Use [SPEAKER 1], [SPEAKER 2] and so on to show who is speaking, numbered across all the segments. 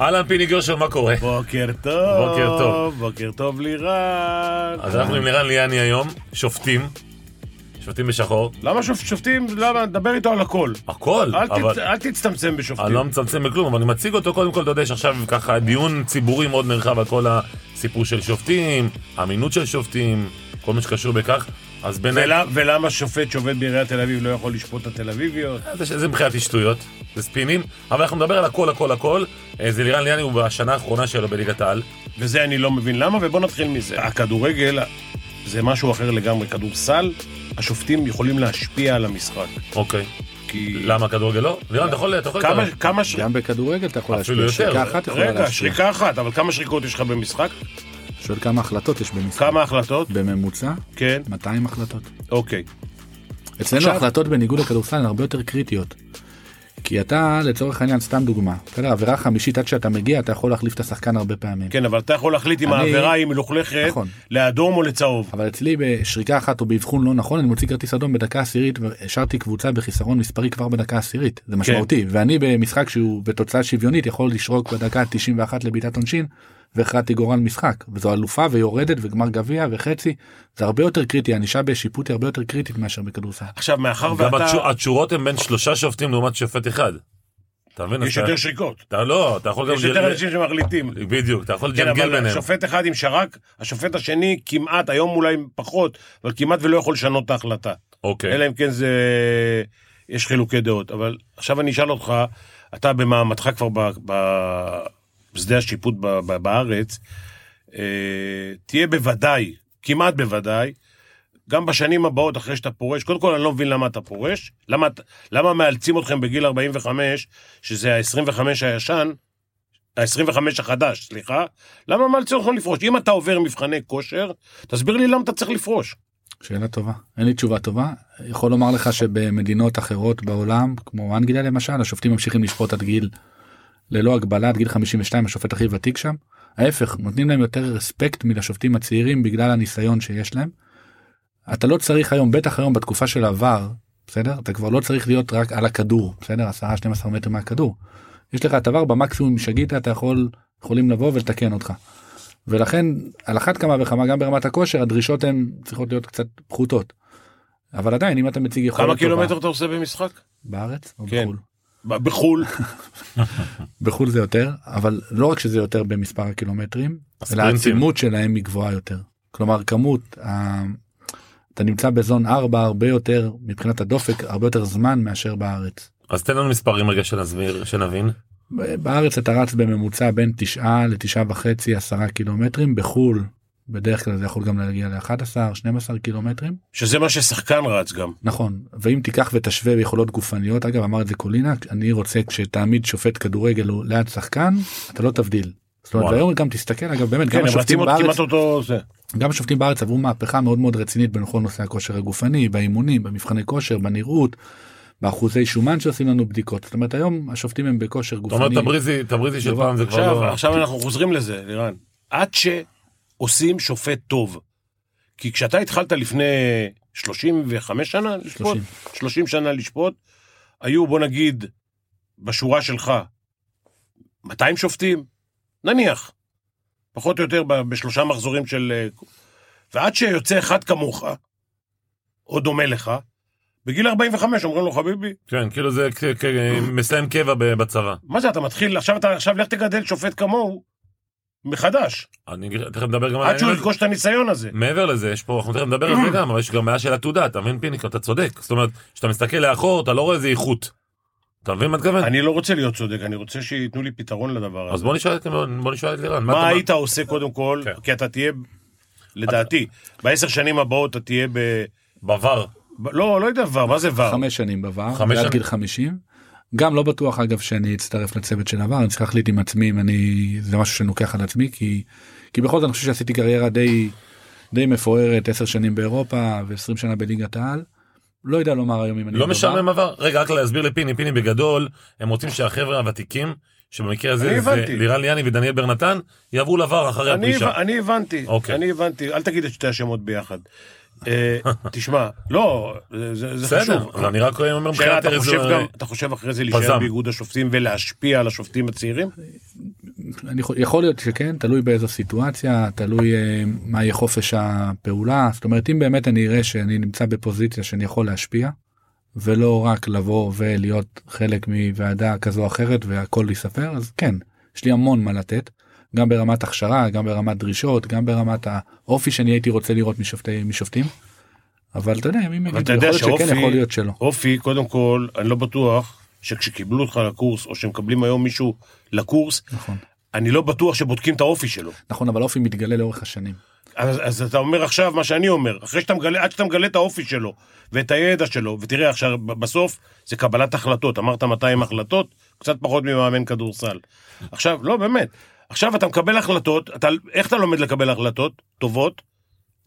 [SPEAKER 1] אהלן פיני גרשון, מה קורה?
[SPEAKER 2] בוקר טוב.
[SPEAKER 1] בוקר טוב.
[SPEAKER 2] בוקר טוב לירן.
[SPEAKER 1] אז אנחנו עם לירן ליאני היום, שופטים, שופטים בשחור,
[SPEAKER 2] למה שופ- שופטים, למה, דבר איתו על הכל.
[SPEAKER 1] הכל,
[SPEAKER 2] אל, תצ...
[SPEAKER 1] אבל
[SPEAKER 2] אל תצטמצם בשופטים.
[SPEAKER 1] אני לא מצמצם בכלום, אבל אני מציג אותו, קודם כל, אתה יודע שעכשיו ככה דיון ציבורי מאוד נרחב על כל הסיפור של שופטים, אמינות של שופטים, כל מה שקשור בכך, אז בין היתר-
[SPEAKER 2] ול... ולמה שופט שעובד בעיריית תל אביב לא יכול לשפוט את התל אביביות?
[SPEAKER 1] זה, זה מבחינת שטויות, זה ספינים, אבל אנחנו נדבר על הכל, הכל, הכל. אה, זה לירן ליאני, הוא בשנה האחרונה שלו בליגת העל.
[SPEAKER 2] וזה אני לא מבין למה, ובוא נתחיל מזה. הכדורגל זה משהו אחר לגמרי. כדורסל, השופטים יכולים להשפיע על המשחק.
[SPEAKER 1] אוקיי.
[SPEAKER 2] כי...
[SPEAKER 1] למה כדורגל לא? לירן, אתה יכול... אתה יכול
[SPEAKER 2] כמה,
[SPEAKER 1] להתערב.
[SPEAKER 2] כמה ש...
[SPEAKER 3] גם בכדורגל אתה יכול
[SPEAKER 1] אפילו
[SPEAKER 3] להשפיע,
[SPEAKER 1] יותר.
[SPEAKER 3] שריקה אחת יכולה
[SPEAKER 2] רגע,
[SPEAKER 3] להשפיע.
[SPEAKER 2] שריקה אחת, אבל כמה שריקות יש לך במשחק?
[SPEAKER 3] שואל כמה החלטות יש במשחק.
[SPEAKER 2] כמה החלטות?
[SPEAKER 3] בממוצע,
[SPEAKER 2] כן,
[SPEAKER 3] 200 החלטות.
[SPEAKER 2] אוקיי.
[SPEAKER 3] אצלנו
[SPEAKER 2] עכשיו-
[SPEAKER 3] ההחלטות בניגוד לכדורסל הן הרבה יותר קריטיות. כי אתה, לצורך העניין, סתם דוגמה, בסדר, עבירה חמישית עד שאתה מגיע, אתה יכול להחליף את השחקן הרבה פעמים.
[SPEAKER 2] כן, אבל אתה יכול להחליט אם
[SPEAKER 3] אני-
[SPEAKER 2] העבירה היא מלוכלכת
[SPEAKER 3] נכון.
[SPEAKER 2] לאדום או לצהוב.
[SPEAKER 3] אבל אצלי בשריקה אחת או באבחון לא נכון אני מוציא כרטיס אדום בדקה עשירית והשארתי קבוצה בחיסרון מספרי כבר בדקה עשירית זה משמעותי ואני במשחק שהוא בתוצאה שוויונית יכול לשרוק בדקה 91 לבעיטת עונשין והכרעתי גורל משחק וזו אלופה ויורדת וגמר גביע וחצי זה הרבה יותר קריטי ענישה בשיפוט היא הרבה יותר קריטית מאשר בכדורסל.
[SPEAKER 2] עכשיו, מאחר
[SPEAKER 1] גם
[SPEAKER 2] ואתה...
[SPEAKER 1] התשו- התשורות הן בין שלושה שופטים לעומת שופט אחד. אתה מבין?
[SPEAKER 2] יש
[SPEAKER 1] אתה-
[SPEAKER 2] יותר שריקות.
[SPEAKER 1] אתה לא, אתה יכול גם...
[SPEAKER 2] יש יותר
[SPEAKER 1] לג'ל-
[SPEAKER 2] אנשים שמחליטים.
[SPEAKER 1] בדיוק, אתה יכול
[SPEAKER 2] כן,
[SPEAKER 1] לג'נגל
[SPEAKER 2] אבל
[SPEAKER 1] ביניהם.
[SPEAKER 2] שופט אחד עם שרק, השופט השני כמעט, היום אולי פחות, אבל כמעט ולא יכול לשנות את ההחלטה.
[SPEAKER 1] אוקיי.
[SPEAKER 2] אלא אם כן זה... יש חילוקי דעות. אבל עכשיו אני אשאל אותך, אתה במעמדך כבר ב- ב- בשדה השיפוט ב- ב- בארץ, אה, תהיה בוודאי, כמעט בוודאי, גם בשנים הבאות אחרי שאתה פורש, קודם כל אני לא מבין למה אתה פורש, למה, את- למה מאלצים אתכם בגיל 45, שזה ה-25 הישן, ה-25 החדש, סליחה, למה מאלצים אתכם לפרוש? אם אתה עובר מבחני כושר, תסביר לי למה אתה צריך לפרוש.
[SPEAKER 3] שאלה טובה אין לי תשובה טובה יכול לומר לך שבמדינות אחרות בעולם כמו אנגליה למשל השופטים ממשיכים לשפוט עד גיל ללא הגבלה עד גיל 52 השופט הכי ותיק שם ההפך נותנים להם יותר רספקט מלשופטים הצעירים בגלל הניסיון שיש להם. אתה לא צריך היום בטח היום בתקופה של עבר בסדר אתה כבר לא צריך להיות רק על הכדור בסדר 10-12 מטר מהכדור. יש לך את עבר במקסימום אם שגית אתה יכול יכולים לבוא ולתקן אותך. ולכן על אחת כמה וכמה גם ברמת הכושר הדרישות הן צריכות להיות קצת פחותות. אבל עדיין אם אתה מציג יכולת
[SPEAKER 2] כמה
[SPEAKER 3] טובה
[SPEAKER 2] קילומטר אתה עושה במשחק?
[SPEAKER 3] בארץ או
[SPEAKER 2] כן.
[SPEAKER 3] בחו"ל?
[SPEAKER 2] ב- בחו"ל.
[SPEAKER 3] בחו"ל זה יותר אבל לא רק שזה יותר במספר הקילומטרים אלא
[SPEAKER 1] הספרינטים.
[SPEAKER 3] העצימות שלהם היא גבוהה יותר כלומר כמות ה... אתה נמצא בזון 4 הרבה יותר מבחינת הדופק הרבה יותר זמן מאשר בארץ.
[SPEAKER 1] אז תן לנו מספרים רגע שנסביר, שנבין.
[SPEAKER 3] ב- בארץ אתה רץ בממוצע בין 9 ל-9 וחצי 10 קילומטרים בחו"ל בדרך כלל זה יכול גם להגיע ל-11 12 קילומטרים
[SPEAKER 2] שזה מה ששחקן רץ גם.
[SPEAKER 3] נכון ואם תיקח ותשווה ביכולות גופניות אגב אמר את זה קולינה אני רוצה כשתעמיד שופט כדורגל הוא ליד שחקן אתה לא תבדיל. זאת אומרת
[SPEAKER 1] וואלה.
[SPEAKER 3] והיום גם תסתכל אגב באמת
[SPEAKER 2] כן, הם
[SPEAKER 3] גם
[SPEAKER 2] רצים
[SPEAKER 3] השופטים
[SPEAKER 2] עוד
[SPEAKER 3] בארץ
[SPEAKER 2] כמעט לא- אותו זה.
[SPEAKER 3] גם השופטים בארץ עברו מהפכה מאוד מאוד רצינית בכל נושא הכושר הגופני באימונים במבחני כושר בנראות באחוזי שומן שעושים לנו בדיקות זאת אומרת היום השופטים הם בכושר
[SPEAKER 1] אתה אומר
[SPEAKER 3] גופני
[SPEAKER 1] תבריזי, תבריזי של
[SPEAKER 3] יובל,
[SPEAKER 1] פעם זה כבר
[SPEAKER 2] עכשיו,
[SPEAKER 1] לא...
[SPEAKER 2] עכשיו אנחנו חוזרים לזה, לירן. עד שעושים שופט טוב. כי כשאתה התחלת לפני 35 שנה לשפוט,
[SPEAKER 3] 30.
[SPEAKER 2] 30 שנה לשפוט, היו בוא נגיד בשורה שלך 200 שופטים, נניח, פחות או יותר ב- בשלושה מחזורים של... אה, ועד שיוצא אחד כמוך, או דומה לך, בגיל 45 אומרים לו חביבי,
[SPEAKER 1] כן, כאילו זה כ- כ- מסיים קבע ב- בצבא.
[SPEAKER 2] מה זה אתה מתחיל עכשיו אתה עכשיו לך תגדל שופט כמוהו מחדש
[SPEAKER 1] אני אגיד- תכף נדבר גם על
[SPEAKER 2] עד
[SPEAKER 1] העניין הזה.
[SPEAKER 2] שהוא ירכוש את הניסיון הזה.
[SPEAKER 1] מעבר לזה, יש פה, אנחנו תכף נדבר על זה גם, אבל יש גם בעיה של עתודה, אתה מבין פיניק, אתה צודק. זאת אומרת, כשאתה מסתכל לאחור, אתה לא רואה איזה איכות. אתה מבין מה אתכוון?
[SPEAKER 2] אני לא רוצה להיות צודק אני רוצה שייתנו לי פתרון לדבר
[SPEAKER 1] אז
[SPEAKER 2] הזה.
[SPEAKER 1] בוא נשאל את בוא נשאל את לירן.
[SPEAKER 2] מה
[SPEAKER 1] אתה-
[SPEAKER 2] היית עושה קודם כל
[SPEAKER 1] כן.
[SPEAKER 2] כי אתה תהיה לדעתי בעשר שנים הבאות אתה תהיה ב...
[SPEAKER 1] בבר.
[SPEAKER 2] ב- לא לא יודע ור מה זה ור.
[SPEAKER 3] חמש שנים בVAR,
[SPEAKER 1] חמש
[SPEAKER 3] ועד
[SPEAKER 1] שנים.
[SPEAKER 3] גיל 50. גם לא בטוח אגב שאני אצטרף לצוות של עבר אני צריך להחליט עם עצמי אם אני זה משהו שאני לוקח על עצמי כי כי בכל זאת אני חושב שעשיתי קריירה די די מפוארת 10 שנים באירופה ו20 שנה בליגת העל. לא יודע לומר היום אם אני
[SPEAKER 1] לא
[SPEAKER 3] בVAR.
[SPEAKER 1] משעמם עבר? רגע, רק להסביר לפיני, פיני בגדול, הם רוצים שהחבר'ה הוותיקים, שבמקרה הזה
[SPEAKER 2] אני
[SPEAKER 1] זה
[SPEAKER 2] הבנתי.
[SPEAKER 1] לירן ליאני ודניאל ברנתן, יעברו לבר אחרי
[SPEAKER 2] אני
[SPEAKER 1] הפרישה.
[SPEAKER 2] הב- אני הבנתי
[SPEAKER 1] אוקיי.
[SPEAKER 2] אני הבנתי אל תגיד את שתי השמות ביחד. אה, תשמע לא זה- זה זה
[SPEAKER 1] בסדר,
[SPEAKER 2] חשוב.
[SPEAKER 1] אבל אני רק אומר
[SPEAKER 2] שאלה,
[SPEAKER 1] מבחינת
[SPEAKER 2] אתה
[SPEAKER 1] ארז...
[SPEAKER 2] חושב גם- אתה חושב אחרי זה להישאר
[SPEAKER 1] פזם.
[SPEAKER 2] באיגוד השופטים ולהשפיע על השופטים הצעירים?
[SPEAKER 3] אני יכול- יכול להיות שכן תלוי באיזו סיטואציה תלוי אה, מה יהיה חופש הפעולה זאת אומרת אם באמת אני אראה שאני נמצא בפוזיציה שאני יכול להשפיע ולא רק לבוא ולהיות חלק מוועדה כזו או אחרת והכל להיספר אז כן יש לי המון מה לתת גם ברמת הכשרה גם ברמת דרישות גם ברמת האופי שאני הייתי רוצה לראות משופטי משופטים. אבל אתה יודע ימים
[SPEAKER 2] אבל אתה
[SPEAKER 3] יגידו יכול
[SPEAKER 2] יודע
[SPEAKER 3] להיות שכן
[SPEAKER 2] שאופי,
[SPEAKER 3] יכול להיות שלא.
[SPEAKER 2] אופי, קודם כל, אני לא בטוח שכשקיבלו אותך לקורס, או שמקבלים היום מישהו לקורס,
[SPEAKER 3] נכון
[SPEAKER 2] אני לא בטוח שבודקים את האופי שלו.
[SPEAKER 3] נכון אבל אופי מתגלה לאורך השנים.
[SPEAKER 2] אז, אז אתה אומר עכשיו מה שאני אומר, אחרי שאתה מגלה, עד שאתה מגלה את האופי שלו ואת הידע שלו, ותראה עכשיו, ב- בסוף זה קבלת החלטות, אמרת 200 החלטות, קצת פחות ממאמן כדורסל. עכשיו, לא באמת, עכשיו אתה מקבל החלטות, אתה, איך אתה לומד לקבל החלטות טובות?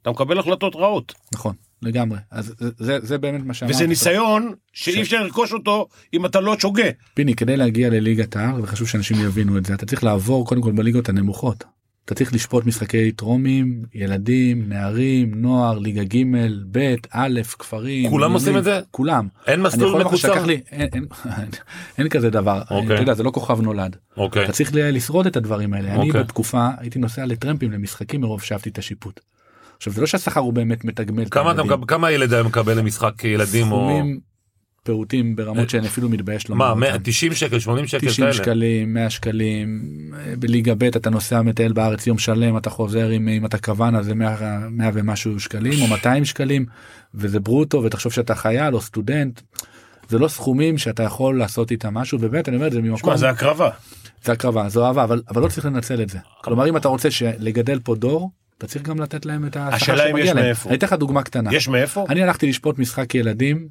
[SPEAKER 2] אתה מקבל החלטות רעות,
[SPEAKER 3] נכון לגמרי אז זה- זה זה באמת מה שאמרתי.
[SPEAKER 2] וזה ניסיון שאי אפשר לרכוש אותו אם אתה לא שוגה.
[SPEAKER 3] פיני כדי להגיע לליגת העל וחשוב שאנשים יבינו את זה אתה צריך לעבור קודם כל בליגות הנמוכות. אתה צריך לשפוט משחקי טרומים ילדים נערים נוער ליגה ג' ב' א' כפרים.
[SPEAKER 1] כולם
[SPEAKER 3] לאומי,
[SPEAKER 1] עושים את זה?
[SPEAKER 3] כולם.
[SPEAKER 1] אין
[SPEAKER 3] אני יכול
[SPEAKER 1] מסלול
[SPEAKER 3] לומר לך
[SPEAKER 1] מקוצר?
[SPEAKER 3] שלקח לי אין- אין- אין כזה דבר
[SPEAKER 1] אוקיי.
[SPEAKER 3] אתה יודע זה לא כוכב נולד
[SPEAKER 1] אוקיי.
[SPEAKER 3] אתה צריך ל- לשרוד את הדברים האלה אני
[SPEAKER 1] אוקיי.
[SPEAKER 3] בתקופה הייתי נוסע לטרמפים למשחקים מרוב שאהבתי את השיפוט. עכשיו זה לא שהשכר הוא באמת מתגמל. את
[SPEAKER 1] כמה אתה
[SPEAKER 3] הילדים.
[SPEAKER 1] מקב- כמה ילד היה מקבל למשחק ילדים או... אה,
[SPEAKER 3] סכומים פעוטים ברמות שאני אפילו מתבייש לומר
[SPEAKER 1] מה,
[SPEAKER 3] אותם.
[SPEAKER 1] 100, 90 שקל, 80 שקל,
[SPEAKER 3] 90
[SPEAKER 1] כאלה.
[SPEAKER 3] שקלים 100 שקלים אה, בליגה ב' אתה נוסע מטייל בארץ יום שלם אתה חוזר עם אם אתה כוון אז זה 100, 100 ומשהו שקלים או 200 שקלים וזה ברוטו ותחשוב שאתה חייל או סטודנט. זה לא סכומים שאתה יכול לעשות איתם משהו ובאמת אני אומר את זה ממקום
[SPEAKER 2] שמע, זה הקרבה.
[SPEAKER 3] זה הקרבה זו אהבה אבל אבל לא צריך לנצל את זה כלומר אם אתה רוצה לגדל פה דור אתה צריך גם לתת להם את השכר
[SPEAKER 2] השאלה אם יש
[SPEAKER 3] שמגיע להם.
[SPEAKER 2] מאיפה.
[SPEAKER 3] אני אתן לך דוגמה קטנה.
[SPEAKER 2] יש מאיפה?
[SPEAKER 3] אני הלכתי לשפוט משחק ילדים,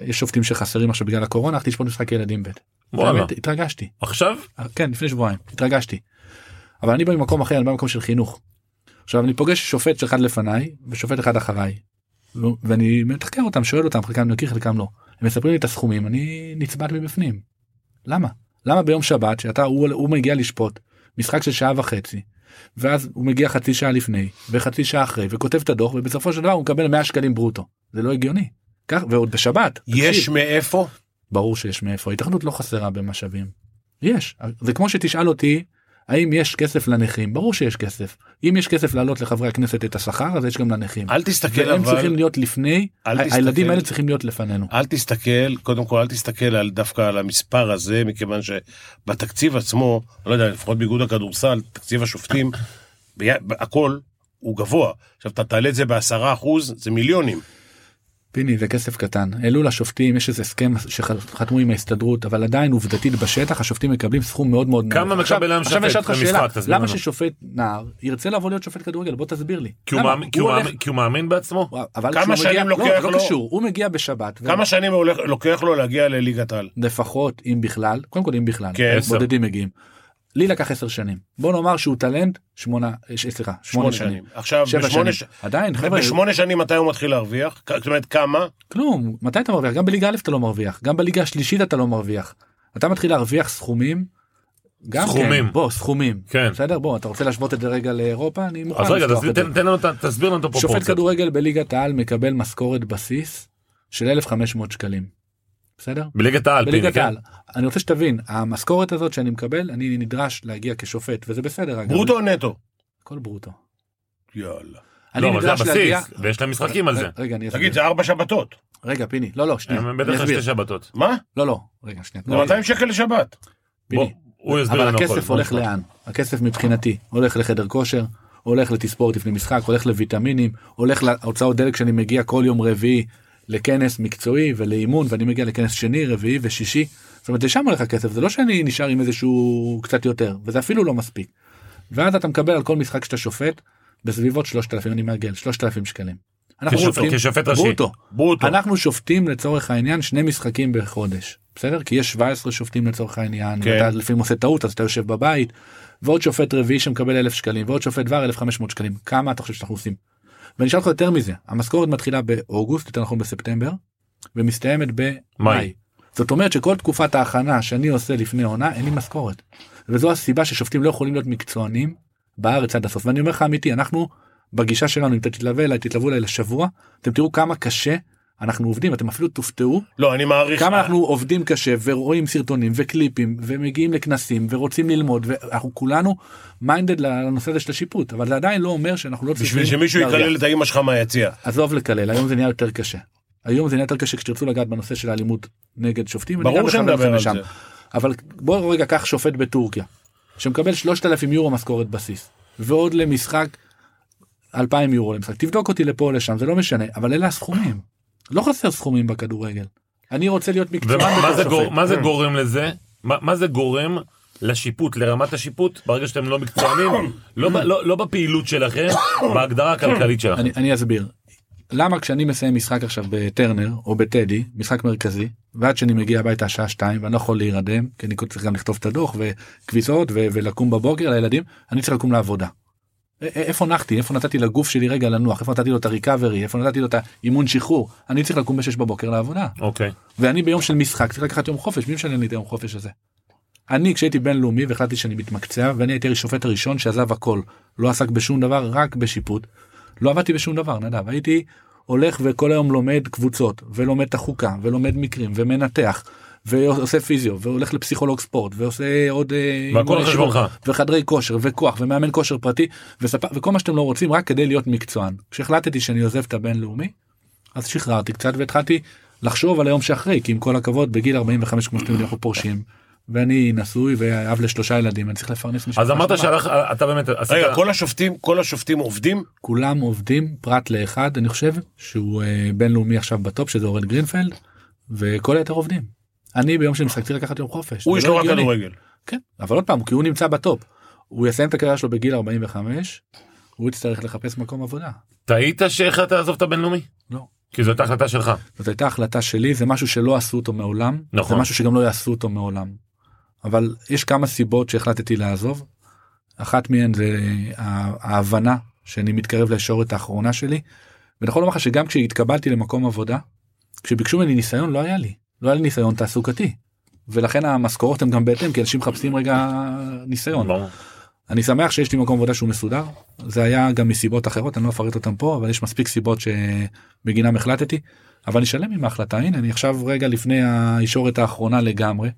[SPEAKER 3] יש שופטים שחסרים עכשיו בגלל הקורונה, הלכתי לשפוט משחק ילדים ב'.
[SPEAKER 1] וואלה.
[SPEAKER 3] באמת, התרגשתי,
[SPEAKER 1] עכשיו?
[SPEAKER 3] כן לפני שבועיים, התרגשתי. אבל אני בא ממקום אחר, אני בא ממקום של חינוך. עכשיו אני פוגש שופט אחד לפניי ושופט אחד אחריי. ו- ואני מתחקר אותם, שואל אותם, חלקם אני מכיר, חלקם לא. הם מספרים לי את הסכומים, אני נצבט מבפנים. למה? למה ביום שבת שאתה, הוא, הוא מגיע לשפוט, משחק של שעה וחצי, ואז הוא מגיע חצי שעה לפני וחצי שעה אחרי וכותב את הדוח ובסופו של דבר הוא מקבל 100 שקלים ברוטו זה לא הגיוני כך ועוד בשבת
[SPEAKER 2] יש
[SPEAKER 3] תקשיב,
[SPEAKER 2] מאיפה?
[SPEAKER 3] ברור שיש מאיפה ההתאחדות לא חסרה במשאבים יש זה כמו שתשאל אותי האם יש כסף לנכים ברור שיש כסף אם יש כסף להעלות לחברי הכנסת את השכר אז יש גם לנכים
[SPEAKER 2] אל תסתכל
[SPEAKER 3] והם
[SPEAKER 2] אבל...
[SPEAKER 3] צריכים להיות לפני
[SPEAKER 2] אל
[SPEAKER 3] ה- הילדים
[SPEAKER 2] תסתכל.
[SPEAKER 3] האלה צריכים להיות לפנינו
[SPEAKER 2] אל תסתכל, קודם כל אל תסתכל על דווקא על המספר הזה, מכיוון שבתקציב עצמו, אני לא יודע, לפחות באיגוד הכדורסל, תקציב השופטים, בי, הכל הוא גבוה. עכשיו, אתה תעלה את זה בעשרה אחוז, זה מיליונים.
[SPEAKER 3] לא. פיני זה כסף קטן העלו לשופטים יש איזה הסכם שחתמו עם ההסתדרות אבל עדיין עובדתית בשטח השופטים מקבלים סכום מאוד מאוד
[SPEAKER 1] כמה
[SPEAKER 3] נמוך.
[SPEAKER 1] מקבל היום
[SPEAKER 3] עכשיו אני אשאל
[SPEAKER 1] שופט
[SPEAKER 3] אותך שאלה
[SPEAKER 1] במשחק? תסביר
[SPEAKER 3] למה
[SPEAKER 1] לנו.
[SPEAKER 3] ששופט נער ירצה לבוא להיות שופט כדורגל בוא תסביר לי.
[SPEAKER 1] כי הוא
[SPEAKER 3] למה?
[SPEAKER 1] מאמין- כי הוא
[SPEAKER 3] הולך-
[SPEAKER 1] מאמין- כי הוא מאמין בעצמו?
[SPEAKER 3] אבל
[SPEAKER 2] כמה
[SPEAKER 3] כשהוא מגיע-
[SPEAKER 2] שנים
[SPEAKER 3] לא,
[SPEAKER 2] לוקח
[SPEAKER 3] זה
[SPEAKER 2] לו?
[SPEAKER 3] לא קשור הוא מגיע בשבת ו-
[SPEAKER 2] כמה שנים הולך, לוקח לו להגיע לליגת העל?
[SPEAKER 3] לפחות אם בכלל קודם כל אם בכלל
[SPEAKER 2] כן,
[SPEAKER 1] עשר.
[SPEAKER 3] בודדים מגיעים. לי לקח 10 שנים בוא נאמר שהוא טלנט שמונה אה, ש- סליחה שמונה שנים.
[SPEAKER 2] עכשיו,
[SPEAKER 3] שבע
[SPEAKER 2] בשמונה,
[SPEAKER 3] שנים.
[SPEAKER 2] ש...
[SPEAKER 3] עדיין חבר'ה לא.
[SPEAKER 2] בשמונה שנים מתי הוא מתחיל להרוויח? כ- זאת אומרת, כמה?
[SPEAKER 3] כלום מתי אתה מרוויח גם בליגה א' אתה לא מרוויח גם בליגה השלישית אתה לא מרוויח אתה מתחיל להרוויח סכומים. גם
[SPEAKER 1] סכומים.
[SPEAKER 3] כן, בוא סכומים
[SPEAKER 1] כן.
[SPEAKER 3] בסדר בוא אתה רוצה להשוות את זה רגע לאירופה אני מוכן
[SPEAKER 1] אז רגע,
[SPEAKER 3] לפתוח
[SPEAKER 1] תסביר-
[SPEAKER 3] את זה.
[SPEAKER 1] תן- תן לנו, את ה- תסביר לנו את
[SPEAKER 3] שופט
[SPEAKER 1] הפרופורציות.
[SPEAKER 3] כדורגל בליגת העל מקבל משכורת בסיס של 1500 שקלים. בסדר?
[SPEAKER 1] בליגת העל, פיני,
[SPEAKER 3] בליגת
[SPEAKER 1] כן?
[SPEAKER 3] העל. אני רוצה שתבין המשכורת הזאת שאני מקבל אני נדרש להגיע כשופט וזה בסדר אגב.
[SPEAKER 2] ברוטו או נטו?
[SPEAKER 3] הכל ברוטו.
[SPEAKER 2] יאללה.
[SPEAKER 1] לא,
[SPEAKER 3] אני
[SPEAKER 1] אבל זה
[SPEAKER 3] נדרש להגיע-
[SPEAKER 1] הבסיס, ויש להם משחקים על זה.
[SPEAKER 3] רגע אני
[SPEAKER 2] תגיד,
[SPEAKER 3] אסביר.
[SPEAKER 2] זה ארבע שבתות.
[SPEAKER 3] רגע פיני לא לא שנייה.
[SPEAKER 1] הם
[SPEAKER 3] אני
[SPEAKER 1] בטח
[SPEAKER 3] אסביר.
[SPEAKER 1] שתי שבתות.
[SPEAKER 2] מה?
[SPEAKER 3] לא לא רגע שנייה.
[SPEAKER 2] זה 200 שקל לשבת.
[SPEAKER 1] בוא,
[SPEAKER 3] פיני.
[SPEAKER 1] הוא יסביר
[SPEAKER 3] אבל
[SPEAKER 1] לנו הכל.
[SPEAKER 3] הכסף הולך לאן? הכסף מבחינתי הולך לחדר כושר, הולך לתספורת לפני משחק, הולך לויטמינים, הולך להוצאות דלק שאני מגיע כל יום רביעי לכנס מקצועי ולאימון ואני מגיע לכנס שני, רביעי ושישי. זאת אומרת זה שם הולך הכסף זה לא שאני נשאר עם איזשהו קצת יותר וזה אפילו לא מספיק. ואז אתה מקבל על כל משחק שאתה שופט בסביבות 3,000 אני מעגל 3,000 שקלים. אנחנו
[SPEAKER 1] כשופט-
[SPEAKER 3] שופטים-
[SPEAKER 1] כשופט ראשי.
[SPEAKER 3] ברוטו.
[SPEAKER 2] ברוטו.
[SPEAKER 3] אנחנו שופטים לצורך העניין שני משחקים בחודש בסדר כי יש 17 שופטים לצורך העניין
[SPEAKER 2] כן.
[SPEAKER 3] כן. ואתה לפעמים עושה טעות אז אתה יושב בבית ועוד שופט רביעי שמקבל 1,000 שקלים ועוד שופט ור 1,500 שקלים כמה אתה חושב שאנחנו עושים. ואני אשאל אותך יותר מזה המשכורת מתחילה באוגוסט יותר נכון בספטמבר ומסתיימת
[SPEAKER 1] מאי.
[SPEAKER 3] במאי. זאת אומרת שכל תקופת ההכנה שאני עושה לפני עונה אין לי משכורת. וזו הסיבה ששופטים לא יכולים להיות מקצוענים בארץ עד הסוף ואני אומר לך אמיתי אנחנו בגישה שלנו אם אתה תתלווה אליי תתלוו אליי לשבוע אתם תראו כמה קשה אנחנו עובדים אתם אפילו תופתעו
[SPEAKER 2] לא, אני מעריך...
[SPEAKER 3] כמה אנחנו עובדים קשה ורואים סרטונים וקליפים ומגיעים לכנסים ורוצים ללמוד ואנחנו כולנו מיינדד לנושא הזה של השיפוט אבל זה עדיין לא אומר שאנחנו לא צריכים
[SPEAKER 2] בשביל שמישהו
[SPEAKER 3] להרוויח.
[SPEAKER 2] יקלל את האימא שלך מהיציע.
[SPEAKER 3] עזוב לקלל היום זה נהיה יותר קשה. היום זה נהיה יותר קשה כשתרצו לגעת בנושא של האלימות נגד שופטים. אני
[SPEAKER 2] ברור
[SPEAKER 3] גם
[SPEAKER 2] שנדבר
[SPEAKER 3] בכוונה
[SPEAKER 2] על
[SPEAKER 3] לשם.
[SPEAKER 2] זה.
[SPEAKER 3] אבל בוא רגע קח שופט בטורקיה שמקבל 3,000 יורו משכורת בסיס ועוד למשחק 2,000 יורו למשחק תבדוק אותי לפה או לשם זה לא משנה אבל אלה הסכומים לא חסר סכומים בכדורגל. אני רוצה להיות מקצוען
[SPEAKER 1] ומה מה
[SPEAKER 3] בתור
[SPEAKER 1] זה
[SPEAKER 3] שופט.
[SPEAKER 1] גור- מה זה גורם לזה? מה מה זה גורם לשיפוט, לרמת השיפוט, ברגע שאתם לא מקצוענים, לא ב- לא לא בפעילות שלכם, בהגדרה הכלכלית שלכם.
[SPEAKER 3] אני, אני אסביר. למה כשאני מסיים משחק עכשיו בטרנר או בטדי משחק מרכזי ועד שאני מגיע הביתה השעה שתיים ואני לא יכול להירדם כי אני צריך גם לכתוב את הדוח וכביסות ו- ולקום בבוקר לילדים אני צריך לקום לעבודה. א- א- איפה נחתי איפה נתתי לגוף שלי רגע לנוח איפה נתתי לו את הריקאברי איפה נתתי לו את האימון שחרור אני צריך לקום בשש בבוקר לעבודה
[SPEAKER 1] אוקיי.
[SPEAKER 3] ואני ביום של משחק צריך לקחת יום חופש מי משלם לי את היום חופש הזה. אני כשהייתי בינלאומי והחלטתי שאני מתמקצע ואני הייתי השופט הראשון שעזב הכל לא עסק בשום דבר רק בשיפוט. לא עבדתי בשום דבר נדב הייתי הולך וכל היום לומד קבוצות ולומד את החוקה ולומד מקרים ומנתח. ועושה פיזיו והולך לפסיכולוג ספורט ועושה עוד אה, אימוני
[SPEAKER 1] על
[SPEAKER 3] שיווק,
[SPEAKER 1] חשבונך.
[SPEAKER 3] וחדרי כושר וכוח ומאמן כושר פרטי וספ... וכל מה שאתם לא רוצים רק כדי להיות מקצוען כשהחלטתי שאני עוזב את הבינלאומי אז שחררתי קצת והתחלתי לחשוב על היום שאחרי כי עם כל הכבוד בגיל 45 כמו שאתם יודעים אנחנו פורשים ואני נשוי ואב לשלושה ילדים אני צריך לפרנס משפחה
[SPEAKER 1] אז אמרת
[SPEAKER 3] שלמה.
[SPEAKER 1] שהלך, אה, אתה באמת עשית...
[SPEAKER 2] רגע, כל השופטים, כל השופטים עובדים?
[SPEAKER 3] כולם עובדים פרט לאחד אני חושב שהוא אה, בינלאומי עכשיו בטופ שזה אורן גרינפלד וכל היתר עובדים. אני ביום של משחק צריך לקחת יום חופש.
[SPEAKER 2] הוא
[SPEAKER 3] זה
[SPEAKER 2] יש
[SPEAKER 3] לא
[SPEAKER 2] לו רק
[SPEAKER 3] הגיוני.
[SPEAKER 2] כדורגל.
[SPEAKER 3] כן, אבל עוד פעם, כי הוא נמצא בטופ. הוא יסיים את הקריירה שלו בגיל 45, הוא יצטרך לחפש מקום עבודה.
[SPEAKER 1] טעית שהחלטת לעזוב את הבינלאומי?
[SPEAKER 3] לא. נכון.
[SPEAKER 1] כי זו הייתה החלטה שלך.
[SPEAKER 3] זאת הייתה החלטה שלי, זה משהו שלא עשו אותו מעולם.
[SPEAKER 1] נכון.
[SPEAKER 3] זה משהו שגם לא יעשו אותו מעולם. אבל יש כמה סיבות שהחלטתי לעזוב. אחת מהן זה ה- ההבנה שאני מתקרב לישורת האחרונה שלי. ואני יכול לומר לך שגם כשהתקבלתי למקום עבודה, כשביקשו ממני ניסיון לא היה לי, לא היה לי ניסיון תעסוקתי. ולכן המשכורות הן גם בהתאם כי אנשים מחפשים רגע ניסיון.
[SPEAKER 1] ברור.
[SPEAKER 3] אני שמח שיש לי מקום עבודה שהוא מסודר זה היה גם מסיבות אחרות אני לא אפרט אותם פה אבל יש מספיק סיבות שבגינם החלטתי אבל אני שלם עם ההחלטה הנה אני עכשיו רגע לפני הישורת האחרונה לגמרי.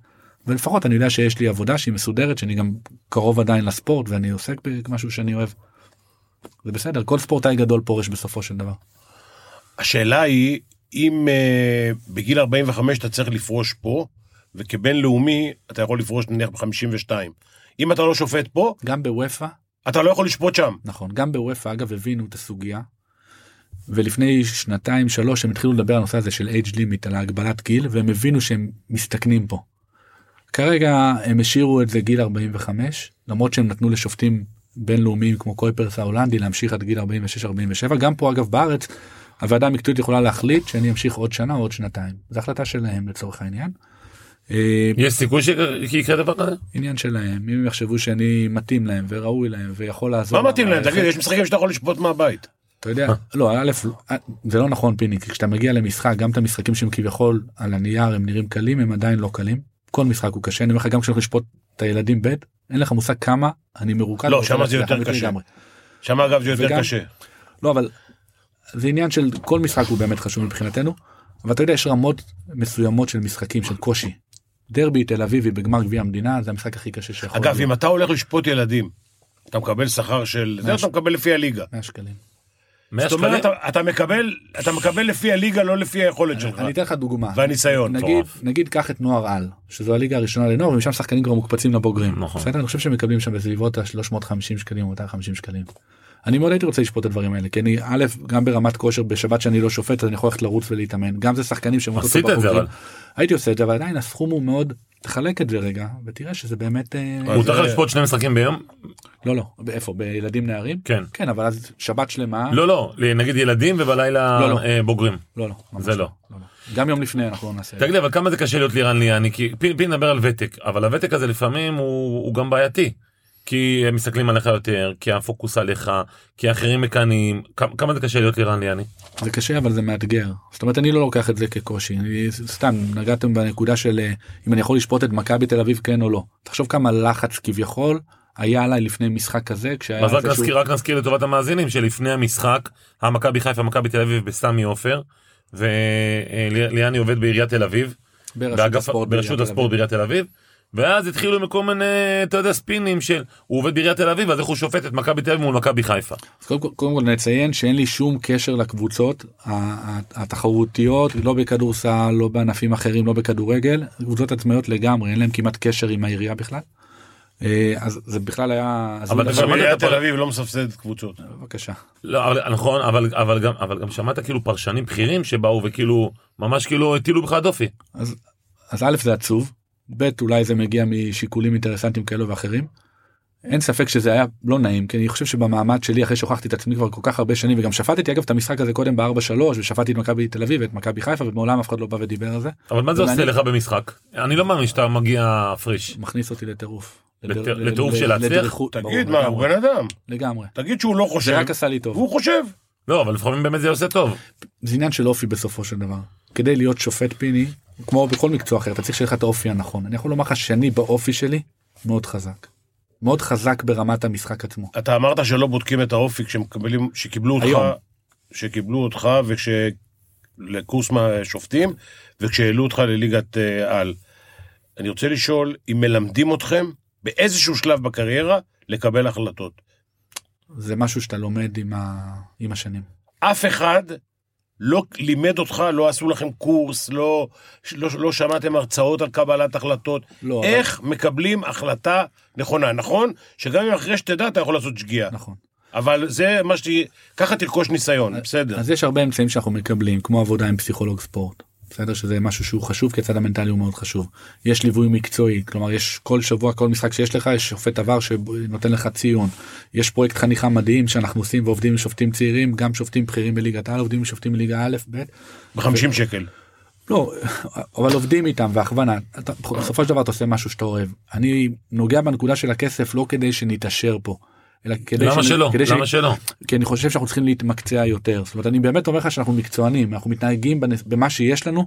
[SPEAKER 3] ולפחות אני יודע שיש לי עבודה שהיא מסודרת שאני גם קרוב עדיין לספורט ואני עוסק במשהו שאני אוהב. זה בסדר כל ספורטאי גדול פורש בסופו של דבר.
[SPEAKER 2] השאלה היא, אם אה, בגיל 45 אתה צריך לפרוש פה, וכבינלאומי אתה יכול לפרוש נניח ב-52. אם אתה לא שופט פה,
[SPEAKER 3] גם בוופא
[SPEAKER 2] אתה לא יכול לשפוט שם.
[SPEAKER 3] נכון גם בוופא אגב הבינו את הסוגיה. ולפני שנתיים שלוש הם התחילו לדבר על הנושא הזה של age limit על הגבלת גיל והם הבינו שהם מסתכנים פה. כרגע הם השאירו את זה גיל 45 למרות שהם נתנו לשופטים בינלאומיים כמו קויפרס ההולנדי להמשיך עד גיל 46-47 גם פה אגב בארץ הוועדה המקצועית יכולה להחליט שאני אמשיך עוד שנה או עוד שנתיים זו החלטה שלהם לצורך העניין. אה,
[SPEAKER 1] יש סיכוי שיקרה דבר כזה?
[SPEAKER 3] עניין שלהם אם הם יחשבו שאני מתאים להם וראוי להם ויכול לעזור.
[SPEAKER 2] מה לא מתאים להם?
[SPEAKER 3] למערכת.
[SPEAKER 2] תגיד, יש משחקים שאתה יכול לשפוט מהבית.
[SPEAKER 3] אתה יודע, לא, א', לא, זה לא נכון פיני, כי כשאתה מגיע למשחק, גם את המשחקים שהם כביכול על הנייר הם נראים קלים, הם עדיין לא קלים. כל משחק הוא קשה, אני אומר לך, גם כשאתה הולך לשפוט את הילדים ב', אין לך מושג כמה אני מרוקד.
[SPEAKER 2] לא,
[SPEAKER 3] ועושה
[SPEAKER 2] שמה זה יותר
[SPEAKER 3] לעצמי לחלוטין
[SPEAKER 2] קשה.
[SPEAKER 3] לגמרי.
[SPEAKER 2] שם אגב זה יותר
[SPEAKER 3] וגם-
[SPEAKER 2] קשה.
[SPEAKER 3] לא, אבל זה עניין של כל משחק הוא באמת חשוב מבחינתנו, אבל אתה יודע, יש רמות מסוימות של משחקים, של קושי. דרבי תל אביבי בגמר גביע המדינה זה המשחק הכי קשה שיכול
[SPEAKER 2] אגב, אם אתה הולך לשפוט ילדים, אתה מקבל שכר של... זה אתה מקבל לפי הליגה.
[SPEAKER 3] 100 שקלים.
[SPEAKER 1] 100
[SPEAKER 2] זאת אומרת,
[SPEAKER 1] שקלים?
[SPEAKER 2] אתה- אתה מקבל, אתה מקבל לפי הליגה, לא לפי היכולת שלך.
[SPEAKER 3] אני אתן לך דוגמה.
[SPEAKER 2] והניסיון.
[SPEAKER 3] נגיד, נגיד קח את נוער על, שזו הליגה הראשונה לנוער, ומשם שחקנים כבר מוקפצים לבוגרים.
[SPEAKER 1] נכון.
[SPEAKER 3] בסדר? אני חושב שהם מקבלים שם בסביבות ה-350 שקלים או 250 שקלים. אני מאוד הייתי רוצה לשפוט את הדברים האלה, כי אני א', גם ברמת כושר בשבת שאני לא שופט, אז אני יכול ללכת לרוץ ולהתאמן. גם זה שחקנים שהם
[SPEAKER 1] עשית את זה, אבל.
[SPEAKER 3] הייתי עושה את זה, אבל עדיין הסכום הוא מאוד, תחלק את זה רגע, ותראה שזה באמת... אה,
[SPEAKER 1] מותר לך
[SPEAKER 2] זה-
[SPEAKER 1] לשפוט שני משחקים ביום?
[SPEAKER 3] לא, לא, איפה? בילדים נערים?
[SPEAKER 1] כן.
[SPEAKER 3] כן, אבל אז שבת שלמה...
[SPEAKER 1] לא, לא, נגיד ילדים ובלילה
[SPEAKER 3] לא, לא.
[SPEAKER 1] אה, בוגרים.
[SPEAKER 3] לא, לא. ממש
[SPEAKER 1] זה לא.
[SPEAKER 3] לא, לא. גם יום לפני אנחנו לא נעשה את זה.
[SPEAKER 1] תגיד לי, אבל כמה זה קשה להיות לירן ליאני? כי פין פין מדבר על ותק, אבל הוותק הזה לפעמים הוא הוא גם בעייתי. כי הם מסתכלים עליך יותר, כי הפוקוס עליך, כי האחרים מקנאים. כמה- כמה זה קשה להיות לירן ליאני?
[SPEAKER 3] זה קשה אבל זה מאתגר זאת אומרת אני לא לוקח את זה כקושי אני סתם נגעתם בנקודה של אה, אם אני יכול לשפוט את מכבי תל אביב כן או לא תחשוב כמה לחץ כביכול היה עליי לפני משחק כזה כשהיה
[SPEAKER 1] אז רק
[SPEAKER 3] איזשהו-
[SPEAKER 1] נזכיר, רק נזכיר לטובת המאזינים שלפני המשחק, המכבי חיפה, מכבי תל אביב בסמי עופר, וליאני עובד בעיריית תל אביב, באגף- ברשות הספורט בעיריית תל אביב. ואז התחילו מכל מיני, אתה יודע, ספינים של הוא עובד בעיריית תל אביב, אז איך הוא שופט את מכבי תל אביב מול מכבי חיפה.
[SPEAKER 3] אז קודם כל, קודם כל נציין שאין לי שום קשר לקבוצות ה- ה- התחרותיות לא בכדורסל לא בענפים אחרים לא בכדורגל קבוצות עצמאיות לגמרי אין להם כמעט קשר עם העירייה בכלל. אה, אז זה בכלל היה אז
[SPEAKER 1] אבל
[SPEAKER 3] אולי-
[SPEAKER 1] אתה שמעת
[SPEAKER 2] עיריית
[SPEAKER 1] את הפר-
[SPEAKER 2] תל אביב לא מסבסדת קבוצות.
[SPEAKER 3] בבקשה
[SPEAKER 1] לא, אבל, נכון, אבל, אבל, גם, אבל גם שמעת כאילו פרשנים בכירים שבאו וכאילו, ממש כאילו הטילו בך דופי.
[SPEAKER 3] אז אז א' זה עצוב ב' אולי זה מגיע משיקולים אינטרסנטיים כאלו ואחרים. אין ספק שזה היה לא נעים כי אני חושב שבמעמד שלי אחרי שהוכחתי את עצמי כבר כל כך הרבה שנים וגם שפטתי אגב את המשחק הזה קודם ב-4-3 ושפטתי את מכבי תל אביב ואת מכבי חיפה ומעולם אף אחד לא בא ודיבר על זה.
[SPEAKER 1] אבל מה זה
[SPEAKER 3] ואני-
[SPEAKER 1] עושה לך במשחק? אני לא מאמין שאתה מגיע פריש.
[SPEAKER 3] מכניס אותי לטירוף.
[SPEAKER 1] לטיר-
[SPEAKER 3] לדר-
[SPEAKER 1] לטירוף
[SPEAKER 3] ל-
[SPEAKER 1] של להצליח?
[SPEAKER 3] לדריכות,
[SPEAKER 2] תגיד
[SPEAKER 3] ברור,
[SPEAKER 2] מה, הוא
[SPEAKER 3] לגמרי,
[SPEAKER 2] בן אדם.
[SPEAKER 3] לגמרי.
[SPEAKER 2] תגיד שהוא לא חושב,
[SPEAKER 3] זה רק עשה לי טוב.
[SPEAKER 2] והוא חושב.
[SPEAKER 1] לא, אבל לפעמים באמת זה עושה טוב.
[SPEAKER 3] זה עניין של אופי בסופו של דבר. כדי להיות שופט פיני, כמו בכל מקצוע אחר, אתה צריך שיהיה לך את האופי הנכון. אני יכול לומר לך שאני באופי שלי מאוד חזק. מאוד חזק ברמת המשחק עצמו.
[SPEAKER 2] אתה אמרת שלא בודקים את האופי כשמקבלים, שקיבלו אותך,
[SPEAKER 3] היום.
[SPEAKER 2] שקיבלו אותך וכש... לקורס מה- שופטים, וכשהעלו אותך לליגת אה, על. אני רוצה לשאול אם מלמדים אתכם באיזשהו שלב בקריירה לקבל החלטות.
[SPEAKER 3] זה משהו שאתה לומד עם, ה... עם השנים.
[SPEAKER 2] אף אחד לא לימד אותך, לא עשו לכם קורס, לא, לא, לא שמעתם הרצאות על קבלת החלטות.
[SPEAKER 3] לא, אבל-
[SPEAKER 2] איך מקבלים החלטה נכונה. נכון שגם אם אחרי שתדע אתה יכול לעשות שגיאה,
[SPEAKER 3] נכון.
[SPEAKER 2] אבל זה מה ש... ככה תרכוש ניסיון, בסדר.
[SPEAKER 3] אז יש הרבה אמצעים שאנחנו מקבלים כמו עבודה עם פסיכולוג ספורט. בסדר שזה משהו שהוא חשוב כי הצד המנטלי הוא מאוד חשוב. יש ליווי מקצועי כלומר יש כל שבוע כל משחק שיש לך יש שופט עבר שנותן לך ציון. יש פרויקט חניכה מדהים שאנחנו עושים ועובדים עם שופטים צעירים גם שופטים בכירים בליגת העל עובדים עם שופטים בליגה א' ב'.
[SPEAKER 2] ב-50 שקל.
[SPEAKER 3] לא, אבל עובדים איתם והכוונה, אתה, בסופו של דבר אתה עושה משהו שאתה אוהב. אני נוגע בנקודה של הכסף לא כדי שנתעשר פה, אלא כדי,
[SPEAKER 1] למה שלא?
[SPEAKER 3] כדי
[SPEAKER 1] למה שלא?
[SPEAKER 3] כי אני חושב שאנחנו צריכים להתמקצע יותר. זאת אומרת, אני באמת אומר לך שאנחנו מקצוענים, אנחנו מתנהגים בנס... במה שיש לנו,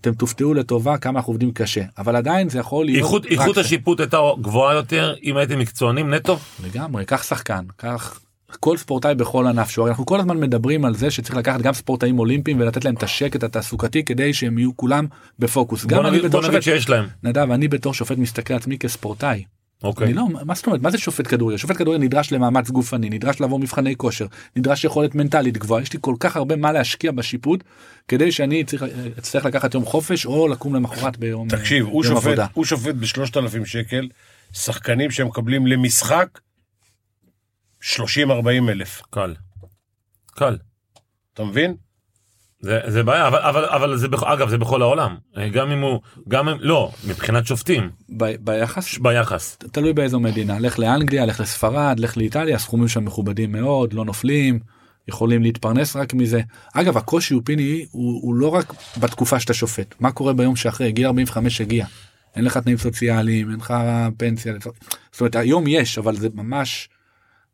[SPEAKER 3] אתם תופתעו לטובה כמה אנחנו עובדים קשה, אבל עדיין זה יכול להיות...
[SPEAKER 1] איכות-
[SPEAKER 3] פרקטי.
[SPEAKER 1] איכות השיפוט הייתה גבוהה יותר אם הייתם מקצוענים נטו?
[SPEAKER 3] לגמרי, קח שחקן, קח כל ספורטאי בכל ענף שהוא. אנחנו כל הזמן מדברים על זה שצריך לקחת גם ספורטאים אולימפיים ולתת להם את השקט התעסוקתי כדי שהם יהיו כולם בפוקוס.
[SPEAKER 1] בוא
[SPEAKER 3] גם אני
[SPEAKER 1] נגיד-
[SPEAKER 3] בתור
[SPEAKER 1] בוא נגיד
[SPEAKER 3] שופט,
[SPEAKER 1] שיש להם.
[SPEAKER 3] נדב, אני בתור שופט מסתכל על עצמי כספורטאי.
[SPEAKER 1] אוקיי.
[SPEAKER 3] אני לא, מה זאת אומרת, מה זה שופט כדורגל? שופט כדורגל נדרש למאמץ גופני, נדרש לעבור מבחני כושר, נדרש יכולת מנטלית גבוהה, יש לי כל כך הרבה מה להשקיע בשיפוט, כדי שאני צריך- אצטרך לקחת יום חופש או לקום למחרת ביום
[SPEAKER 2] תקשיב, הוא
[SPEAKER 3] יום
[SPEAKER 2] שופט,
[SPEAKER 3] עבודה.
[SPEAKER 2] הוא שופט ב-3,000 שקל, שחקנים שמקבלים למשחק 30-40 אלף.
[SPEAKER 1] קל. קל.
[SPEAKER 2] אתה מבין?
[SPEAKER 1] זה, זה בעיה, אבל, אבל, אבל זה, בכ- אגב, זה בכל העולם. אה, גם אם הוא, גם אם, לא, מבחינת שופטים,
[SPEAKER 3] ב- ביחס,
[SPEAKER 1] ביחס.
[SPEAKER 3] ת- תלוי באיזו מדינה, לך לאנגליה, לך לספרד, לך לאיטליה, הסכומים שם מכובדים מאוד, לא נופלים. יכולים להתפרנס רק מזה. אגב הקושי הוא פיני הוא, הוא לא רק בתקופה שאתה שופט מה קורה ביום שאחרי גיל 45 הגיע. אין לך תנאים סוציאליים אין לך פנסיה זאת אומרת היום יש אבל זה ממש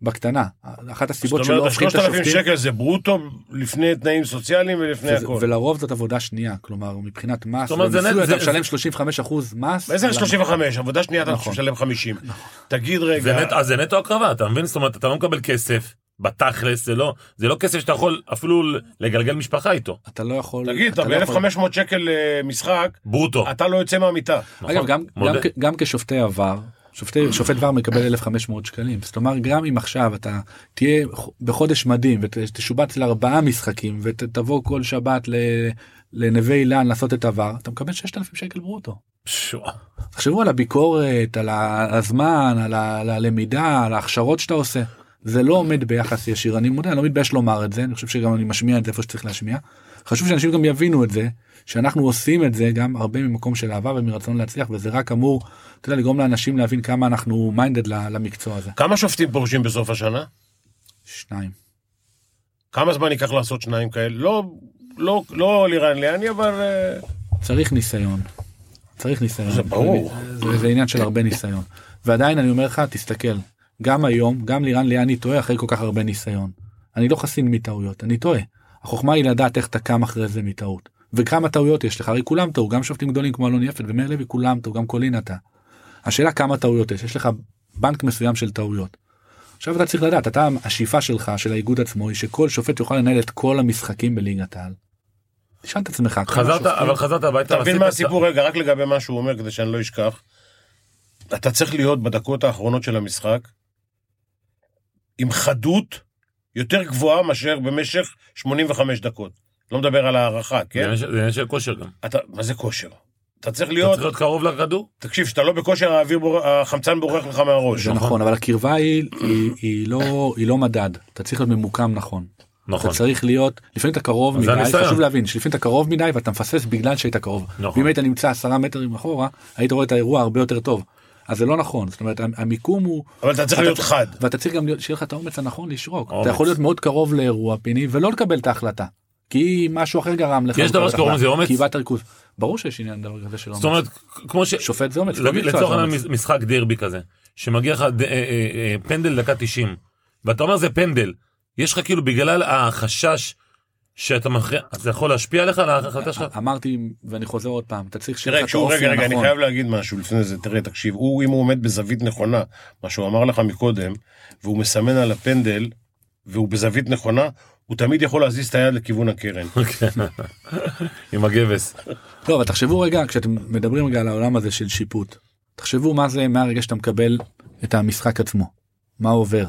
[SPEAKER 3] בקטנה אחת
[SPEAKER 2] זאת
[SPEAKER 3] הסיבות שלא
[SPEAKER 2] אומרת,
[SPEAKER 3] הופכים את
[SPEAKER 2] ה-3,000
[SPEAKER 3] השופטים
[SPEAKER 2] שקל זה ברוטו לפני תנאים סוציאליים ולפני
[SPEAKER 3] וזה-
[SPEAKER 2] הכל.
[SPEAKER 3] ולרוב זאת עבודה שנייה כלומר מבחינת מס
[SPEAKER 1] זאת אומרת, זה
[SPEAKER 3] ומיסוי
[SPEAKER 1] נט-
[SPEAKER 3] אתה
[SPEAKER 1] זה-
[SPEAKER 3] משלם
[SPEAKER 1] זה-
[SPEAKER 3] 35 אחוז מס.
[SPEAKER 2] מה זה
[SPEAKER 3] על ה-
[SPEAKER 2] 35? עבודה שנייה אתה
[SPEAKER 3] נכון.
[SPEAKER 2] משלם 50. תגיד
[SPEAKER 1] זה
[SPEAKER 2] רגע,
[SPEAKER 1] נט, אז זה נטו הקרבה, אתה מבין? זאת אומרת, אתה לא מקבל כסף, בתכלס, זה לא, זה לא כסף שאתה יכול אפילו לגלגל משפחה איתו.
[SPEAKER 3] אתה לא יכול
[SPEAKER 2] תגיד, אתה
[SPEAKER 3] לא יכול-
[SPEAKER 2] ב-1,500 שקל אה, משחק,
[SPEAKER 1] ברוטו.
[SPEAKER 2] אתה לא יוצא מהמיטה.
[SPEAKER 1] נכון?
[SPEAKER 3] אגב, גם,
[SPEAKER 1] מודה.
[SPEAKER 3] גם, כ- גם כשופטי עבר, שופטי, שופט עבר מקבל 1,500 שקלים. זאת אומרת, גם אם עכשיו אתה תהיה ח- בחודש מדהים ותשובץ לארבעה משחקים ותבוא כל שבת ל, לנווה אילן לעשות את עבר, אתה מקבל 6,000 שקל ברוטו.
[SPEAKER 1] שואה.
[SPEAKER 3] תחשבו על הביקורת, על ה- על הזמן, על, ה, על הלמידה, על ההכשרות שאתה עושה. זה לא עומד ביחס ישיר, אני מודה, אני לא מתבייש לומר את זה, אני חושב שגם אני משמיע את זה איפה שצריך להשמיע. חשוב שאנשים גם יבינו את זה, שאנחנו עושים את זה גם הרבה ממקום של אהבה ומרצון להצליח, וזה רק אמור, אתה יודע, לגרום לאנשים להבין כמה אנחנו מיינדד למקצוע הזה.
[SPEAKER 2] כמה שופטים פורשים בסוף השנה?
[SPEAKER 3] שניים.
[SPEAKER 2] כמה זמן ייקח לעשות שניים כאלה? לא, לא, לא לירן ליאני, אבל... אה,
[SPEAKER 3] צריך ניסיון. צריך ניסיון.
[SPEAKER 2] זה ברור.
[SPEAKER 3] זה, זה עניין של הרבה ניסיון. ועדיין אני אומר לך, תסתכל, גם היום, גם לירן ליאני טועה אחרי כל כך הרבה ניסיון. אני לא חסין מטעויות, אני טועה. החוכמה היא לדעת איך אתה קם אחרי זה מטעות. וכמה טעויות יש לך, הרי כולם טעו, גם שופטים גדולים כמו אלון יפת ומאיר לוי, כולם טעו, גם קולין אתה. השאלה כמה טעויות יש, יש לך בנק מסוים של טעויות. עכשיו אתה צריך לדעת, אתה, השאיפה שלך, של האיגוד עצמו, היא שכל שופט יוכל לנהל את כל המשחקים בליגת העל. תשאל את עצמך. כמה
[SPEAKER 1] חזרת,
[SPEAKER 3] שופטים-
[SPEAKER 1] אבל חזרת הביתה,
[SPEAKER 2] אתה מבין
[SPEAKER 1] עשית
[SPEAKER 2] מה
[SPEAKER 1] את-
[SPEAKER 2] הסיפור? רגע, רק לגבי מה שהוא אומר, כדי שאני לא אשכח. אתה צריך להיות בדקות האחרונות של המשחק עם חדות יותר גבוהה מאשר במשך 85 דקות. לא מדבר על ההערכה,
[SPEAKER 1] זה
[SPEAKER 2] כן?
[SPEAKER 1] עניין של- זה עניין של כושר גם. אתה
[SPEAKER 2] אתה, מה זה כושר? אתה צריך
[SPEAKER 1] צריך
[SPEAKER 2] להיות,
[SPEAKER 1] להיות קרוב לכדור.
[SPEAKER 2] תקשיב, כשאתה לא בכושר, האוויר בור- החמצן בורח לך מהראש.
[SPEAKER 3] זה נכון אבל הקרבה היא היא- היא לא היא לא מדד אתה צריך להיות ממוקם נכון. אתה
[SPEAKER 1] נכון.
[SPEAKER 3] צריך להיות לפעמים אתה קרוב
[SPEAKER 1] אז זה
[SPEAKER 3] מדי
[SPEAKER 1] הניסיון.
[SPEAKER 3] חשוב להבין שלפעמים אתה קרוב מדי ואתה מפספס בגלל שהיית קרוב.
[SPEAKER 1] נכון.
[SPEAKER 3] ואם היית נמצא עשרה מטרים אחורה היית רואה את האירוע הרבה יותר טוב. אז זה לא נכון זאת אומרת המיקום הוא
[SPEAKER 2] אבל אתה צריך להיות חד.
[SPEAKER 3] ואתה צריך גם להיות שיהיה לך את האומץ הנכון לשרוק
[SPEAKER 1] אומץ.
[SPEAKER 3] אתה יכול להיות מאוד קרוב לאירוע פיני ולא לקבל את ההחלטה. כי משהו אחר גרם לך.
[SPEAKER 1] יש
[SPEAKER 3] לקבל
[SPEAKER 1] דבר
[SPEAKER 3] את
[SPEAKER 1] שקוראים
[SPEAKER 3] ההחלטה.
[SPEAKER 1] לזה אומץ?
[SPEAKER 3] כי איבדת ריכוז. ברור שיש עניין דבר כזה של
[SPEAKER 1] זאת
[SPEAKER 3] אומץ.
[SPEAKER 1] אומרת, כמו ש...
[SPEAKER 3] שופט זה אומץ. כל מקצוע
[SPEAKER 1] לצורך
[SPEAKER 3] זה
[SPEAKER 1] העניין
[SPEAKER 3] אומץ.
[SPEAKER 1] מש- משחק דרבי כזה, שמגיע לך ד- אה, אה, אה, פנדל דקה 90, ואתה אומר זה פנדל, יש לך כאילו בגלל החשש שאתה מכריע, אז זה יכול להשפיע עליך על ההחלטה שלך?
[SPEAKER 3] אמרתי ואני חוזר עוד פעם אתה נכון. צריך שיהיה
[SPEAKER 2] תראה,
[SPEAKER 3] לך את
[SPEAKER 2] כשהוא,
[SPEAKER 3] האופי
[SPEAKER 2] רגע, רגע, אני
[SPEAKER 3] הנכון.
[SPEAKER 2] חייב להגיד משהו לפני זה, תראה, תקשיב, הוא, אם הוא עומד בזווית נכונה, מה שהוא אמר לך מקודם, והוא מסמן על הפנדל, והוא בזווית נכונה, הוא תמיד יכול להזיז את היד לכיוון הקרן.
[SPEAKER 1] עם הגבס.
[SPEAKER 3] לא, אבל תחשבו רגע, כשאתם מדברים רגע על העולם הזה של שיפוט, תחשבו מה זה מהרגע שאתה מקבל את המשחק עצמו, מה עובר,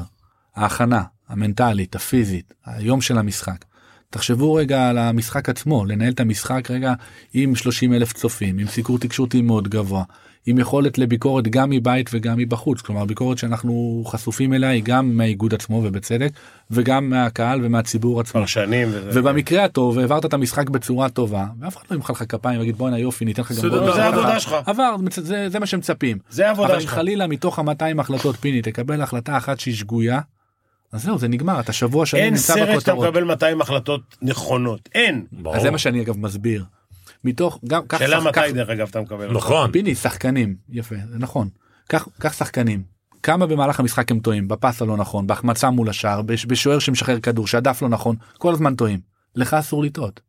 [SPEAKER 3] ההכנה המנטלית, הפיזית, היום של המשחק. תחשבו רגע על המשחק עצמו, לנהל את המשחק רגע עם 30 אלף צופים, עם סיקור תקשורתי מאוד גבוה, עם יכולת לביקורת גם מבית וגם מבחוץ, כלומר ביקורת שאנחנו חשופים אליה היא גם מהאיגוד עצמו ובצדק, וגם מהקהל ומהציבור עצמו.
[SPEAKER 2] פרשנים וזה.
[SPEAKER 3] ובמקרה הטוב העברת את המשחק בצורה טובה ואף אחד לא ימחא לך כפיים ויגיד בואנה יופי ניתן לך גם
[SPEAKER 1] בסדר,
[SPEAKER 3] גול."
[SPEAKER 1] לא, זה
[SPEAKER 3] אבל-
[SPEAKER 2] העבודה שלך.
[SPEAKER 3] עבר זה זה מה שמצפים
[SPEAKER 2] זה העבודה
[SPEAKER 3] אבל אם
[SPEAKER 2] שלך.
[SPEAKER 3] חלילה מתוך ה-200 החלטות פיני תקבל החלטה אחת שהיא שגויה אז זהו זה נגמר אתה שבוע שלם
[SPEAKER 2] אין
[SPEAKER 3] נמצא
[SPEAKER 2] סרט שאתה
[SPEAKER 3] בכותרות
[SPEAKER 2] מקבל 200 החלטות נכונות. אין.
[SPEAKER 1] ברור.
[SPEAKER 3] אז זה מה שאני אגב מסביר מתוך גם כך
[SPEAKER 2] שאלה
[SPEAKER 3] שח- כך-
[SPEAKER 2] מתי, דרך אגב, אתה מקבל.
[SPEAKER 1] נכון.
[SPEAKER 3] פיני שחקנים יפה זה נכון כך כך שחקנים כמה במהלך המשחק הם טועים בפס הלא נכון בהחמצה מול השער בש- בשוער שמשחרר כדור שהדף לא נכון כל הזמן טועים לך אסור לטעות.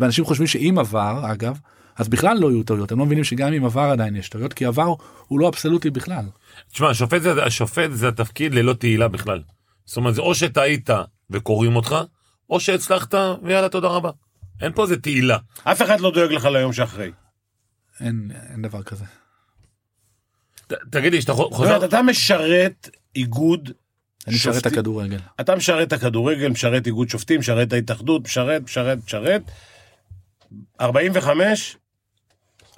[SPEAKER 3] ואנשים חושבים שאם עבר אגב אז בכלל לא יהיו טעויות הם לא מבינים שגם אם עבר עדיין יש טעויות כי עבר הוא לא אבסולוטי בכלל.
[SPEAKER 1] תשמע, השופט זה, השופט זה התפקיד ללא תהילה בכלל. זאת אומרת, זה או שטעית וקוראים אותך, או שהצלחת ויאללה תודה רבה. אין פה איזה תהילה.
[SPEAKER 2] אף אחד לא דואג לך ליום שאחרי.
[SPEAKER 3] אין, אין דבר כזה.
[SPEAKER 1] ת, תגיד לי, כשאתה חו-
[SPEAKER 2] זאת
[SPEAKER 1] חוזר...
[SPEAKER 3] לא,
[SPEAKER 2] אומרת, אתה משרת איגוד,
[SPEAKER 3] אני משרת את
[SPEAKER 2] שופטים-
[SPEAKER 3] הכדורגל.
[SPEAKER 2] אתה משרת את הכדורגל, משרת איגוד שופטים, משרת את ההתאחדות, משרת, משרת, משרת. 45,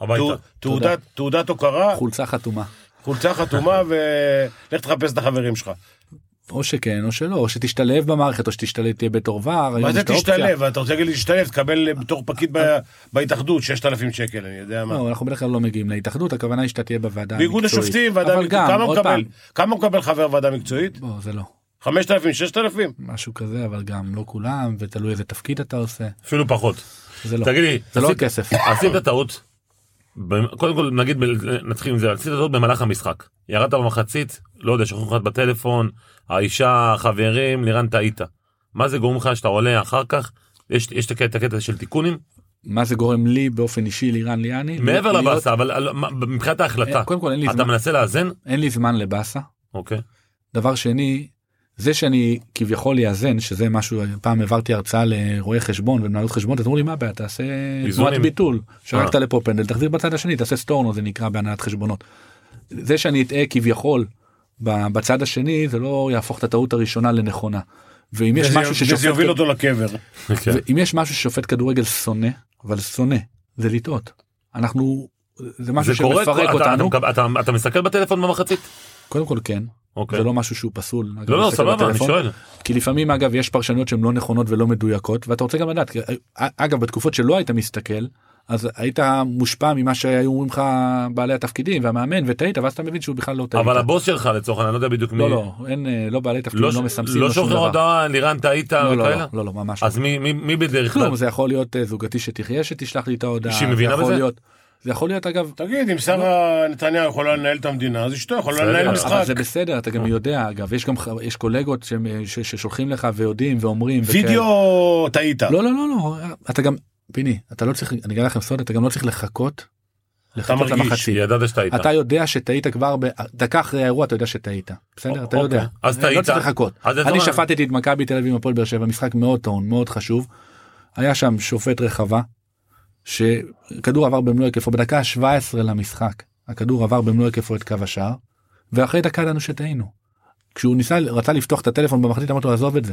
[SPEAKER 3] לא
[SPEAKER 1] הביתה.
[SPEAKER 2] תעוד- תעודת- תעודת הוקרה,
[SPEAKER 3] חולצה חתומה.
[SPEAKER 2] חולצה חתומה ולך תחפש את החברים שלך.
[SPEAKER 3] או שכן או שלא או שתשתלב במערכת או שתשתלב תהיה בתור ור. היום
[SPEAKER 2] מה זה
[SPEAKER 3] יש את האופציה.
[SPEAKER 2] תשתלב? אתה רוצה להגיד לי תשתלב, תקבל בתור פקיד ב- בהתאחדות 6,000 שקל, אני יודע מה.
[SPEAKER 3] לא, אנחנו בדרך כלל לא מגיעים להתאחדות הכוונה היא שאתה תהיה בוועדה
[SPEAKER 2] באיגוד
[SPEAKER 3] המקצועית.
[SPEAKER 2] השופטים, ועדה
[SPEAKER 3] אבל
[SPEAKER 2] מקצועית,
[SPEAKER 3] גם
[SPEAKER 2] כמה הוא
[SPEAKER 3] עוד פעם.
[SPEAKER 2] מקבל- כמה מקבל חבר ועדה מקצועית?
[SPEAKER 3] בוא זה לא
[SPEAKER 2] 5,000, 6,000?
[SPEAKER 3] משהו כזה אבל גם לא כולם ותלוי איזה תפקיד אתה עושה
[SPEAKER 1] אפילו פחות.
[SPEAKER 3] זה לא
[SPEAKER 1] תגיד לי,
[SPEAKER 3] זה לא
[SPEAKER 1] עשית-
[SPEAKER 3] הכסף
[SPEAKER 1] עשית טעות, ב- קודם כל נגיד, ב- נתחיל עם זה, עשית טעות במהלך המשחק. ירדת במחצית, לא יודע, שכחו לך בטלפון, האישה, החברים, לירן טעית. מה זה גורם לך שאתה עולה אחר כך? יש, יש את הקטע- את הקטע של תיקונים?
[SPEAKER 3] מה זה גורם לי באופן אישי לירן ליאני
[SPEAKER 1] מעבר
[SPEAKER 3] להיות-
[SPEAKER 1] לבאסה, אבל על- מה- מבחינת ההחלטה,
[SPEAKER 3] אה, קודם כל אין לי
[SPEAKER 1] אתה
[SPEAKER 3] זמן
[SPEAKER 1] מנסה לאזן?
[SPEAKER 3] אין לי זמן לבאסה
[SPEAKER 1] אוקיי.
[SPEAKER 3] דבר שני זה שאני כביכול יאזן שזה משהו פעם העברתי הרצאה לרואי חשבון ומנהלות חשבון אז אמרו לי מה הבעיה תעשה
[SPEAKER 1] איזונים.
[SPEAKER 3] תנועת ביטול שרקת
[SPEAKER 1] אה.
[SPEAKER 3] לפה פנדל תחזיר בצד השני תעשה סטורנו זה נקרא בהנהלת חשבונות. זה שאני אטעה כביכול ב- בצד השני זה לא יהפוך את הטעות הראשונה לנכונה. ואם יש
[SPEAKER 2] וזה-
[SPEAKER 3] משהו
[SPEAKER 2] וזה יוביל
[SPEAKER 3] ששופט
[SPEAKER 2] אותו לקבר.
[SPEAKER 1] כן.
[SPEAKER 3] ואם יש משהו ששופט כדורגל שונא אבל שונא זה לטעות אנחנו זה משהו
[SPEAKER 1] זה קורה?
[SPEAKER 3] שמפרק
[SPEAKER 1] אתה-
[SPEAKER 3] אותנו
[SPEAKER 1] אתה- אתה- אתה מסתכל בטלפון במחצית?
[SPEAKER 3] קודם כל כן
[SPEAKER 1] אוקיי.
[SPEAKER 3] זה לא משהו שהוא פסול. אגב,
[SPEAKER 1] לא, לא,
[SPEAKER 3] להסתכל
[SPEAKER 1] סבבה, אני
[SPEAKER 3] בטלפון.
[SPEAKER 1] שואל.
[SPEAKER 3] כי לפעמים אגב יש פרשנויות שהן לא נכונות ולא מדויקות ואתה רוצה גם לדעת כי, אה, אגב בתקופות שלא היית מסתכל אז היית מושפע ממה שהיו אומרים לך בעלי התפקידים והמאמן וטעית ואז אתה מבין שהוא בכלל לא טעית.
[SPEAKER 1] אבל הבוס שלך לצורך העניין, אני לא יודע בדיוק מי.
[SPEAKER 3] לא לא אין אה, לא בעלי תפקידים
[SPEAKER 1] לא
[SPEAKER 3] לא
[SPEAKER 1] ש-
[SPEAKER 3] מסמסים
[SPEAKER 1] לא
[SPEAKER 3] שום
[SPEAKER 1] שולחים
[SPEAKER 3] דבר.
[SPEAKER 1] הודעה, לירן טעית
[SPEAKER 3] לא, לא, לא
[SPEAKER 1] וכאלה?
[SPEAKER 3] לא לא ממש
[SPEAKER 1] אז מי- מי מי בדרך כלל?
[SPEAKER 3] כלום זה יכול להיות אה, זוגתי שתחיה שתשלח לי את ההודעה.
[SPEAKER 1] שהיא
[SPEAKER 3] זה
[SPEAKER 1] מבינה
[SPEAKER 3] יכול
[SPEAKER 1] בזה?
[SPEAKER 3] להיות- זה יכול להיות אגב
[SPEAKER 2] תגיד, אם שרה נתניהו יכולה לנהל את המדינה, אז אשתו יכולה
[SPEAKER 1] בסדר,
[SPEAKER 2] לנהל
[SPEAKER 1] אבל
[SPEAKER 2] משחק.
[SPEAKER 3] לא. אבל זה בסדר אתה גם יודע אגב יש גם ח- יש קולגות שהם- אה, ש- ששולחים לך ויודעים ואומרים וכאלה.
[SPEAKER 2] וידאו טעית.
[SPEAKER 3] לא לא לא לא אתה גם פיני אתה לא צריך אני אגלה לכם סוד אתה גם לא צריך לחכות. לחכות
[SPEAKER 2] מרגיש,
[SPEAKER 3] למחצית.
[SPEAKER 1] ידעת שאתה היית.
[SPEAKER 3] לא אתה יודע שטעית כבר ב- דקה אחרי האירוע אתה יודע שטעית בסדר אתה
[SPEAKER 1] אוקיי.
[SPEAKER 3] יודע
[SPEAKER 1] אז
[SPEAKER 3] לא
[SPEAKER 1] טעית. לא-
[SPEAKER 3] צריך לחכות
[SPEAKER 1] אז לצורך
[SPEAKER 3] אני
[SPEAKER 1] העניין-
[SPEAKER 3] שפטתי את מכבי תל אביב עם הפועל באר שבע משחק מאוד טעון מאוד חשוב היה שם שופט רחבה שכדור עבר במלוא היקפו בדקה ה-17 למשחק הכדור עבר במלוא היקפו את קו השער ואחרי דקה ידענו שטעינו. כשהוא ניסה רצה לפתוח את הטלפון במחצית אמרתי לו עזוב את זה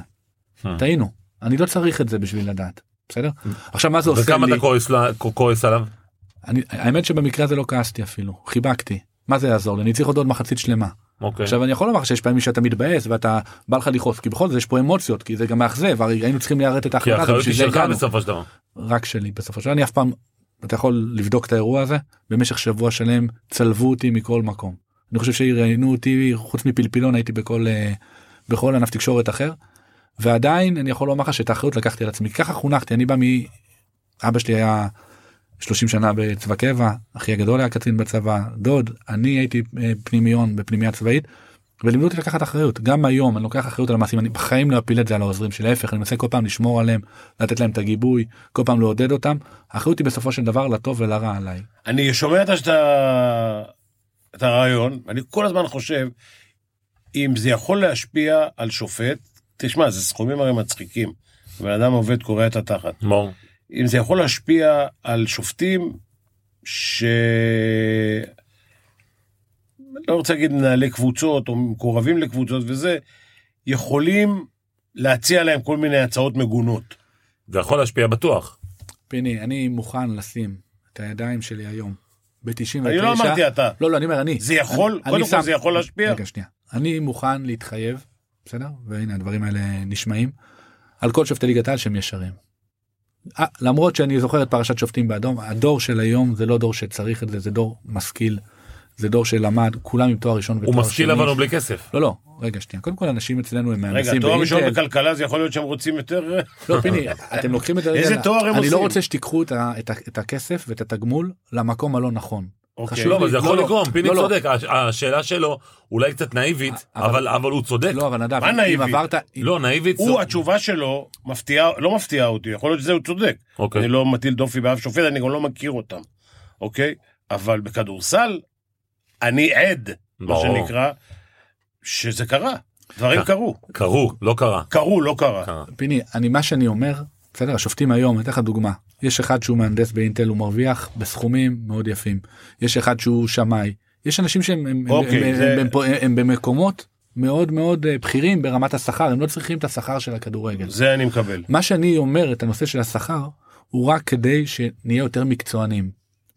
[SPEAKER 1] אה.
[SPEAKER 3] טעינו אני לא צריך את זה בשביל לדעת בסדר עכשיו מה זה עושה
[SPEAKER 1] וכמה
[SPEAKER 3] לי
[SPEAKER 1] אתה כועס לה- כ- כועס עליו?
[SPEAKER 3] אני האמת שבמקרה הזה לא כעסתי אפילו חיבקתי מה זה יעזור לי אני צריך עוד עוד מחצית שלמה
[SPEAKER 1] אוקיי.
[SPEAKER 3] עכשיו אני יכול לומר שיש פעמים שאתה מתבאס ואתה בא לך לכעוס כי בכל זאת יש פה אמוציות כי זה גם מאכזב הרי היינו צריכים ליירט את
[SPEAKER 1] כי
[SPEAKER 3] ההחלטה
[SPEAKER 1] האחריות היא
[SPEAKER 3] ובשביל זה
[SPEAKER 1] שלך
[SPEAKER 3] הגענו.
[SPEAKER 1] בסופו של דבר.
[SPEAKER 3] רק שלי בסופו של דבר אני אף פעם אתה יכול לבדוק את האירוע הזה במשך שבוע שלם צלבו אותי מכל מקום אני חושב שראיינו אותי חוץ מפלפילון הייתי בכל אה, בכל ענף תקשורת אחר ועדיין אני יכול לומר לך שאת האחריות לקחתי על עצמי ככה חונכתי אני בא מ... אבא שלי היה 30 שנה בצבא קבע אחי הגדול היה קצין בצבא דוד אני הייתי אה, פנימיון בפנימייה צבאית. ולימדו אותי לקחת אחריות גם היום אני לוקח אחריות על המעשים אני בחיים לא אפיל את זה על העוזרים שלי להפך אני מנסה כל פעם לשמור עליהם לתת להם את הגיבוי כל פעם לעודד אותם האחריות היא בסופו של דבר לטוב ולרע עליי.
[SPEAKER 2] אני שומע את, השת... את הרעיון, ואני כל הזמן חושב, אם זה יכול להשפיע על שופט, תשמע, זה סכומים הרי מצחיקים. בן אדם עובד קורע את התחת.
[SPEAKER 1] מור.
[SPEAKER 2] אם זה יכול להשפיע על שופטים ש... לא רוצה להגיד מנהלי קבוצות או מקורבים לקבוצות וזה, יכולים להציע להם כל מיני הצעות מגונות.
[SPEAKER 1] זה יכול להשפיע בטוח.
[SPEAKER 3] פיני אני מוכן לשים את הידיים שלי היום ב-99.
[SPEAKER 2] אני לא אמרתי אתה.
[SPEAKER 3] לא לא אני אומר אני.
[SPEAKER 2] זה יכול,
[SPEAKER 3] אני-
[SPEAKER 2] קודם
[SPEAKER 3] אני
[SPEAKER 2] כל
[SPEAKER 3] שם-
[SPEAKER 2] זה יכול להשפיע.
[SPEAKER 3] רגע שנייה אני מוכן להתחייב בסדר והנה הדברים האלה נשמעים על כל שופטי ליגת העל שהם ישרים. אה, למרות שאני זוכר את פרשת שופטים באדום הדור של היום זה לא דור שצריך את זה זה דור משכיל זה דור שלמד כולם עם תואר ראשון ותואר
[SPEAKER 1] הוא
[SPEAKER 3] שני.
[SPEAKER 1] משכיל אבל הוא בלי כסף.
[SPEAKER 3] לא לא רגע שנייה קודם כל אנשים אצלנו הם
[SPEAKER 2] רגע,
[SPEAKER 3] מהנדסים
[SPEAKER 2] תואר ראשון
[SPEAKER 3] באינטל.
[SPEAKER 2] בכלכלה זה יכול להיות שהם רוצים יותר...
[SPEAKER 3] לא פיני אתם לוקחים את זה רגע
[SPEAKER 2] איזה
[SPEAKER 3] ל-
[SPEAKER 2] תואר הם
[SPEAKER 3] אני
[SPEAKER 2] עושים?
[SPEAKER 3] לא רוצה שתיקחו את ה- את ה- את הכסף ואת התגמול למקום הלא נכון.
[SPEAKER 2] אוקיי.
[SPEAKER 3] חשוב
[SPEAKER 1] לא,
[SPEAKER 3] לי-
[SPEAKER 1] אבל זה יכול
[SPEAKER 3] לא,
[SPEAKER 1] לגרום, פיני
[SPEAKER 3] לא, לא.
[SPEAKER 1] צודק, הש- השאלה שלו אולי קצת נאיבית,
[SPEAKER 3] אבל-
[SPEAKER 1] אבל אבל הוא צודק.
[SPEAKER 3] לא אבל נדב
[SPEAKER 2] מה
[SPEAKER 3] אם
[SPEAKER 2] נאיבי?
[SPEAKER 3] עברת
[SPEAKER 1] לא, נאיבית
[SPEAKER 2] הוא,
[SPEAKER 1] זו...
[SPEAKER 2] התשובה שלו מפתיעה, לא מפתיעה אותי, יכול להיות שזה הוא צודק.
[SPEAKER 1] אוקיי.
[SPEAKER 2] אני לא מטיל דופי באף שופט, אני גם לא מכיר אותם, אוקיי? אבל בכדורסל, אני עד, מה
[SPEAKER 1] ברור.
[SPEAKER 2] שנקרא, שזה קרה. דברים
[SPEAKER 3] כן.
[SPEAKER 1] ק-
[SPEAKER 2] קרו.
[SPEAKER 1] קרו, לא קרה.
[SPEAKER 2] קרו, לא קרה.
[SPEAKER 1] קרה.
[SPEAKER 3] פיני, אני מה שאני אומר, בסדר, השופטים היום, אני אתן לך דוגמה. יש אחד שהוא מהנדס באינטל, הוא מרוויח בסכומים מאוד יפים. יש אחד שהוא שמאי. יש אנשים שהם הם- הם-
[SPEAKER 2] אוקיי,
[SPEAKER 3] הם-
[SPEAKER 2] זה-
[SPEAKER 3] הם- הם פה- הם במקומות מאוד מאוד אה, בכירים ברמת השכר, הם לא צריכים את השכר של הכדורגל.
[SPEAKER 2] זה אני מקבל.
[SPEAKER 3] מה שאני אומר את הנושא של השכר הוא רק כדי שנהיה יותר מקצוענים.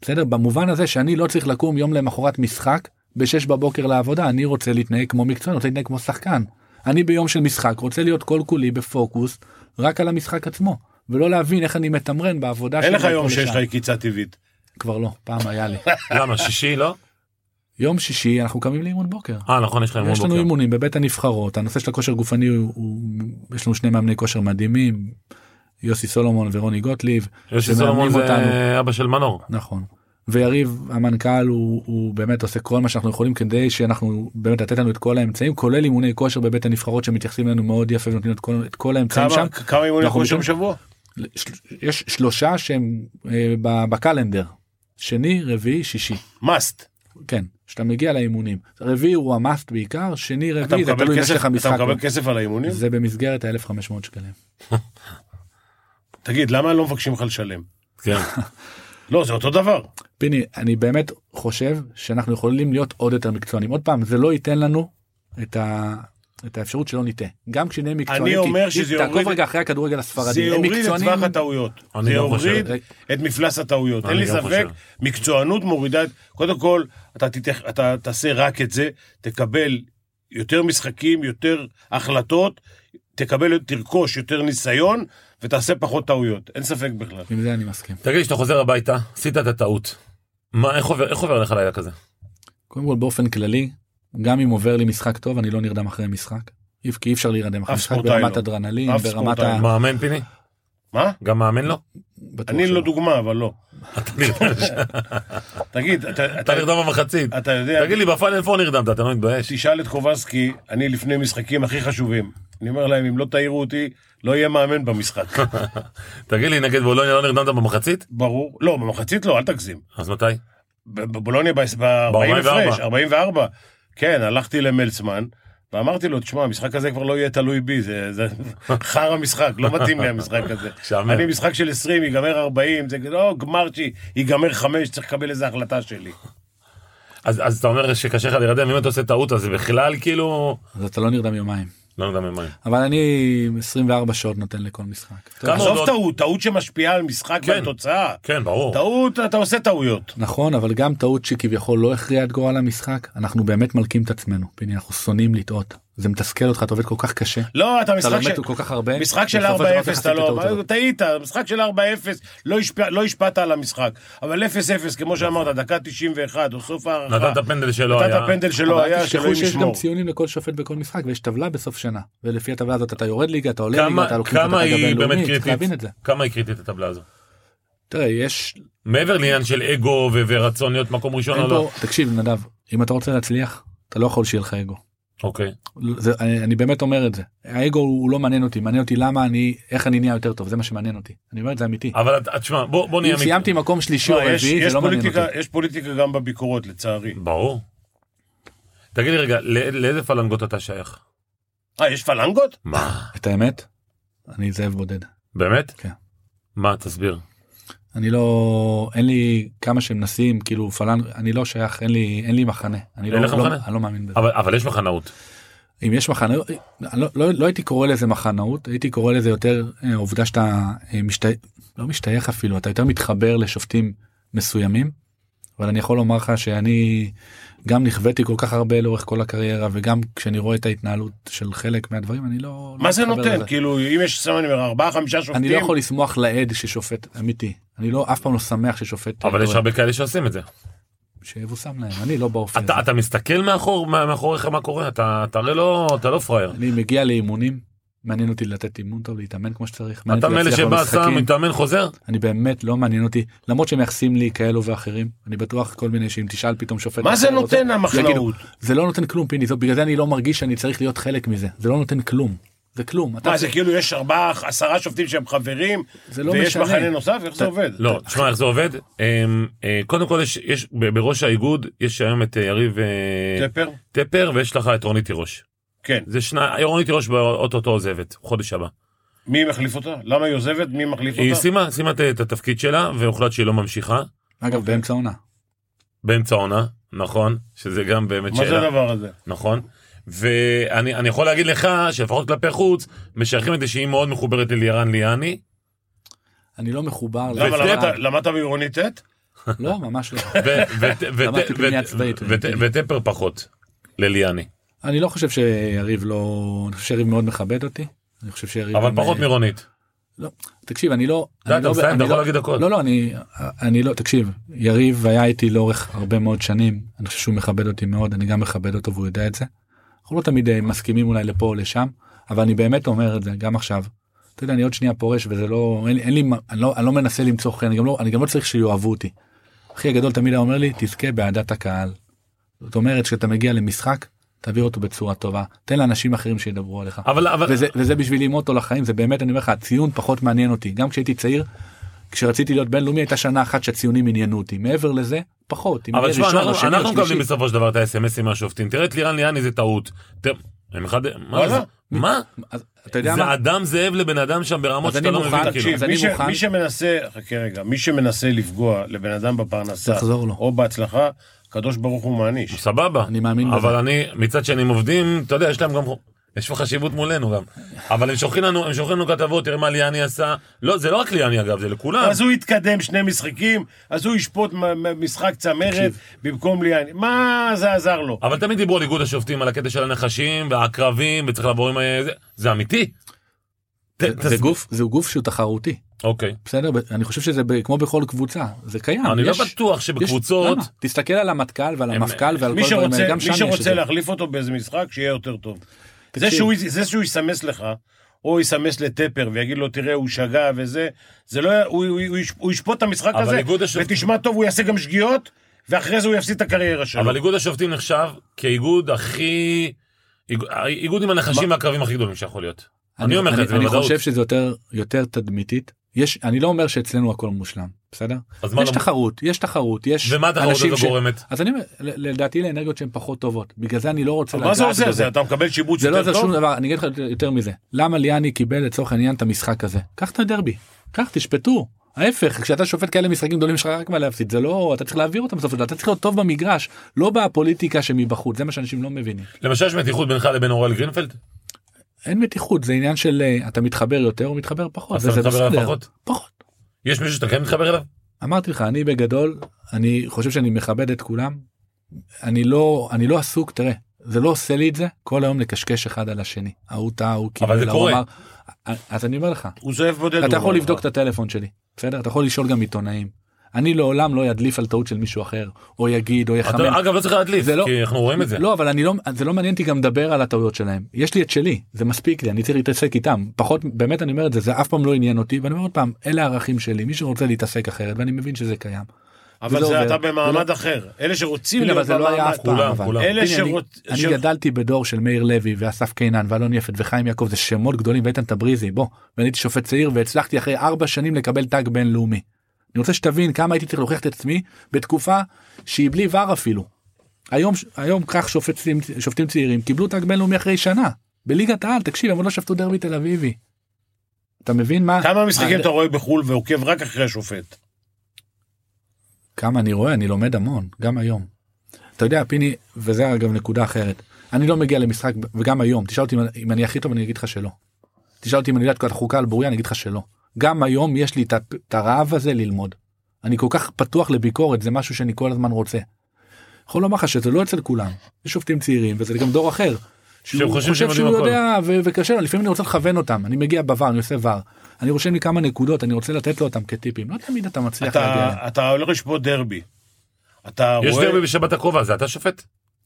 [SPEAKER 3] בסדר? במובן הזה שאני לא צריך לקום יום למחרת משחק ב-6 בבוקר לעבודה, אני רוצה להתנהג כמו מקצוען, רוצה להתנהג כמו שחקן. אני ביום של משחק רוצה להיות כל כולי בפוקוס רק על המשחק עצמו, ולא להבין איך אני מתמרן בעבודה
[SPEAKER 2] אין לך
[SPEAKER 3] מפה
[SPEAKER 2] יום שיש
[SPEAKER 3] לשם.
[SPEAKER 2] לך עקיצה טבעית.
[SPEAKER 3] כבר לא, פעם היה לי.
[SPEAKER 1] למה, שישי לא?
[SPEAKER 3] יום שישי אנחנו קמים לאימון בוקר.
[SPEAKER 1] אה, נכון, יש לך אימון
[SPEAKER 3] יש לנו
[SPEAKER 1] בוקר.
[SPEAKER 3] אימונים בבית הנבחרות הנושא של הכושר גופני הוא, הוא יש לנו שני מאמני כושר מדהימים יוסי סולומון ורוני גוטליב
[SPEAKER 1] יוסי
[SPEAKER 3] שמאמנים
[SPEAKER 1] סולומון זה
[SPEAKER 3] אותנו.
[SPEAKER 1] אה, אבא של מנור.
[SPEAKER 3] נכון. ויריב המנכ"ל הוא, הוא באמת עושה כל מה שאנחנו יכולים כדי שאנחנו באמת לתת לנו את כל האמצעים כולל אימוני כושר בבית הנבחרות שמתייחסים אלינו מאוד יפה ונותנים את כל, את כל האמצעים
[SPEAKER 2] כמה-
[SPEAKER 3] שם.
[SPEAKER 2] כמה אימונים
[SPEAKER 3] אנחנו
[SPEAKER 2] אנחנו שם
[SPEAKER 3] ניתן-
[SPEAKER 2] בשבוע?
[SPEAKER 3] של- יש שלושה שהם אה, ב- בקלנדר שני רביעי שישי
[SPEAKER 2] must.
[SPEAKER 3] כן שאתה מגיע לאימונים רביעי הוא המאסט בעיקר שני
[SPEAKER 2] אתה
[SPEAKER 3] רביעי זה תלוי
[SPEAKER 2] מקבל
[SPEAKER 3] אם יש לך
[SPEAKER 2] כסף- אתה
[SPEAKER 3] משחק. לא.
[SPEAKER 2] מקבל כסף על האימונים?
[SPEAKER 3] זה במסגרת ה-1500 שקלים.
[SPEAKER 2] תגיד, למה לא מבקשים לך לשלם?
[SPEAKER 1] כן.
[SPEAKER 2] לא, זה אותו דבר.
[SPEAKER 3] פיני, אני באמת חושב שאנחנו יכולים להיות עוד יותר מקצוענים. עוד פעם, זה לא ייתן לנו את, ה... את האפשרות שלא נטעה. גם כשנהיה מקצוענים, כי
[SPEAKER 2] אומר
[SPEAKER 3] אם
[SPEAKER 2] שזה
[SPEAKER 3] תעקוב
[SPEAKER 2] יוריד-
[SPEAKER 3] רגע אחרי הכדורגל
[SPEAKER 2] זה
[SPEAKER 3] הספרדי, הם
[SPEAKER 2] יוריד את טווח
[SPEAKER 3] מקצוענים,
[SPEAKER 2] הטעויות.
[SPEAKER 1] אני
[SPEAKER 2] זה
[SPEAKER 1] גם
[SPEAKER 2] יוריד
[SPEAKER 3] חושב.
[SPEAKER 2] את מפלס הטעויות. אין
[SPEAKER 1] אני
[SPEAKER 2] לי
[SPEAKER 1] גם
[SPEAKER 2] ספק,
[SPEAKER 1] חושב.
[SPEAKER 2] מקצוענות מורידה, את- קודם כל, אתה תתייח- אתה תעשה רק את זה, תקבל יותר משחקים, יותר החלטות, תקבל, תרכוש יותר ניסיון, ותעשה פחות טעויות. אין ספק בכלל.
[SPEAKER 3] עם זה אני מסכים.
[SPEAKER 1] תגיד לי, כשאתה חוזר הביתה, עשית את הטעות. מה, איך עובר, איך עובר לך לילה כזה?
[SPEAKER 3] קודם כל, באופן כללי, גם אם עובר לי משחק טוב, אני לא נרדם אחרי משחק. אי- כי אי אפשר להירדם אחרי
[SPEAKER 2] אף
[SPEAKER 3] משחק
[SPEAKER 2] ספורטאי
[SPEAKER 3] ברמת
[SPEAKER 2] לא.
[SPEAKER 3] אדרנלין,
[SPEAKER 2] אף
[SPEAKER 3] ברמת
[SPEAKER 2] ספורטאי
[SPEAKER 3] ה...
[SPEAKER 2] לא.
[SPEAKER 1] מאמן פיני?
[SPEAKER 2] מה?
[SPEAKER 1] גם מאמן לא?
[SPEAKER 3] בטוח
[SPEAKER 2] אני
[SPEAKER 3] שלא.
[SPEAKER 2] לא דוגמה, אבל לא.
[SPEAKER 1] אתה נרדם-
[SPEAKER 2] תגיד, אתה-
[SPEAKER 1] אתה
[SPEAKER 2] אתה-
[SPEAKER 1] נרדם במחצית.
[SPEAKER 2] אתה יודע,
[SPEAKER 1] תגיד לי, בפאנל 4 נרדמת, אתה לא מתבייש?
[SPEAKER 2] תשאל את קובסקי, אני לפני משחקים הכי חשובים. אני אומר להם, אם לא תעירו אותי, לא יהיה מאמן במשחק.
[SPEAKER 1] תגיד לי, נגד בולוניה לא נרדמת במחצית?
[SPEAKER 2] ברור. לא, במחצית לא, אל תגזים.
[SPEAKER 1] אז מתי?
[SPEAKER 2] בבולוניה ב-40 הפרש, 44. כן, הלכתי למלצמן, ואמרתי לו, תשמע, המשחק הזה כבר לא יהיה תלוי בי, זה, זה חרא משחק, לא מתאים לי המשחק הזה.
[SPEAKER 1] משעמם.
[SPEAKER 2] אני משחק של 20, ייגמר 40, זה לא גמר שיגמר 5, צריך לקבל איזה החלטה שלי.
[SPEAKER 1] אז, אז אתה אומר שקשה לך להירדם, אם אתה עושה טעות אז זה בכלל כאילו...
[SPEAKER 3] אז אתה לא נרדם יומיים.
[SPEAKER 1] לא יודע ממה.
[SPEAKER 3] אבל אני 24 שעות נותן לכל משחק.
[SPEAKER 1] כמה
[SPEAKER 2] עזוב
[SPEAKER 1] הודעות-
[SPEAKER 2] טעות, טעות שמשפיעה על משחק
[SPEAKER 1] כן.
[SPEAKER 2] ועל תוצאה.
[SPEAKER 1] כן, ברור.
[SPEAKER 2] טעות, אתה עושה טעויות.
[SPEAKER 3] נכון אבל גם טעות שכביכול לא הכריעה את גורל המשחק אנחנו באמת מלקים את עצמנו פיני אנחנו שונאים לטעות זה מתסכל אותך אתה עובד כל כך קשה
[SPEAKER 2] לא, אתה משחק
[SPEAKER 3] לומד כל כך הרבה,
[SPEAKER 2] משחק של 4-0
[SPEAKER 3] בסוף אתה לוקח את
[SPEAKER 2] אתה לא,
[SPEAKER 3] הטעות הזאת.
[SPEAKER 2] טעית, משחק של 4-0, לא השפע- לא השפעת על המשחק. אבל 0-0,
[SPEAKER 3] נכון.
[SPEAKER 2] כמו שאמרת, דקה 91, או סוף ההערכה.
[SPEAKER 1] נתת פנדל שלא לא היה.
[SPEAKER 2] אה, נתת פנדל שלא
[SPEAKER 3] לא אבל אל
[SPEAKER 2] היה,
[SPEAKER 3] תשכחו
[SPEAKER 2] שלא
[SPEAKER 3] שיש גם
[SPEAKER 2] ישמור.
[SPEAKER 3] ציונים לכל שופט בכל משחק ויש טבלה בסוף שנה ולפי הטבלה הזאת אתה יורד ליגה אתה עולה ליגה
[SPEAKER 1] כמה,
[SPEAKER 3] אתה לוקח לא את
[SPEAKER 1] כמה
[SPEAKER 3] הליגה
[SPEAKER 1] היא באמת
[SPEAKER 3] הבינלאומית צריך
[SPEAKER 1] קריטית?
[SPEAKER 3] להבין את זה.
[SPEAKER 1] כמה היא קריטית הטבלה הזו?
[SPEAKER 3] תראה יש
[SPEAKER 1] מעבר לעניין של אגו ו- ורצון להיות מקום ראשון או
[SPEAKER 3] אין
[SPEAKER 1] לא.
[SPEAKER 3] פה תקשיב נדב אם אתה רוצה להצליח אתה לא יכול שיהיה לך אגו.
[SPEAKER 1] אוקיי.
[SPEAKER 3] זה, אני, אני באמת אומר את זה האגו הוא לא מעניין אותי מעניין אותי למה אני איך אני נהיה יותר טוב זה מה שמעניין אותי אני אומר את זה אמיתי.
[SPEAKER 1] אבל את- את- תשמע, בוא בוא נהיה...
[SPEAKER 3] אם
[SPEAKER 1] אמיתי.
[SPEAKER 3] סיימתי מקום שלישי או
[SPEAKER 2] תשמע, יש-
[SPEAKER 3] רביעי
[SPEAKER 2] יש
[SPEAKER 3] זה לא מעניין אותי.
[SPEAKER 2] פוליטיקה- יש פוליטיקה גם בביקורות, לצערי.
[SPEAKER 1] ברור. תגיד לי רגע, לא- לאיזה פלנגות אתה שייך?
[SPEAKER 2] אה, יש פלנגות?
[SPEAKER 1] מה?
[SPEAKER 3] את האמת אני זאב בודד
[SPEAKER 1] באמת?
[SPEAKER 3] כן.
[SPEAKER 1] מה, תסביר.
[SPEAKER 3] אני לא אין לי כמה שמנסים כאילו פלנג אני לא שייך אין לי אין לי מחנה אני
[SPEAKER 1] אין
[SPEAKER 3] לא,
[SPEAKER 1] לך
[SPEAKER 3] לא,
[SPEAKER 1] מחנה?
[SPEAKER 3] אני לא מאמין בזה.
[SPEAKER 1] אבל אבל יש מחנאות.
[SPEAKER 3] כן, אם יש מחנה אני לא, לא, לא הייתי קורא לזה מחנאות הייתי קורא לזה יותר אה, עובדה שאתה אה, משת... לא משתייך אפילו אתה יותר מתחבר לשופטים מסוימים. אבל אני יכול לומר לך שאני גם נכוויתי כל כך הרבה לאורך כל הקריירה וגם כשאני רואה את ההתנהלות של חלק מהדברים אני לא
[SPEAKER 2] מה
[SPEAKER 3] לא
[SPEAKER 2] זה
[SPEAKER 3] מתחבר
[SPEAKER 2] נותן?
[SPEAKER 3] לזה.
[SPEAKER 2] כאילו, אם יש, סתם אני אומר, ארבעה, חמישה שופטים...
[SPEAKER 3] אני לא יכול לשמוח לעד ששופט אמיתי אני לא אף פעם לא שמח ששופט
[SPEAKER 1] אבל
[SPEAKER 3] אה,
[SPEAKER 1] יש
[SPEAKER 3] טועה.
[SPEAKER 1] הרבה כאלה שעושים את זה.
[SPEAKER 3] כן, שיבושם להם אני לא באופי הזה.
[SPEAKER 1] אתה אתה מסתכל מאחור- מה- מאחוריך מה קורה? אתה אתה הרי לא אתה לא פראייר.
[SPEAKER 3] אני מגיע לאימונים מעניין אותי לתת אימון טוב להתאמן כמו שצריך. מעניין
[SPEAKER 1] אתה
[SPEAKER 3] אותי
[SPEAKER 1] מאלה
[SPEAKER 3] להצליח
[SPEAKER 1] שבא,
[SPEAKER 3] במשחקים.
[SPEAKER 1] שם, מתאמן, חוזר?
[SPEAKER 3] אני באמת לא מעניין אותי למרות שמייחסים לי כאלו ואחרים אני בטוח כל מיני שאם תשאל פתאום שופט
[SPEAKER 2] מה זה
[SPEAKER 3] אחר או
[SPEAKER 2] נותן
[SPEAKER 3] יגידו,
[SPEAKER 2] המחנאות?
[SPEAKER 3] זה לא נותן כלום פיני זו בגלל זה אני לא מרגיש שאני צריך להיות חלק מזה זה לא נותן כלום זה כלום אתה
[SPEAKER 2] מה זה כאילו יש ארבעה עשרה שופטים שהם חברים
[SPEAKER 3] זה לא
[SPEAKER 2] ויש
[SPEAKER 3] משנה.
[SPEAKER 2] מחנה נוסף איך זה עובד?
[SPEAKER 1] לא, תשמע איך זה עובד. אמ, אה, קודם כל יש- יש ב- בראש האיגוד יש היום את אה, יריב אה,
[SPEAKER 2] טפר?
[SPEAKER 1] טפר ויש לך את רונית תירוש.
[SPEAKER 2] כן.
[SPEAKER 1] זה שני... רונית תירוש באוטוטו עוזבת, חודש הבא.
[SPEAKER 2] מי מחליף אותה? למה היא עוזבת? מי מחליף
[SPEAKER 1] היא
[SPEAKER 2] אותה?
[SPEAKER 1] סיימה, סיימה את- את התפקיד שלה והוחלט שהיא לא ממשיכה.
[SPEAKER 3] אגב באמצע עונה
[SPEAKER 1] באמצע העונה, נכון? שזה גם באמת
[SPEAKER 2] מה זה
[SPEAKER 1] שאלה.
[SPEAKER 2] הדבר הזה?
[SPEAKER 1] נכון. ואני אני יכול להגיד לך שלפחות כלפי חוץ, משייכים את זה שהיא מאוד מחוברת ללירן ליאני.
[SPEAKER 3] אני לא מחובר
[SPEAKER 2] למה
[SPEAKER 1] ופלט-
[SPEAKER 2] למדת- למדת בעירונית ט'?
[SPEAKER 3] לא ממש לא
[SPEAKER 1] ו- ו- ו-
[SPEAKER 3] אמרתי פנייה צבאית.
[SPEAKER 1] ו- ו- וטפר פחות לליאני.
[SPEAKER 3] אני לא חושב שיריב לא אני חושב שיריב מאוד מכבד אותי אני חושב שיריב
[SPEAKER 1] אבל
[SPEAKER 3] גם,
[SPEAKER 1] פחות
[SPEAKER 3] אה,
[SPEAKER 1] מרונית.
[SPEAKER 3] לא, תקשיב אני לא,
[SPEAKER 1] די,
[SPEAKER 3] אני
[SPEAKER 1] אתה
[SPEAKER 3] לא-
[SPEAKER 1] מסיים,
[SPEAKER 3] אני
[SPEAKER 1] אתה יכול
[SPEAKER 3] לא-
[SPEAKER 1] להגיד הכל.
[SPEAKER 3] לא לא אני אני לא תקשיב יריב היה איתי לאורך הרבה מאוד שנים אני חושב שהוא מכבד אותי מאוד אני גם מכבד אותו והוא יודע את זה. אנחנו לא תמיד אה, מסכימים אולי לפה או לשם אבל אני באמת אומר את זה גם עכשיו. אתה יודע אני עוד שנייה פורש וזה לא אין, לי- אין לי מה- אני לא, אני לא מנסה למצוא חן אני גם לא אני גם לא צריך שיאהבו אותי. אחי הגדול תמיד היה אומר לי תזכה באהדת הקהל. זאת אומרת כשאתה מגיע למשחק תעביר אותו בצורה טובה תן לאנשים אחרים שידברו עליך.
[SPEAKER 1] אבל אבל
[SPEAKER 3] וזה, וזה בשבילי מוטו לחיים זה באמת אני אומר לך הציון פחות מעניין אותי גם כשהייתי צעיר. כשרציתי להיות בינלאומי הייתה שנה אחת שהציונים עניינו אותי מעבר לזה פחות. אם
[SPEAKER 1] אבל
[SPEAKER 3] אני
[SPEAKER 1] תשמע,
[SPEAKER 3] ראשון או
[SPEAKER 1] אנחנו-
[SPEAKER 3] שני או
[SPEAKER 1] אנחנו מקבלים
[SPEAKER 3] שלישי.
[SPEAKER 1] בסופו של דבר את האס.אם.אסים מהשופטים. תראה את לירן ליאני זה טעות. תראה, הם אחד... מה זה?
[SPEAKER 2] וואלה.
[SPEAKER 1] מה?
[SPEAKER 3] אז אתה יודע
[SPEAKER 1] זה
[SPEAKER 3] מה
[SPEAKER 1] אדם זאב לבן אדם שם ברמות
[SPEAKER 3] אז אני
[SPEAKER 1] שאתה לא
[SPEAKER 3] מוכן,
[SPEAKER 1] מבין. כאילו.
[SPEAKER 2] תקשיב,
[SPEAKER 3] אז אני
[SPEAKER 2] מי ש-
[SPEAKER 3] מוכן-
[SPEAKER 2] מי שמנסה, חכה רגע, מי שמנסה לפגוע לבן אדם בפרנסה
[SPEAKER 3] תחזור לו.
[SPEAKER 2] או בהצלחה, הקדוש ברוך הוא מעניש.
[SPEAKER 1] סבבה.
[SPEAKER 3] אני מאמין בזה.
[SPEAKER 1] אבל אני, מצד שני הם עובדים, אתה יודע, יש להם גם, יש פה חשיבות מולנו גם. אבל הם שולחים לנו, הם שולחים לנו כתבות, תראה מה ליאני עשה. לא, זה לא רק ליאני אגב, זה לכולם.
[SPEAKER 2] אז הוא יתקדם שני משחקים, אז הוא ישפוט מ- מ- משחק צמרת במקום ליאני. מה זה עזר לו?
[SPEAKER 1] אבל תמיד דיברו על איגוד השופטים, על הקטע של הנחשים והעקרבים, וצריך לעבור עם ה... זה- זה אמיתי? ת-
[SPEAKER 3] זה- זה
[SPEAKER 1] תס-
[SPEAKER 3] גוף זה גוף שהוא תחרותי
[SPEAKER 1] אוקיי.
[SPEAKER 3] בסדר ב- אני חושב שזה ב- כמו בכל קבוצה זה קיים.
[SPEAKER 1] אני לא
[SPEAKER 3] יש-
[SPEAKER 1] בטוח
[SPEAKER 3] יש-
[SPEAKER 1] שבקבוצות...
[SPEAKER 3] למה? תסתכל על המטכ"ל ועל
[SPEAKER 1] הם-
[SPEAKER 3] המפכ"ל ועל כל
[SPEAKER 2] מי
[SPEAKER 3] הדברים האלה
[SPEAKER 2] שרוצה,
[SPEAKER 3] גם שם
[SPEAKER 2] מי
[SPEAKER 3] יש את זה.
[SPEAKER 2] שרוצה להחליף אותו באיזה משחק, שיהיה יותר טוב. זה
[SPEAKER 3] תקשיב.
[SPEAKER 2] שהוא, זה שהוא יסמס לך, או יסמס לטפר ויגיד לו, תראה, הוא שגה וזה, זה לא, הוא, הוא, הוא, יש- הוא ישפוט את המשחק
[SPEAKER 1] אבל
[SPEAKER 2] הזה,
[SPEAKER 1] איגוד השופט-
[SPEAKER 2] ותשמע טוב, הוא יעשה גם שגיאות, ואחרי זה הוא יפסיד את הקריירה שלו.
[SPEAKER 1] אבל איגוד השופטים נחשב כאיגוד הכי... איג- האיגוד עם הנחשים והקרבים הכי גדולים שיכול להיות. אני אומר לך את זה
[SPEAKER 3] אני
[SPEAKER 1] בוודאות.
[SPEAKER 3] חושב שזה יותר יותר תדמיתית יש אני לא אומר שאצלנו הכל מושלם בסדר
[SPEAKER 1] אז מה
[SPEAKER 3] יש
[SPEAKER 1] לא-
[SPEAKER 3] תחרות יש תחרות יש
[SPEAKER 1] ומה התחרות
[SPEAKER 3] אנשים
[SPEAKER 1] הזו גורמת?
[SPEAKER 3] אז אני אומר ל- לדעתי לאנרגיות שהן פחות טובות בגלל זה אני לא רוצה
[SPEAKER 2] אבל מה זה
[SPEAKER 3] לגעת
[SPEAKER 2] עוזר?
[SPEAKER 3] בזה.
[SPEAKER 2] זה אתה מקבל שיבוץ
[SPEAKER 3] זה לא
[SPEAKER 2] יותר
[SPEAKER 3] עוזר שום
[SPEAKER 2] טוב?
[SPEAKER 3] דבר אני אגיד לך יותר- יותר מזה למה ליאני קיבל לצורך העניין את המשחק הזה קח את הדרבי קח תשפטו ההפך כשאתה שופט כאלה משחקים גדולים יש לך רק מה להפסיד זה לא אתה צריך להעביר אותם בסוף של דבר אתה צריך להיות טוב במגרש לא בפוליטיקה שמבחוץ זה מה שאנשים לא מבינים
[SPEAKER 1] למשל יש מתיחות בינך לבין אורל גרינפלד?
[SPEAKER 3] אין מתיחות זה עניין של אה, אתה מתחבר יותר או מתחבר פחות
[SPEAKER 1] אז אתה
[SPEAKER 3] וזה
[SPEAKER 1] מתחבר אליו
[SPEAKER 3] בסדר.
[SPEAKER 1] פחות?
[SPEAKER 3] פחות.
[SPEAKER 1] יש מישהו שאתה כן מתחבר אליו?
[SPEAKER 3] אמרתי לך אני בגדול אני חושב שאני מכבד את כולם אני לא אני לא עסוק תראה זה לא עושה לי את זה כל היום לקשקש אחד על השני ההוא טעה ההוא
[SPEAKER 1] אבל זה
[SPEAKER 3] ההוא
[SPEAKER 1] קורה.
[SPEAKER 3] אמר. אה, אז אני אומר לך
[SPEAKER 2] הוא זאב בודד.
[SPEAKER 3] אתה
[SPEAKER 2] הוא
[SPEAKER 3] יכול
[SPEAKER 2] אמר
[SPEAKER 3] לבדוק
[SPEAKER 2] לך.
[SPEAKER 3] את הטלפון שלי בסדר אתה יכול לשאול גם עיתונאים אני לעולם לא ידליף על טעות של מישהו אחר או יגיד או
[SPEAKER 1] אתה-
[SPEAKER 3] יחמם.
[SPEAKER 1] אגב לא צריך להדליף
[SPEAKER 3] זה לא-
[SPEAKER 1] כי אנחנו רואים את זה.
[SPEAKER 3] לא אבל אני לא זה לא מעניין אותי גם לדבר על הטעויות שלהם יש לי את שלי זה מספיק לי אני צריך להתעסק איתם פחות באמת אני אומר את זה זה אף פעם לא עניין אותי ואני אומר עוד פעם אלה הערכים שלי מי שרוצה להתעסק אחרת ואני מבין שזה קיים.
[SPEAKER 2] אבל זה
[SPEAKER 3] וזה עובר.
[SPEAKER 2] אתה
[SPEAKER 3] זה לא.
[SPEAKER 2] במעמד אחר. אלה שרוצים
[SPEAKER 3] הנה, אבל
[SPEAKER 2] להיות
[SPEAKER 3] זה לא היה
[SPEAKER 2] במעמד.
[SPEAKER 3] אף פעם
[SPEAKER 1] כולם,
[SPEAKER 3] אבל.
[SPEAKER 1] כולם.
[SPEAKER 2] אלה
[SPEAKER 3] הנה, אני-
[SPEAKER 2] שרוצ- ש-
[SPEAKER 3] אני גדלתי בדור של מאיר לוי ואסף קינן ואלון יפת וחיים יעקב זה שמות גדולים ואיתן תבריזי בוא ואני הייתי שופט צעיר והצלחתי אחרי ארבע שנים לקבל טאג בינלאומי. אני רוצה שתבין כמה הייתי צריך להוכיח את עצמי בתקופה שהיא בלי ור אפילו. היום היום כך שופטים שופטים צעירים קיבלו טאג בינלאומי אחרי שנה בליגת העל תקשיב הם עוד לא שפטו דרבי תל אביבי. אתה מבין מה
[SPEAKER 2] כמה משחקים
[SPEAKER 3] אה,
[SPEAKER 2] אתה רואה בחו"ל ועוקב רק אחרי השופט?
[SPEAKER 3] כמה אני רואה אני לומד המון גם היום. אתה יודע פיני וזה אגב נקודה אחרת אני לא מגיע למשחק וגם היום תשאל אותי אם- אם אני הכי טוב אני אגיד לך שלא. תשאל אותי אם אני יודע את כל החוקה על בוריה אני אגיד לך שלא. גם היום יש לי את ה- את הרעב הזה ללמוד. אני כל כך פתוח לביקורת זה משהו שאני כל הזמן רוצה. יכול לומר לך שזה לא אצל כולם יש שופטים צעירים וזה גם דור אחר.
[SPEAKER 1] שהם
[SPEAKER 3] שהוא
[SPEAKER 1] חושבים
[SPEAKER 3] חושב
[SPEAKER 1] שהם יודעים
[SPEAKER 3] שהוא
[SPEAKER 1] הכל.
[SPEAKER 3] יודע ו- וקשה לו לפעמים אני רוצה לכוון אותם אני מגיע בVAR אני עושה VAR אני רושם לי כמה נקודות אני רוצה לתת לו אותם כטיפים לא תמיד אתה מצליח להגיע. אליהם.
[SPEAKER 2] אתה- אתה הולך לשפוט דרבי. אתה
[SPEAKER 1] יש
[SPEAKER 2] רואה...
[SPEAKER 1] דרבי בשבת הקרובה זה אתה שופט?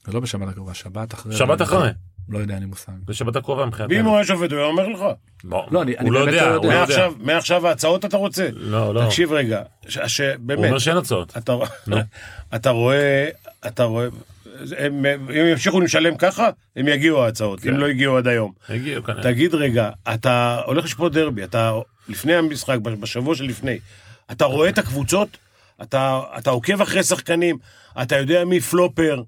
[SPEAKER 3] זה לא בשבת הקרובה, שבת אחרי.
[SPEAKER 1] שבת אחרי.
[SPEAKER 3] לא יודע, אין לי מושג.
[SPEAKER 1] זה שבת הקרובה
[SPEAKER 2] ואם
[SPEAKER 1] מבחינתנו.
[SPEAKER 2] הוא היה שופט הוא היה אומר לך.
[SPEAKER 1] בוא,
[SPEAKER 3] לא, אני-
[SPEAKER 1] הוא
[SPEAKER 3] אני
[SPEAKER 1] לא
[SPEAKER 3] באמת
[SPEAKER 1] יודע,
[SPEAKER 3] לא
[SPEAKER 1] הוא
[SPEAKER 3] יודע.
[SPEAKER 1] לא יודע.
[SPEAKER 2] מעכשיו- מעכשיו ההצעות אתה רוצה?
[SPEAKER 1] לא, לא.
[SPEAKER 2] תקשיב רגע. ש- ש-
[SPEAKER 1] הוא
[SPEAKER 2] באמת.
[SPEAKER 1] אומר לא. שאין הצעות.
[SPEAKER 2] אתה, אתה רואה, אתה רואה, הם, הם ימשיכו לשלם ככה, הם יגיעו ההצעות,
[SPEAKER 1] כן.
[SPEAKER 2] אם לא הגיעו עד היום.
[SPEAKER 1] הגיעו כנראה.
[SPEAKER 2] תגיד רגע, אתה הולך לשפוט דרבי, אתה לפני המשחק, בשבוע שלפני, אתה רואה את הקבוצות, אתה, אתה עוקב אחרי שחקנים, אתה יודע מי פלופר,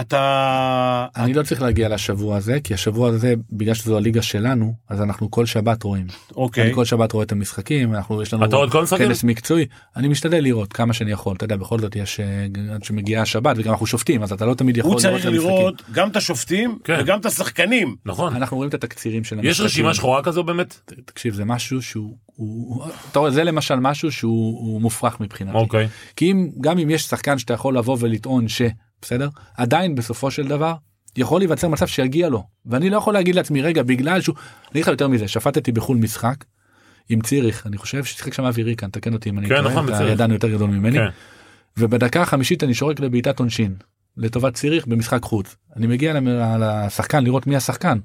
[SPEAKER 2] אתה...
[SPEAKER 3] אני לא צריך להגיע לשבוע הזה, כי השבוע הזה, בגלל שזו הליגה שלנו, אז אנחנו כל שבת רואים.
[SPEAKER 2] אוקיי,
[SPEAKER 3] אני כל שבת רואה את המשחקים, אנחנו, יש לנו
[SPEAKER 1] אתה רואה את כל המשחקים?
[SPEAKER 3] כנס מקצועי. אני משתדל לראות כמה שאני יכול, אתה יודע, בכל זאת יש, אה, עד שמגיעה השבת, וגם אנחנו שופטים, אז אתה לא תמיד יכול
[SPEAKER 2] הוא
[SPEAKER 3] לראות את
[SPEAKER 2] צריך
[SPEAKER 3] המשחקים.
[SPEAKER 2] לראות גם את השופטים
[SPEAKER 1] כן.
[SPEAKER 2] וגם את השחקנים.
[SPEAKER 1] נכון.
[SPEAKER 3] אנחנו רואים את התקצירים של המשחקים.
[SPEAKER 1] יש רשימה שחורה כזו באמת?
[SPEAKER 3] תקשיב, זה משהו שהוא, הוא- אתה רואה, זה למשל משהו שהוא הוא מופרך מבחינתי.
[SPEAKER 1] אוקיי.
[SPEAKER 3] כי אם גם אם יש שחקן שאתה יכול לבוא ולטעון שבסדר עדיין בסופו של דבר יכול להיווצר מצב שיגיע לו ואני לא יכול להגיד לעצמי רגע בגלל שהוא אני אגיד לך יותר מזה שפטתי בחול משחק עם ציריך אני חושב ששיחק שם אבי ריקן תקן אותי אם אני
[SPEAKER 1] כן,
[SPEAKER 3] טועה
[SPEAKER 1] נכון,
[SPEAKER 3] אתה
[SPEAKER 1] בציריך.
[SPEAKER 3] ידענו יותר גדול ממני
[SPEAKER 1] כן.
[SPEAKER 3] ובדקה החמישית אני שורק לבעיטת עונשין לטובת ציריך במשחק חוץ אני מגיע למ- לשחקן לראות מי השחקן.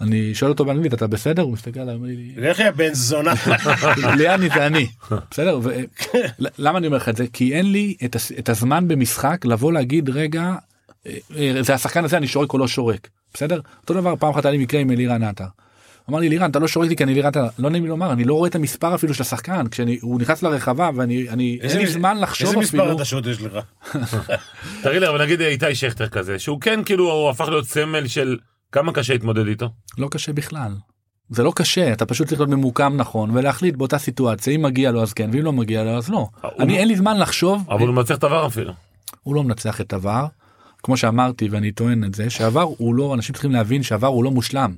[SPEAKER 3] אני שואל אותו באנגלית אתה בסדר הוא מסתכל עליי אומר לי
[SPEAKER 2] לך יא בן זונה.
[SPEAKER 3] ליאני זה אני בסדר ו- למה אני אומר לך את זה כי אין לי את הס- את הזמן במשחק לבוא להגיד רגע אה, אה, זה השחקן הזה אני שורק או לא שורק בסדר אותו דבר פעם אחת היה לי מקרה עם אלירן עטר. אמר לי אלירן אתה לא שורק לי כי אני אלירן עטר לא נעים לי לומר אני לא רואה את המספר אפילו של השחקן כשהוא נכנס לרחבה ואני אני אין לי זמן לחשוב
[SPEAKER 2] איזה מספר
[SPEAKER 3] אפילו.
[SPEAKER 2] עדשות יש לך?
[SPEAKER 1] תגיד לי, אבל נגיד איתי שכטר כזה, שהוא כן כאילו הוא הפך להיות סמל של כמה קשה להתמודד איתו.
[SPEAKER 3] לא קשה בכלל. זה לא קשה אתה פשוט צריך להיות ממוקם נכון ולהחליט באותה סיטואציה אם מגיע לו אז כן ואם לא מגיע לו אז לא.
[SPEAKER 1] הוא-
[SPEAKER 3] אני אין לי זמן לחשוב.
[SPEAKER 1] אבל הוא מצליח את עבר אפילו.
[SPEAKER 3] הוא לא מנצח את עבר. כמו שאמרתי ואני טוען את זה שעבר הוא לא אנשים צריכים להבין שעבר הוא לא מושלם.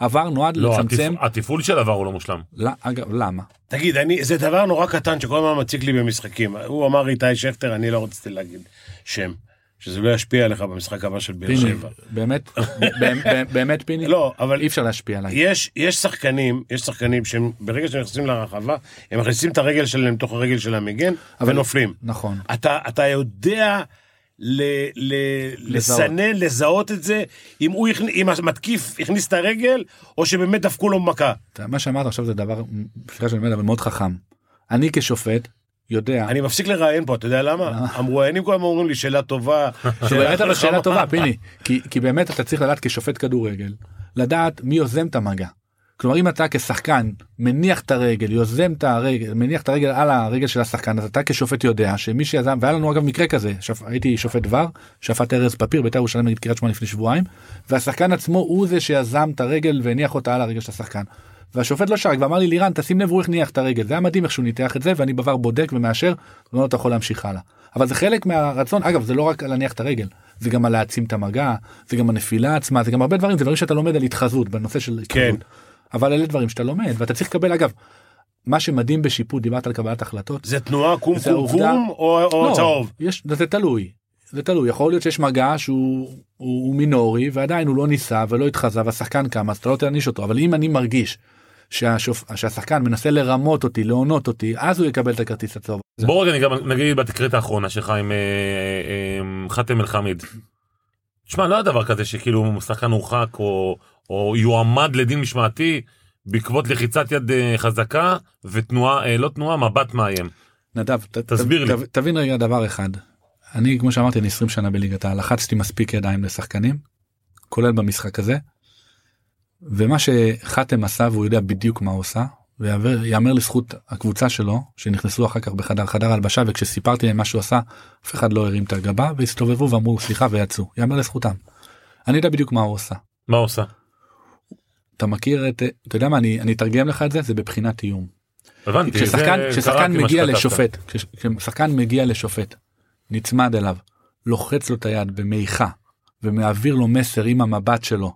[SPEAKER 3] עבר נועד
[SPEAKER 1] לא,
[SPEAKER 3] לצמצם.
[SPEAKER 1] התפ- התפעול של עבר הוא לא מושלם.
[SPEAKER 3] לא, אגב למה?
[SPEAKER 2] תגיד, אני, זה דבר נורא קטן שכל הזמן מציק לי במשחקים. הוא אמר איתי שכטר, אני לא רציתי להגיד שם, שזה לא ישפיע עליך במשחק הבא של באר
[SPEAKER 3] פיני
[SPEAKER 2] שבע.
[SPEAKER 3] באמת באמת- באמת- באמת פיני
[SPEAKER 2] לא, אבל
[SPEAKER 3] אי אפשר להשפיע עליי.
[SPEAKER 2] יש, יש שחקנים, יש שחקנים שהם ברגע שהם נכנסים לרחבה, הם מכניסים את הרגל שלהם לתוך הרגל של המגן,
[SPEAKER 3] אבל-
[SPEAKER 2] ונופלים.
[SPEAKER 3] נכון.
[SPEAKER 2] אתה, אתה יודע ל, ל,
[SPEAKER 3] לזהות.
[SPEAKER 2] לסנן, לזהות את זה, אם, הוא הכנ, אם המתקיף הכניס את הרגל, או שבאמת דפקו לו מכה.
[SPEAKER 3] אתה- מה שאמרת עכשיו זה דבר סליחה שאני אומר אבל מאוד חכם. אני כשופט יודע.
[SPEAKER 2] אני מפסיק לראיין פה, אתה יודע למה? המרואיינים כל הזמן אומרים לי שאלה טובה.
[SPEAKER 3] זה באמת אבל אה. שאלה
[SPEAKER 2] חכמה."
[SPEAKER 3] טובה פיני כי כי באמת אתה צריך לדעת כשופט כדורגל לדעת מי יוזם את המגע. כלומר אם אתה כשחקן מניח את הרגל יוזם את הרגל מניח את הרגל על הרגל של השחקן אז אתה כשופט יודע שמי שיזם והיה לנו אגב מקרה כזה שפ, הייתי שופט ור שפט ארז פפיר בית"ר ירושלים נגד קריית שמונה לפני שבועיים והשחקן עצמו הוא זה שיזם את הרגל והניח אותה על הרגל של השחקן. והשופט לא שרק ואמר לי לירן תשים לב הוא איך ניח את הרגל זה היה מדהים איך שהוא ניתח את זה ואני בעבר בודק ומאשר לא אתה יכול להמשיך הלאה אבל זה חלק מהרצון אגב זה לא רק על להניח את הרגל זה גם על להעצים את המגע זה גם הנפילה עצמה זה גם הרבה דברים זה דברים שאתה לומד על התחזות בנושא של
[SPEAKER 2] כן.
[SPEAKER 3] התחזות. אבל אלה דברים שאתה לומד ואתה צריך לקבל אגב מה שמדהים בשיפוט דיברת על קבלת החלטות
[SPEAKER 2] זה תנועה קום
[SPEAKER 3] זה לא.
[SPEAKER 2] קום
[SPEAKER 3] העובדה-
[SPEAKER 2] קום או או צהוב.
[SPEAKER 3] יש זה תלוי זה תלוי יכול להיות שיש מגע שהוא הוא, הוא מינורי ועדיין הוא לא ניסה ולא התחזה והשחקן קם אז אתה לא תעניש אותו אבל אם אני מרגיש שהשופ... שהשחקן מנסה לרמות אותי להונות אותי אז הוא יקבל את הכרטיס הצהוב.
[SPEAKER 1] בואו רגע ניגע- נגיד בתקרית האחרונה שלך עם אה, אה, אה, חאתם אל חמיד. תשמע, לא היה דבר כזה שכאילו שחקן הורחק או, או יועמד לדין משמעתי בעקבות לחיצת יד אה, חזקה ותנועה, אה, לא תנועה, מבט מאיים.
[SPEAKER 3] נדב ת,
[SPEAKER 1] תסביר
[SPEAKER 3] ת,
[SPEAKER 1] לי.
[SPEAKER 3] ת, תבין רגע דבר אחד. אני כמו שאמרתי אני 20 שנה בליגת העל לחצתי מספיק ידיים לשחקנים כולל במשחק הזה. ומה שחתם עשה והוא יודע בדיוק מה הוא עושה ויאמר לזכות הקבוצה שלו שנכנסו אחר כך בחדר חדר הלבשה וכשסיפרתי להם מה שהוא עשה אף אחד לא הרים את הגבה והסתובבו ואמרו סליחה ויצאו יאמר לזכותם. אני יודע בדיוק מה הוא עושה.
[SPEAKER 1] מה הוא עושה?
[SPEAKER 3] אתה מכיר את אתה יודע מה אני אני אתרגם לך את זה זה בבחינת איום.
[SPEAKER 1] הבנתי,
[SPEAKER 3] כששחקן,
[SPEAKER 1] זה-
[SPEAKER 3] כששחקן
[SPEAKER 1] קראתי מה
[SPEAKER 3] מגיע
[SPEAKER 1] שכתבת.
[SPEAKER 3] לשופט, כש- כששחקן מגיע לשופט, נצמד אליו, לוחץ לו את היד במעיכה, ומעביר לו מסר עם המבט שלו,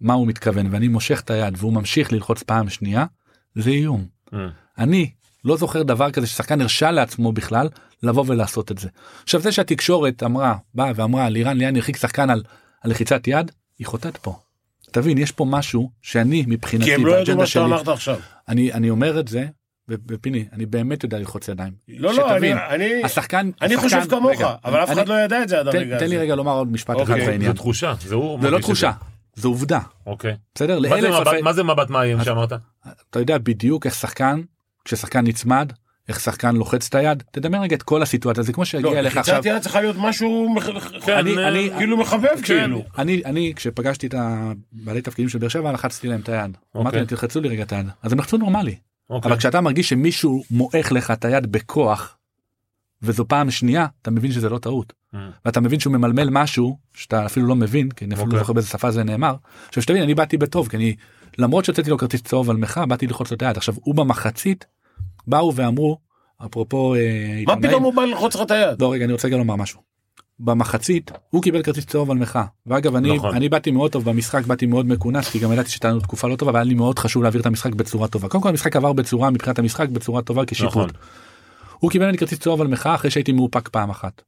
[SPEAKER 3] מה הוא מתכוון, ואני מושך את היד והוא ממשיך ללחוץ פעם שנייה, זה איום.
[SPEAKER 1] אה.
[SPEAKER 3] אני לא זוכר דבר כזה ששחקן הרשה לעצמו בכלל לבוא ולעשות את זה. עכשיו זה שהתקשורת אמרה, באה ואמרה לירן ליאן הרחיק שחקן על, על לחיצת יד, היא חוטאת פה. תבין, יש פה משהו שאני מבחינתי,
[SPEAKER 2] כי הם לא ידעו
[SPEAKER 3] באג'נדה
[SPEAKER 2] מה שאתה
[SPEAKER 3] שלי-
[SPEAKER 2] אמרת עכשיו.
[SPEAKER 3] אני אני אומר את זה ו- ופיני אני באמת יודע ללחוץ ידיים.
[SPEAKER 2] לא, לא,
[SPEAKER 3] שתבין,
[SPEAKER 2] אני- אני
[SPEAKER 3] השחקן
[SPEAKER 2] אני
[SPEAKER 3] השחקן-
[SPEAKER 2] חושב כמוך,
[SPEAKER 3] רגע,
[SPEAKER 2] אבל אף
[SPEAKER 3] אני-
[SPEAKER 2] אחד לא ידע את זה עד
[SPEAKER 3] תן-
[SPEAKER 2] הרגע הזה.
[SPEAKER 3] תן לי רגע לומר עוד משפט אחד
[SPEAKER 2] אוקיי,
[SPEAKER 3] בעניין.
[SPEAKER 1] זו תחושה, זה הוא.
[SPEAKER 3] זה לא
[SPEAKER 1] מרגיש את
[SPEAKER 3] תחושה זה עובדה
[SPEAKER 1] אוקיי.
[SPEAKER 3] בסדר
[SPEAKER 1] מה זה
[SPEAKER 3] לאלף
[SPEAKER 1] מבט-
[SPEAKER 3] ספק
[SPEAKER 1] מה זה מבט מאיים
[SPEAKER 3] אז-
[SPEAKER 1] שאמרת?
[SPEAKER 3] אתה יודע בדיוק איך שחקן כששחקן נצמד איך שחקן לוחץ את היד תדמיין רגע את כל הסיטואציה זה כמו
[SPEAKER 2] לא,
[SPEAKER 3] שיגיע אליך
[SPEAKER 2] לחיצת
[SPEAKER 3] עכשיו.
[SPEAKER 2] יד צריכה להיות משהו מח-
[SPEAKER 1] כן,
[SPEAKER 3] אני-
[SPEAKER 1] אה,
[SPEAKER 3] אני- כן,
[SPEAKER 2] כאילו מחבב כאילו.
[SPEAKER 3] אני אני כשפגשתי את הבעלי תפקידים של באר שבע לחצתי להם את היד.
[SPEAKER 2] אוקיי.
[SPEAKER 3] אמרתי להם תלחצו לי רגע את היד אז הם לחצו נורמלי.
[SPEAKER 1] אוקיי.
[SPEAKER 3] אבל כשאתה מרגיש שמישהו מועך לך את היד בכוח וזו פעם שנייה אתה מבין שזה לא טעות
[SPEAKER 1] אה.
[SPEAKER 3] ואתה מבין שהוא ממלמל משהו שאתה אפילו לא מבין כי אני אפילו לא
[SPEAKER 1] אוקיי.
[SPEAKER 3] זוכר באיזה שפה זה נאמר. עכשיו שתבין אני באתי בטוב כי אני למרות שהוצאתי לו כרטיס צהוב על מחאה באתי ללחוץ לו את היד עכשיו הוא במחצית באו ואמרו אפרופו אה,
[SPEAKER 2] מה
[SPEAKER 3] עיתונאים-
[SPEAKER 2] פתאום הוא בא ללחוץ לך את היד?
[SPEAKER 3] לא רגע אני רוצה גם לומר משהו. במחצית הוא קיבל כרטיס צהוב על מחאה ואגב אני
[SPEAKER 1] נכון.
[SPEAKER 3] אני באתי מאוד טוב במשחק באתי מאוד מכונס כי גם ידעתי שהייתה לנו תקופה לא טובה והיה לי מאוד חשוב להעביר את המשחק בצורה טובה קודם כל המשחק עבר בצורה מבחינת המשחק בצורה טובה כשיפוט.
[SPEAKER 1] נכון.
[SPEAKER 3] הוא קיבל ממני כרטיס צהוב על מחאה אחרי שהייתי מאופק פעם אחת.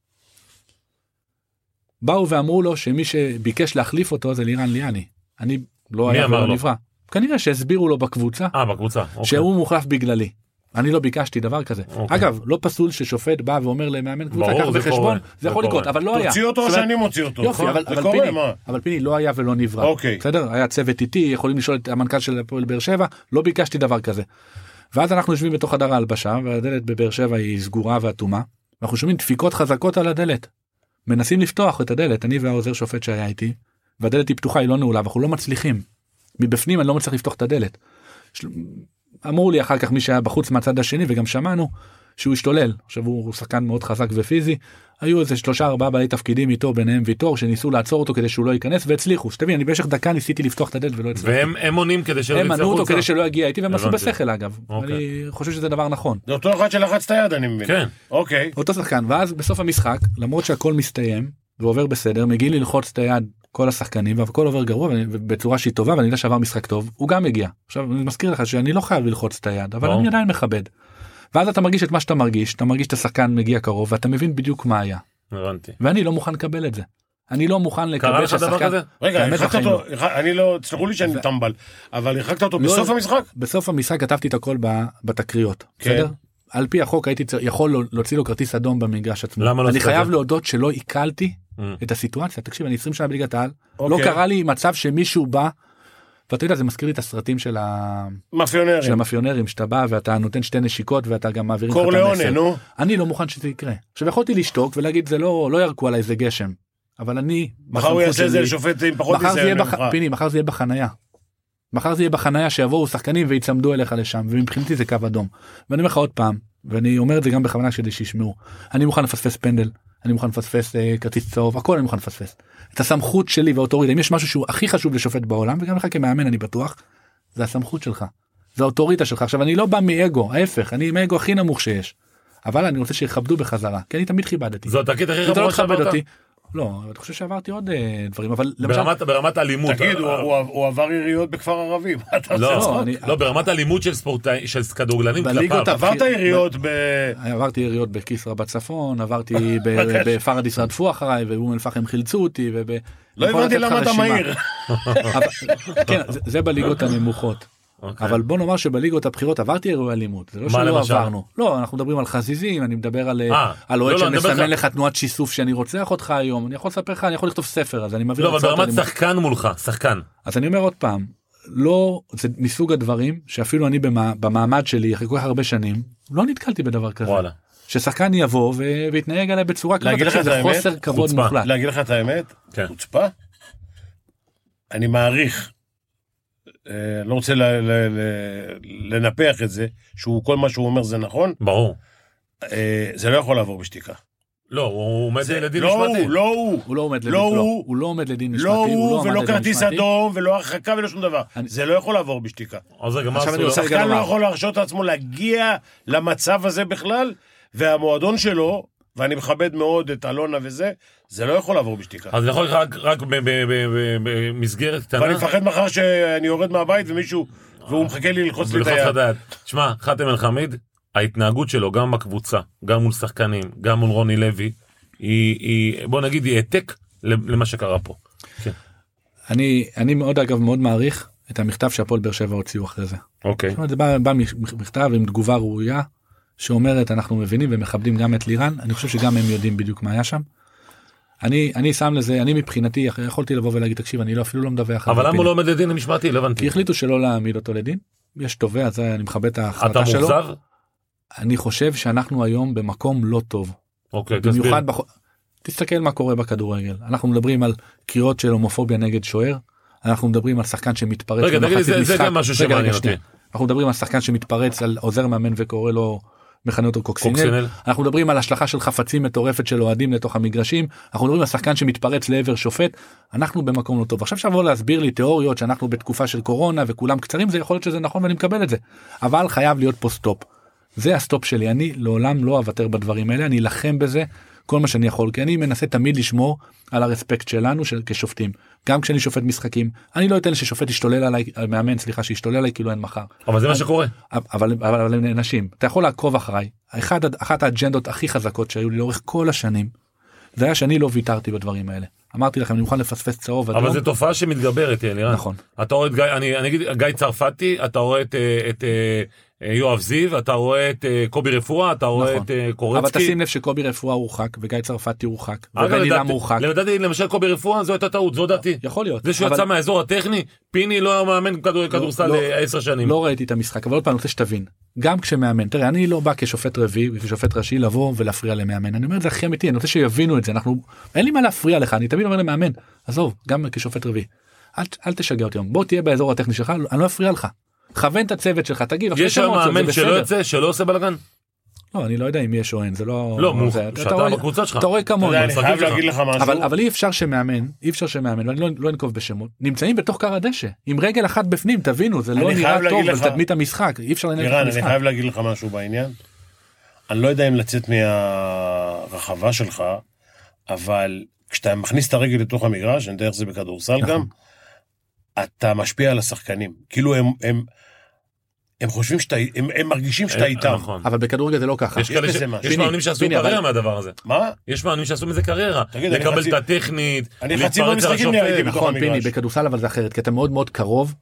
[SPEAKER 3] באו ואמרו לו שמי שביקש להחליף אותו זה לירן ליאני אני לא
[SPEAKER 1] מי
[SPEAKER 3] היה
[SPEAKER 1] אמר
[SPEAKER 3] ולא
[SPEAKER 1] לו?
[SPEAKER 3] נברא כנראה שהסבירו לו בקבוצה
[SPEAKER 1] אה, בקבוצה. אוקיי.
[SPEAKER 3] שהוא מוחלף בגללי. אני לא ביקשתי דבר כזה.
[SPEAKER 1] אוקיי.
[SPEAKER 3] אגב, לא פסול ששופט בא ואומר למאמן קבוצה,
[SPEAKER 1] ברור,
[SPEAKER 3] קח
[SPEAKER 1] זה קורה,
[SPEAKER 3] בחשבון,
[SPEAKER 1] זה
[SPEAKER 3] זה יכול
[SPEAKER 1] קורה.
[SPEAKER 3] לקרות, אבל לא היה.
[SPEAKER 2] תוציא אותו או
[SPEAKER 3] זאת אומרת,
[SPEAKER 2] שאני מוציא אותו. נכון?
[SPEAKER 3] יופי, אבל,
[SPEAKER 2] זה
[SPEAKER 3] אבל,
[SPEAKER 2] קורה,
[SPEAKER 3] פיני,
[SPEAKER 2] מה?
[SPEAKER 3] אבל פיני לא היה ולא נברא.
[SPEAKER 2] אוקיי.
[SPEAKER 3] בסדר? היה צוות איתי, יכולים לשאול את המנכ"ל של הפועל באר שבע, לא ביקשתי דבר כזה. ואז אנחנו יושבים בתוך חדר ההלבשה, והדלת בבאר שבע היא סגורה ואטומה, ואנחנו שומעים דפיקות חזקות על הדלת. מנסים לפתוח את הדלת, אני והעוזר שופט שהיה איתי, והדלת היא פתוחה, היא לא נעולה, ואנחנו לא מצליחים. מבפנים אני לא מצליח לפתוח את הדלת. של- אמרו לי אחר כך מי שהיה בחוץ מהצד השני וגם שמענו שהוא השתולל עכשיו הוא שחקן מאוד חזק ופיזי היו איזה שלושה ארבעה בעלי תפקידים איתו ביניהם ויטור שניסו לעצור אותו כדי שהוא לא ייכנס והצליחו שתבין אני במשך דקה ניסיתי לפתוח את הדלת ולא הצלחתי.
[SPEAKER 1] והם הם עונים כדי שלא
[SPEAKER 3] הם
[SPEAKER 1] יצא
[SPEAKER 3] מנעו אותו
[SPEAKER 1] החוצה?
[SPEAKER 3] כדי שלא יגיע איתי והם עשו
[SPEAKER 1] הבנתי.
[SPEAKER 3] בשכל אגב
[SPEAKER 1] אוקיי.
[SPEAKER 3] אני חושב שזה דבר נכון.
[SPEAKER 2] זה אותו אחד שלחץ את היד אני מבין.
[SPEAKER 1] כן.
[SPEAKER 2] אוקיי.
[SPEAKER 3] אותו שחקן ואז בסוף המשחק למרות שהכל מסתיים ועובר בסדר מגיעים ללחוץ את היד כל השחקנים והכל עובר גרוע ואני- ובצורה שהיא טובה ואני יודע שעבר משחק טוב הוא גם הגיע עכשיו אני מזכיר לך שאני לא חייב ללחוץ את היד אבל
[SPEAKER 1] ברור.
[SPEAKER 3] אני עדיין מכבד. ואז אתה מרגיש את מה שאתה מרגיש אתה מרגיש את השחקן מגיע קרוב ואתה מבין בדיוק מה היה
[SPEAKER 1] הבנתי.
[SPEAKER 3] ואני לא מוכן לקבל את זה. אני לא מוכן
[SPEAKER 1] קרה
[SPEAKER 3] לקבל
[SPEAKER 1] לך דבר
[SPEAKER 3] שהשחקן
[SPEAKER 1] כזה?
[SPEAKER 2] רגע,
[SPEAKER 3] באמת
[SPEAKER 2] הרחקת
[SPEAKER 3] בחיים
[SPEAKER 2] אותו, הרח- אני לא, תסלחו לי שאני טמבל, אבל הרחקת אותו
[SPEAKER 3] לא.
[SPEAKER 2] בסוף המשחק?
[SPEAKER 3] בסוף המשחק כתבתי את הכל ב- בתקריות
[SPEAKER 2] כן.
[SPEAKER 3] בסדר? על פי החוק הייתי צר- יכול לה- להוציא לו כרטיס אדום במגרש עצמו.
[SPEAKER 1] למה לא
[SPEAKER 3] אני
[SPEAKER 1] עשית את
[SPEAKER 3] חייב
[SPEAKER 1] זה?
[SPEAKER 3] להודות שלא עיכלתי
[SPEAKER 1] אה.
[SPEAKER 3] את הסיטואציה תקשיב אני 20 שנה בליגת העל לא
[SPEAKER 2] Mm. אוקיי.
[SPEAKER 3] קרה לי מצב שמישהו בא. ואתה יודע זה מזכיר לי את הסרטים של, ה... של
[SPEAKER 2] מאפיונרים.
[SPEAKER 3] המאפיונרים שאתה בא ואתה נותן שתי נשיקות ואתה גם מעביר לך את
[SPEAKER 2] קורליאונה,
[SPEAKER 3] המסר.
[SPEAKER 2] נו.
[SPEAKER 3] אני לא מוכן שזה יקרה. עכשיו יכולתי לשתוק ולהגיד זה לא לא ירקו עליי זה גשם. אבל אני
[SPEAKER 2] מחר הוא
[SPEAKER 3] בסמכות
[SPEAKER 2] יעשה את זה
[SPEAKER 3] שלי-
[SPEAKER 2] לשופט עם פחות אה.
[SPEAKER 3] מחר זה יהיה
[SPEAKER 2] ניסיון
[SPEAKER 3] בח...
[SPEAKER 2] ממך.
[SPEAKER 3] פיני מחר זה יהיה בחנייה. מחר זה יהיה בחנייה שיבואו שחקנים ויצמדו אליך לשם ומבחינתי זה קו אדום. ואני אומר לך עוד פעם ואני אומר את זה גם בכוונה כדי שישמעו אני מוכן לפספס פנדל אני מוכן לפספס אה, כרטיס צהוב הכל אני מוכן לפספס. את הסמכות שלי והאוטוריטה אם יש משהו שהוא הכי חשוב לשופט בעולם וגם לך כמאמן אני בטוח זה הסמכות שלך. זה האוטוריטה שלך עכשיו אני לא בא מאגו ההפך אני עם האגו הכי נמוך שיש. אבל אני רוצה שיכבדו בחזרה כי אני תמיד כיבדתי.
[SPEAKER 1] זו התקרית הכי
[SPEAKER 3] אתה
[SPEAKER 1] חמורה
[SPEAKER 3] לא תכבד
[SPEAKER 1] שעברת.
[SPEAKER 3] אותי. לא אבל אני חושב שעברתי עוד אה, דברים אבל למשל
[SPEAKER 1] ברמת- ברמת האלימות.
[SPEAKER 2] תגיד, הוא-
[SPEAKER 1] אה,
[SPEAKER 2] הוא- הוא עבר יריות בכפר ערבים. מה אתה רוצה
[SPEAKER 1] לא,
[SPEAKER 2] לעשות?
[SPEAKER 3] אני-
[SPEAKER 1] לא, ברמת אלימות של ספורטאים, של כדורגלנים
[SPEAKER 3] בליגות
[SPEAKER 1] כלפיו.
[SPEAKER 3] ה-
[SPEAKER 2] עברת
[SPEAKER 3] אחי,
[SPEAKER 2] יריות ב...
[SPEAKER 3] עברתי יריות בכיסרא בצפון עברתי ב- בפרדיס רדפו אחריי ובאום אל פחם חילצו אותי. וב...
[SPEAKER 2] לא
[SPEAKER 3] אני יכול
[SPEAKER 2] הבנתי
[SPEAKER 3] לתת לך
[SPEAKER 2] למה אתה
[SPEAKER 3] רשימה.
[SPEAKER 2] מהיר.
[SPEAKER 3] אבל- כן, זה- זה בליגות הנמוכות.
[SPEAKER 1] אוקיי.
[SPEAKER 3] אבל בוא נאמר שבליגות הבכירות עברתי אירועי אלימות זה לא
[SPEAKER 1] מה
[SPEAKER 3] שלא
[SPEAKER 1] למשל?
[SPEAKER 3] עברנו לא אנחנו מדברים על חזיזים אני מדבר על
[SPEAKER 1] אה,
[SPEAKER 3] אה, על אוהד
[SPEAKER 1] לא, לא, אני מדבר
[SPEAKER 3] שמסמן
[SPEAKER 1] לך-
[SPEAKER 3] לך תנועת שיסוף שאני רוצח אותך היום אני יכול לספר לך אני יכול לכתוב ספר אז אני מביא
[SPEAKER 1] לא, אבל
[SPEAKER 3] הרצאות
[SPEAKER 1] ברמת
[SPEAKER 3] אלימות.
[SPEAKER 1] שחקן מולך, שחקן.
[SPEAKER 3] אז אני אומר עוד פעם לא זה מסוג הדברים שאפילו אני במע, במעמד שלי אחרי כל כך הרבה שנים לא נתקלתי בדבר כזה
[SPEAKER 1] וואלה.
[SPEAKER 3] ששחקן יבוא ו... ויתנהג עליי בצורה כזאת
[SPEAKER 2] להגיד לך
[SPEAKER 3] תקשיב,
[SPEAKER 2] את
[SPEAKER 3] זה
[SPEAKER 2] האמת? לא.
[SPEAKER 3] חוסר כבוד
[SPEAKER 1] חוצפה.
[SPEAKER 3] מוחלט
[SPEAKER 2] להגיד לך את האמת?
[SPEAKER 1] כן.
[SPEAKER 2] חוצפה? אני מעריך, אה, לא רוצה ל- ל- ל- לנפח את זה, שהוא כל מה שהוא אומר זה נכון,
[SPEAKER 1] ברור.
[SPEAKER 2] אה, זה לא יכול לעבור בשתיקה.
[SPEAKER 1] לא, הוא עומד
[SPEAKER 2] זה-
[SPEAKER 1] לדין
[SPEAKER 2] לא
[SPEAKER 1] משמעתי.
[SPEAKER 2] הוא, לא הוא.
[SPEAKER 3] הוא לא עומד
[SPEAKER 2] לא
[SPEAKER 3] לדין לא,
[SPEAKER 2] הוא-
[SPEAKER 3] הוא לא עומד לדין משמעתי
[SPEAKER 2] לא הוא
[SPEAKER 3] עמד
[SPEAKER 2] ולא
[SPEAKER 3] לדין
[SPEAKER 2] כרטיס
[SPEAKER 3] משמעתי.
[SPEAKER 2] אדום ולא הרחקה ולא שום דבר.
[SPEAKER 3] אני-
[SPEAKER 2] זה לא יכול לעבור בשתיקה.
[SPEAKER 1] אז רגע, מה
[SPEAKER 3] עכשיו
[SPEAKER 1] עשו
[SPEAKER 3] אני
[SPEAKER 1] לו?
[SPEAKER 3] רוצה רגע
[SPEAKER 2] שחקן לא
[SPEAKER 3] לומר.
[SPEAKER 2] יכול להרשות לעצמו להגיע למצב הזה בכלל, והמועדון שלו, ואני מכבד מאוד את אלונה וזה, זה לא יכול לעבור בשתיקה.
[SPEAKER 1] אז אני יכול להגיד לך רק- רק ב- ב- ב- ב- במסגרת קטנה.
[SPEAKER 2] ואני מפחד מחר שאני יורד מהבית ומישהו, והוא מחכה לי ללחוץ לי את
[SPEAKER 1] ולחוץ לך את
[SPEAKER 2] היד.
[SPEAKER 1] היד. תשמע, חאתם אל-חמיד, ההתנהגות שלו, גם בקבוצה, גם מול שחקנים, גם מול רוני לוי, היא, היא- בוא נגיד, היא העתק למה שקרה פה.
[SPEAKER 3] אני אני מאוד אגב מאוד מעריך את המכתב שהפועל באר שבע הוציאו אחרי זה.
[SPEAKER 1] אוקיי.
[SPEAKER 3] זאת אומרת, זה בא, בא מכ- מכתב עם תגובה ראויה שאומרת אנחנו מבינים ומכבדים גם את לירן אני חושב שגם הם יודעים בדיוק מה היה שם. אני אני שם לזה אני מבחינתי אחרי- יכולתי לבוא ולהגיד תקשיב אני לא אפילו לא מדווח. על
[SPEAKER 1] אבל למה
[SPEAKER 3] הפיני."
[SPEAKER 1] הוא לא עומד לדין משמעתי? לא
[SPEAKER 3] כי
[SPEAKER 1] הבנתי.
[SPEAKER 3] החליטו שלא להעמיד אותו לדין. יש תובע זה אני מכבד את
[SPEAKER 1] אתה
[SPEAKER 3] ההחלטה שלו.
[SPEAKER 1] מאוכזב?
[SPEAKER 3] אני חושב שאנחנו היום במקום לא טוב.
[SPEAKER 1] אוקיי, תסביר.
[SPEAKER 3] במיוחד בח... תסתכל מה קורה בכדורגל אנחנו מדברים על קריאות של הומופוביה נגד שוער אנחנו מדברים על שחקן שמתפרץ
[SPEAKER 1] רגע, תגיד,
[SPEAKER 3] במחצית
[SPEAKER 1] זה- זה
[SPEAKER 3] משחק.
[SPEAKER 1] גם משהו
[SPEAKER 3] רגע, רגע,
[SPEAKER 1] שמעניין
[SPEAKER 3] שנייה.
[SPEAKER 1] אותי.
[SPEAKER 3] אנחנו מדברים על שחקן שמתפרץ על עוזר מאמן וקורא לו מכנה אותו קוקסינל
[SPEAKER 1] קוקסינל.
[SPEAKER 3] אנחנו מדברים על השלכה של חפצים מטורפת של אוהדים לתוך המגרשים אנחנו מדברים על שחקן שמתפרץ לעבר שופט אנחנו במקום לא טוב עכשיו שיבואו להסביר לי תיאוריות שאנחנו בתקופה של קורונה וכולם קצרים זה יכול להיות שזה נכון ואני מקבל את זה אבל חייב להיות פה סטופ. זה הסטופ שלי אני לעולם לא אוותר בדברים האלה אני אלחם בזה כל מה שאני יכול כי אני מנסה תמיד לשמור על הרספקט שלנו של, כשופטים גם כשאני שופט משחקים אני לא אתן ששופט ישתולל עליי אה, מאמן סליחה שישתולל עליי כאילו אין מחר.
[SPEAKER 1] אבל זה מה שקורה.
[SPEAKER 3] אבל, אבל, אבל הם נענשים אתה יכול לעקוב אחריי אחד, אחת האג'נדות הכי חזקות שהיו לי לאורך כל השנים. זה היה שאני לא ויתרתי בדברים האלה אמרתי לכם אני מוכן לפספס צהוב אדום.
[SPEAKER 1] אבל זו תופעה שמתגברת, אה, לירן.
[SPEAKER 3] נכון.
[SPEAKER 1] אתה רואה את גיא, אני אני אגיד, גיא צרפתי, אתה רואה את אה, את, אה, אה, יואב זיו, אתה רואה את אה, קובי רפואה, אתה רואה
[SPEAKER 3] נכון.
[SPEAKER 1] את אה,
[SPEAKER 3] אבל
[SPEAKER 1] קורצקי.
[SPEAKER 3] תשים לב שקובי רפואה הורחק וגיא צרפתי הורחק
[SPEAKER 1] אגב,
[SPEAKER 3] ובן עילם
[SPEAKER 1] לדעתי-
[SPEAKER 3] הורחק.
[SPEAKER 1] לדעתי, למשל קובי רפואה, זו הייתה טעות, זו דעתי.
[SPEAKER 3] יכול להיות
[SPEAKER 1] זה שהוא
[SPEAKER 3] אבל-
[SPEAKER 1] יצא מהאזור הטכני, פיני לא היה מאמן כדור- כדורסל
[SPEAKER 3] לא.
[SPEAKER 1] אה, עשר שנים.
[SPEAKER 3] לא ראיתי את המשחק אבל עוד פעם אני רוצה שתבין גם כשמאמן תראה אני לא בא כשופט רביעי כשופט ראשי לבוא ולהפריע למאמן אני אומר את זה הכי אמיתי אני רוצה שיבינו את זה אנחנו אין לי מה להפריע לך אני תמיד אומר למאמן עזוב גם כשופט רביעי אל, אל תשגע אותי בוא תהיה באזור הטכני שלך אני לא אפריע לך. כוון את הצוות שלך תגיב אחרי
[SPEAKER 1] יש
[SPEAKER 3] שהם
[SPEAKER 1] היום
[SPEAKER 3] רוצים, זה
[SPEAKER 1] מאמן שלא
[SPEAKER 3] בסדר.
[SPEAKER 1] יוצא, שלא עושה בלאגן?
[SPEAKER 3] לא אני לא יודע אם יש או אין זה לא
[SPEAKER 1] לא, מו-
[SPEAKER 3] זה- אתה-
[SPEAKER 1] שאתה
[SPEAKER 3] אתה רואה-
[SPEAKER 1] בקבוצה שלך.
[SPEAKER 3] אתה רואה
[SPEAKER 2] אתה
[SPEAKER 3] כמוני
[SPEAKER 2] יודע, אני
[SPEAKER 1] במשחקים
[SPEAKER 2] חייב
[SPEAKER 1] שלך.
[SPEAKER 2] להגיד לך משהו.
[SPEAKER 3] אבל אבל אי אפשר שמאמן אי אפשר שמאמן ואני לא, לא אנקוב בשמות נמצאים בתוך כר הדשא עם רגל אחת בפנים תבינו זה לא
[SPEAKER 2] אני
[SPEAKER 3] נראה
[SPEAKER 2] חייב
[SPEAKER 3] טוב
[SPEAKER 2] להגיד לך-
[SPEAKER 3] בתדמית המשחק אי אפשר לנהל
[SPEAKER 2] לירן,
[SPEAKER 3] את
[SPEAKER 2] אני
[SPEAKER 3] המשחק.
[SPEAKER 2] חייב להגיד לך משהו בעניין. אני לא יודע אם לצאת מהרחבה שלך, אבל כשאתה מכניס את הרגל לתוך המגרש, אני יודע איך זה בכדורסל
[SPEAKER 3] נכון.
[SPEAKER 2] גם, אתה משפיע על השחקנים. כאילו הם, הם, הם חושבים שאתה, הם, הם מרגישים שאתה
[SPEAKER 1] אה,
[SPEAKER 2] איתם.
[SPEAKER 1] נכון.
[SPEAKER 3] אבל בכדורגל זה לא ככה.
[SPEAKER 1] יש כאלה
[SPEAKER 2] יש
[SPEAKER 1] ש-
[SPEAKER 2] בזה משהו.
[SPEAKER 1] יש מאמנים שעשו
[SPEAKER 3] פיני, אבל-
[SPEAKER 1] קריירה מהדבר הזה.
[SPEAKER 2] מה?
[SPEAKER 1] יש מאמנים שעשו מזה קריירה.
[SPEAKER 2] תגיד, אני
[SPEAKER 1] לקבל
[SPEAKER 2] חצי-
[SPEAKER 1] את הטכנית,
[SPEAKER 2] אני חצי במשחקים
[SPEAKER 1] השופט.
[SPEAKER 2] נהייתי בתוך
[SPEAKER 3] נכון פיני
[SPEAKER 2] המגרש.
[SPEAKER 3] בכדורסל אבל זה אחרת כי אתה מאוד מאוד קרוב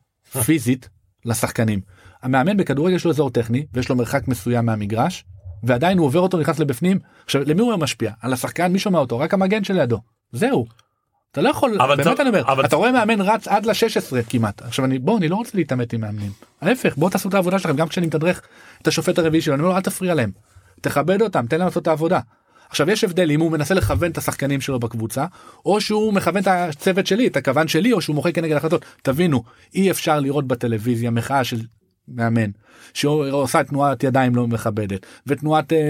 [SPEAKER 3] פיזית לשחקנים. המאמן בכדורגל יש לו אזור טכני ויש לו מרחק מסוים מהמגרש ועדיין הוא עובר אותו נכנס לבפנים עכשיו למי הוא משפיע על השחקן מי שומע אותו רק המגן שלידו זהו. אתה לא יכול
[SPEAKER 1] אבל
[SPEAKER 3] באמת
[SPEAKER 1] צר-
[SPEAKER 3] אני אומר
[SPEAKER 1] אבל-
[SPEAKER 3] אתה רואה מאמן רץ עד ל-16 כמעט עכשיו אני בוא אני לא רוצה להתעמת עם מאמנים ההפך בוא תעשו את העבודה שלכם גם כשאני מתדרך את השופט הרביעי שלו אני אומר לו אל תפריע להם תכבד אותם תן להם לעשות את העבודה. עכשיו יש הבדל אם הוא מנסה לכוון את השחקנים שלו בקבוצה או שהוא מכוון את הצוות שלי את הכוון שלי או שהוא מוחא כנגד החלטות תבינו אי אפשר לראות בטלוויזיה מחאה של מאמן שעושה תנועת ידיים לא מכבדת ותנועת אה,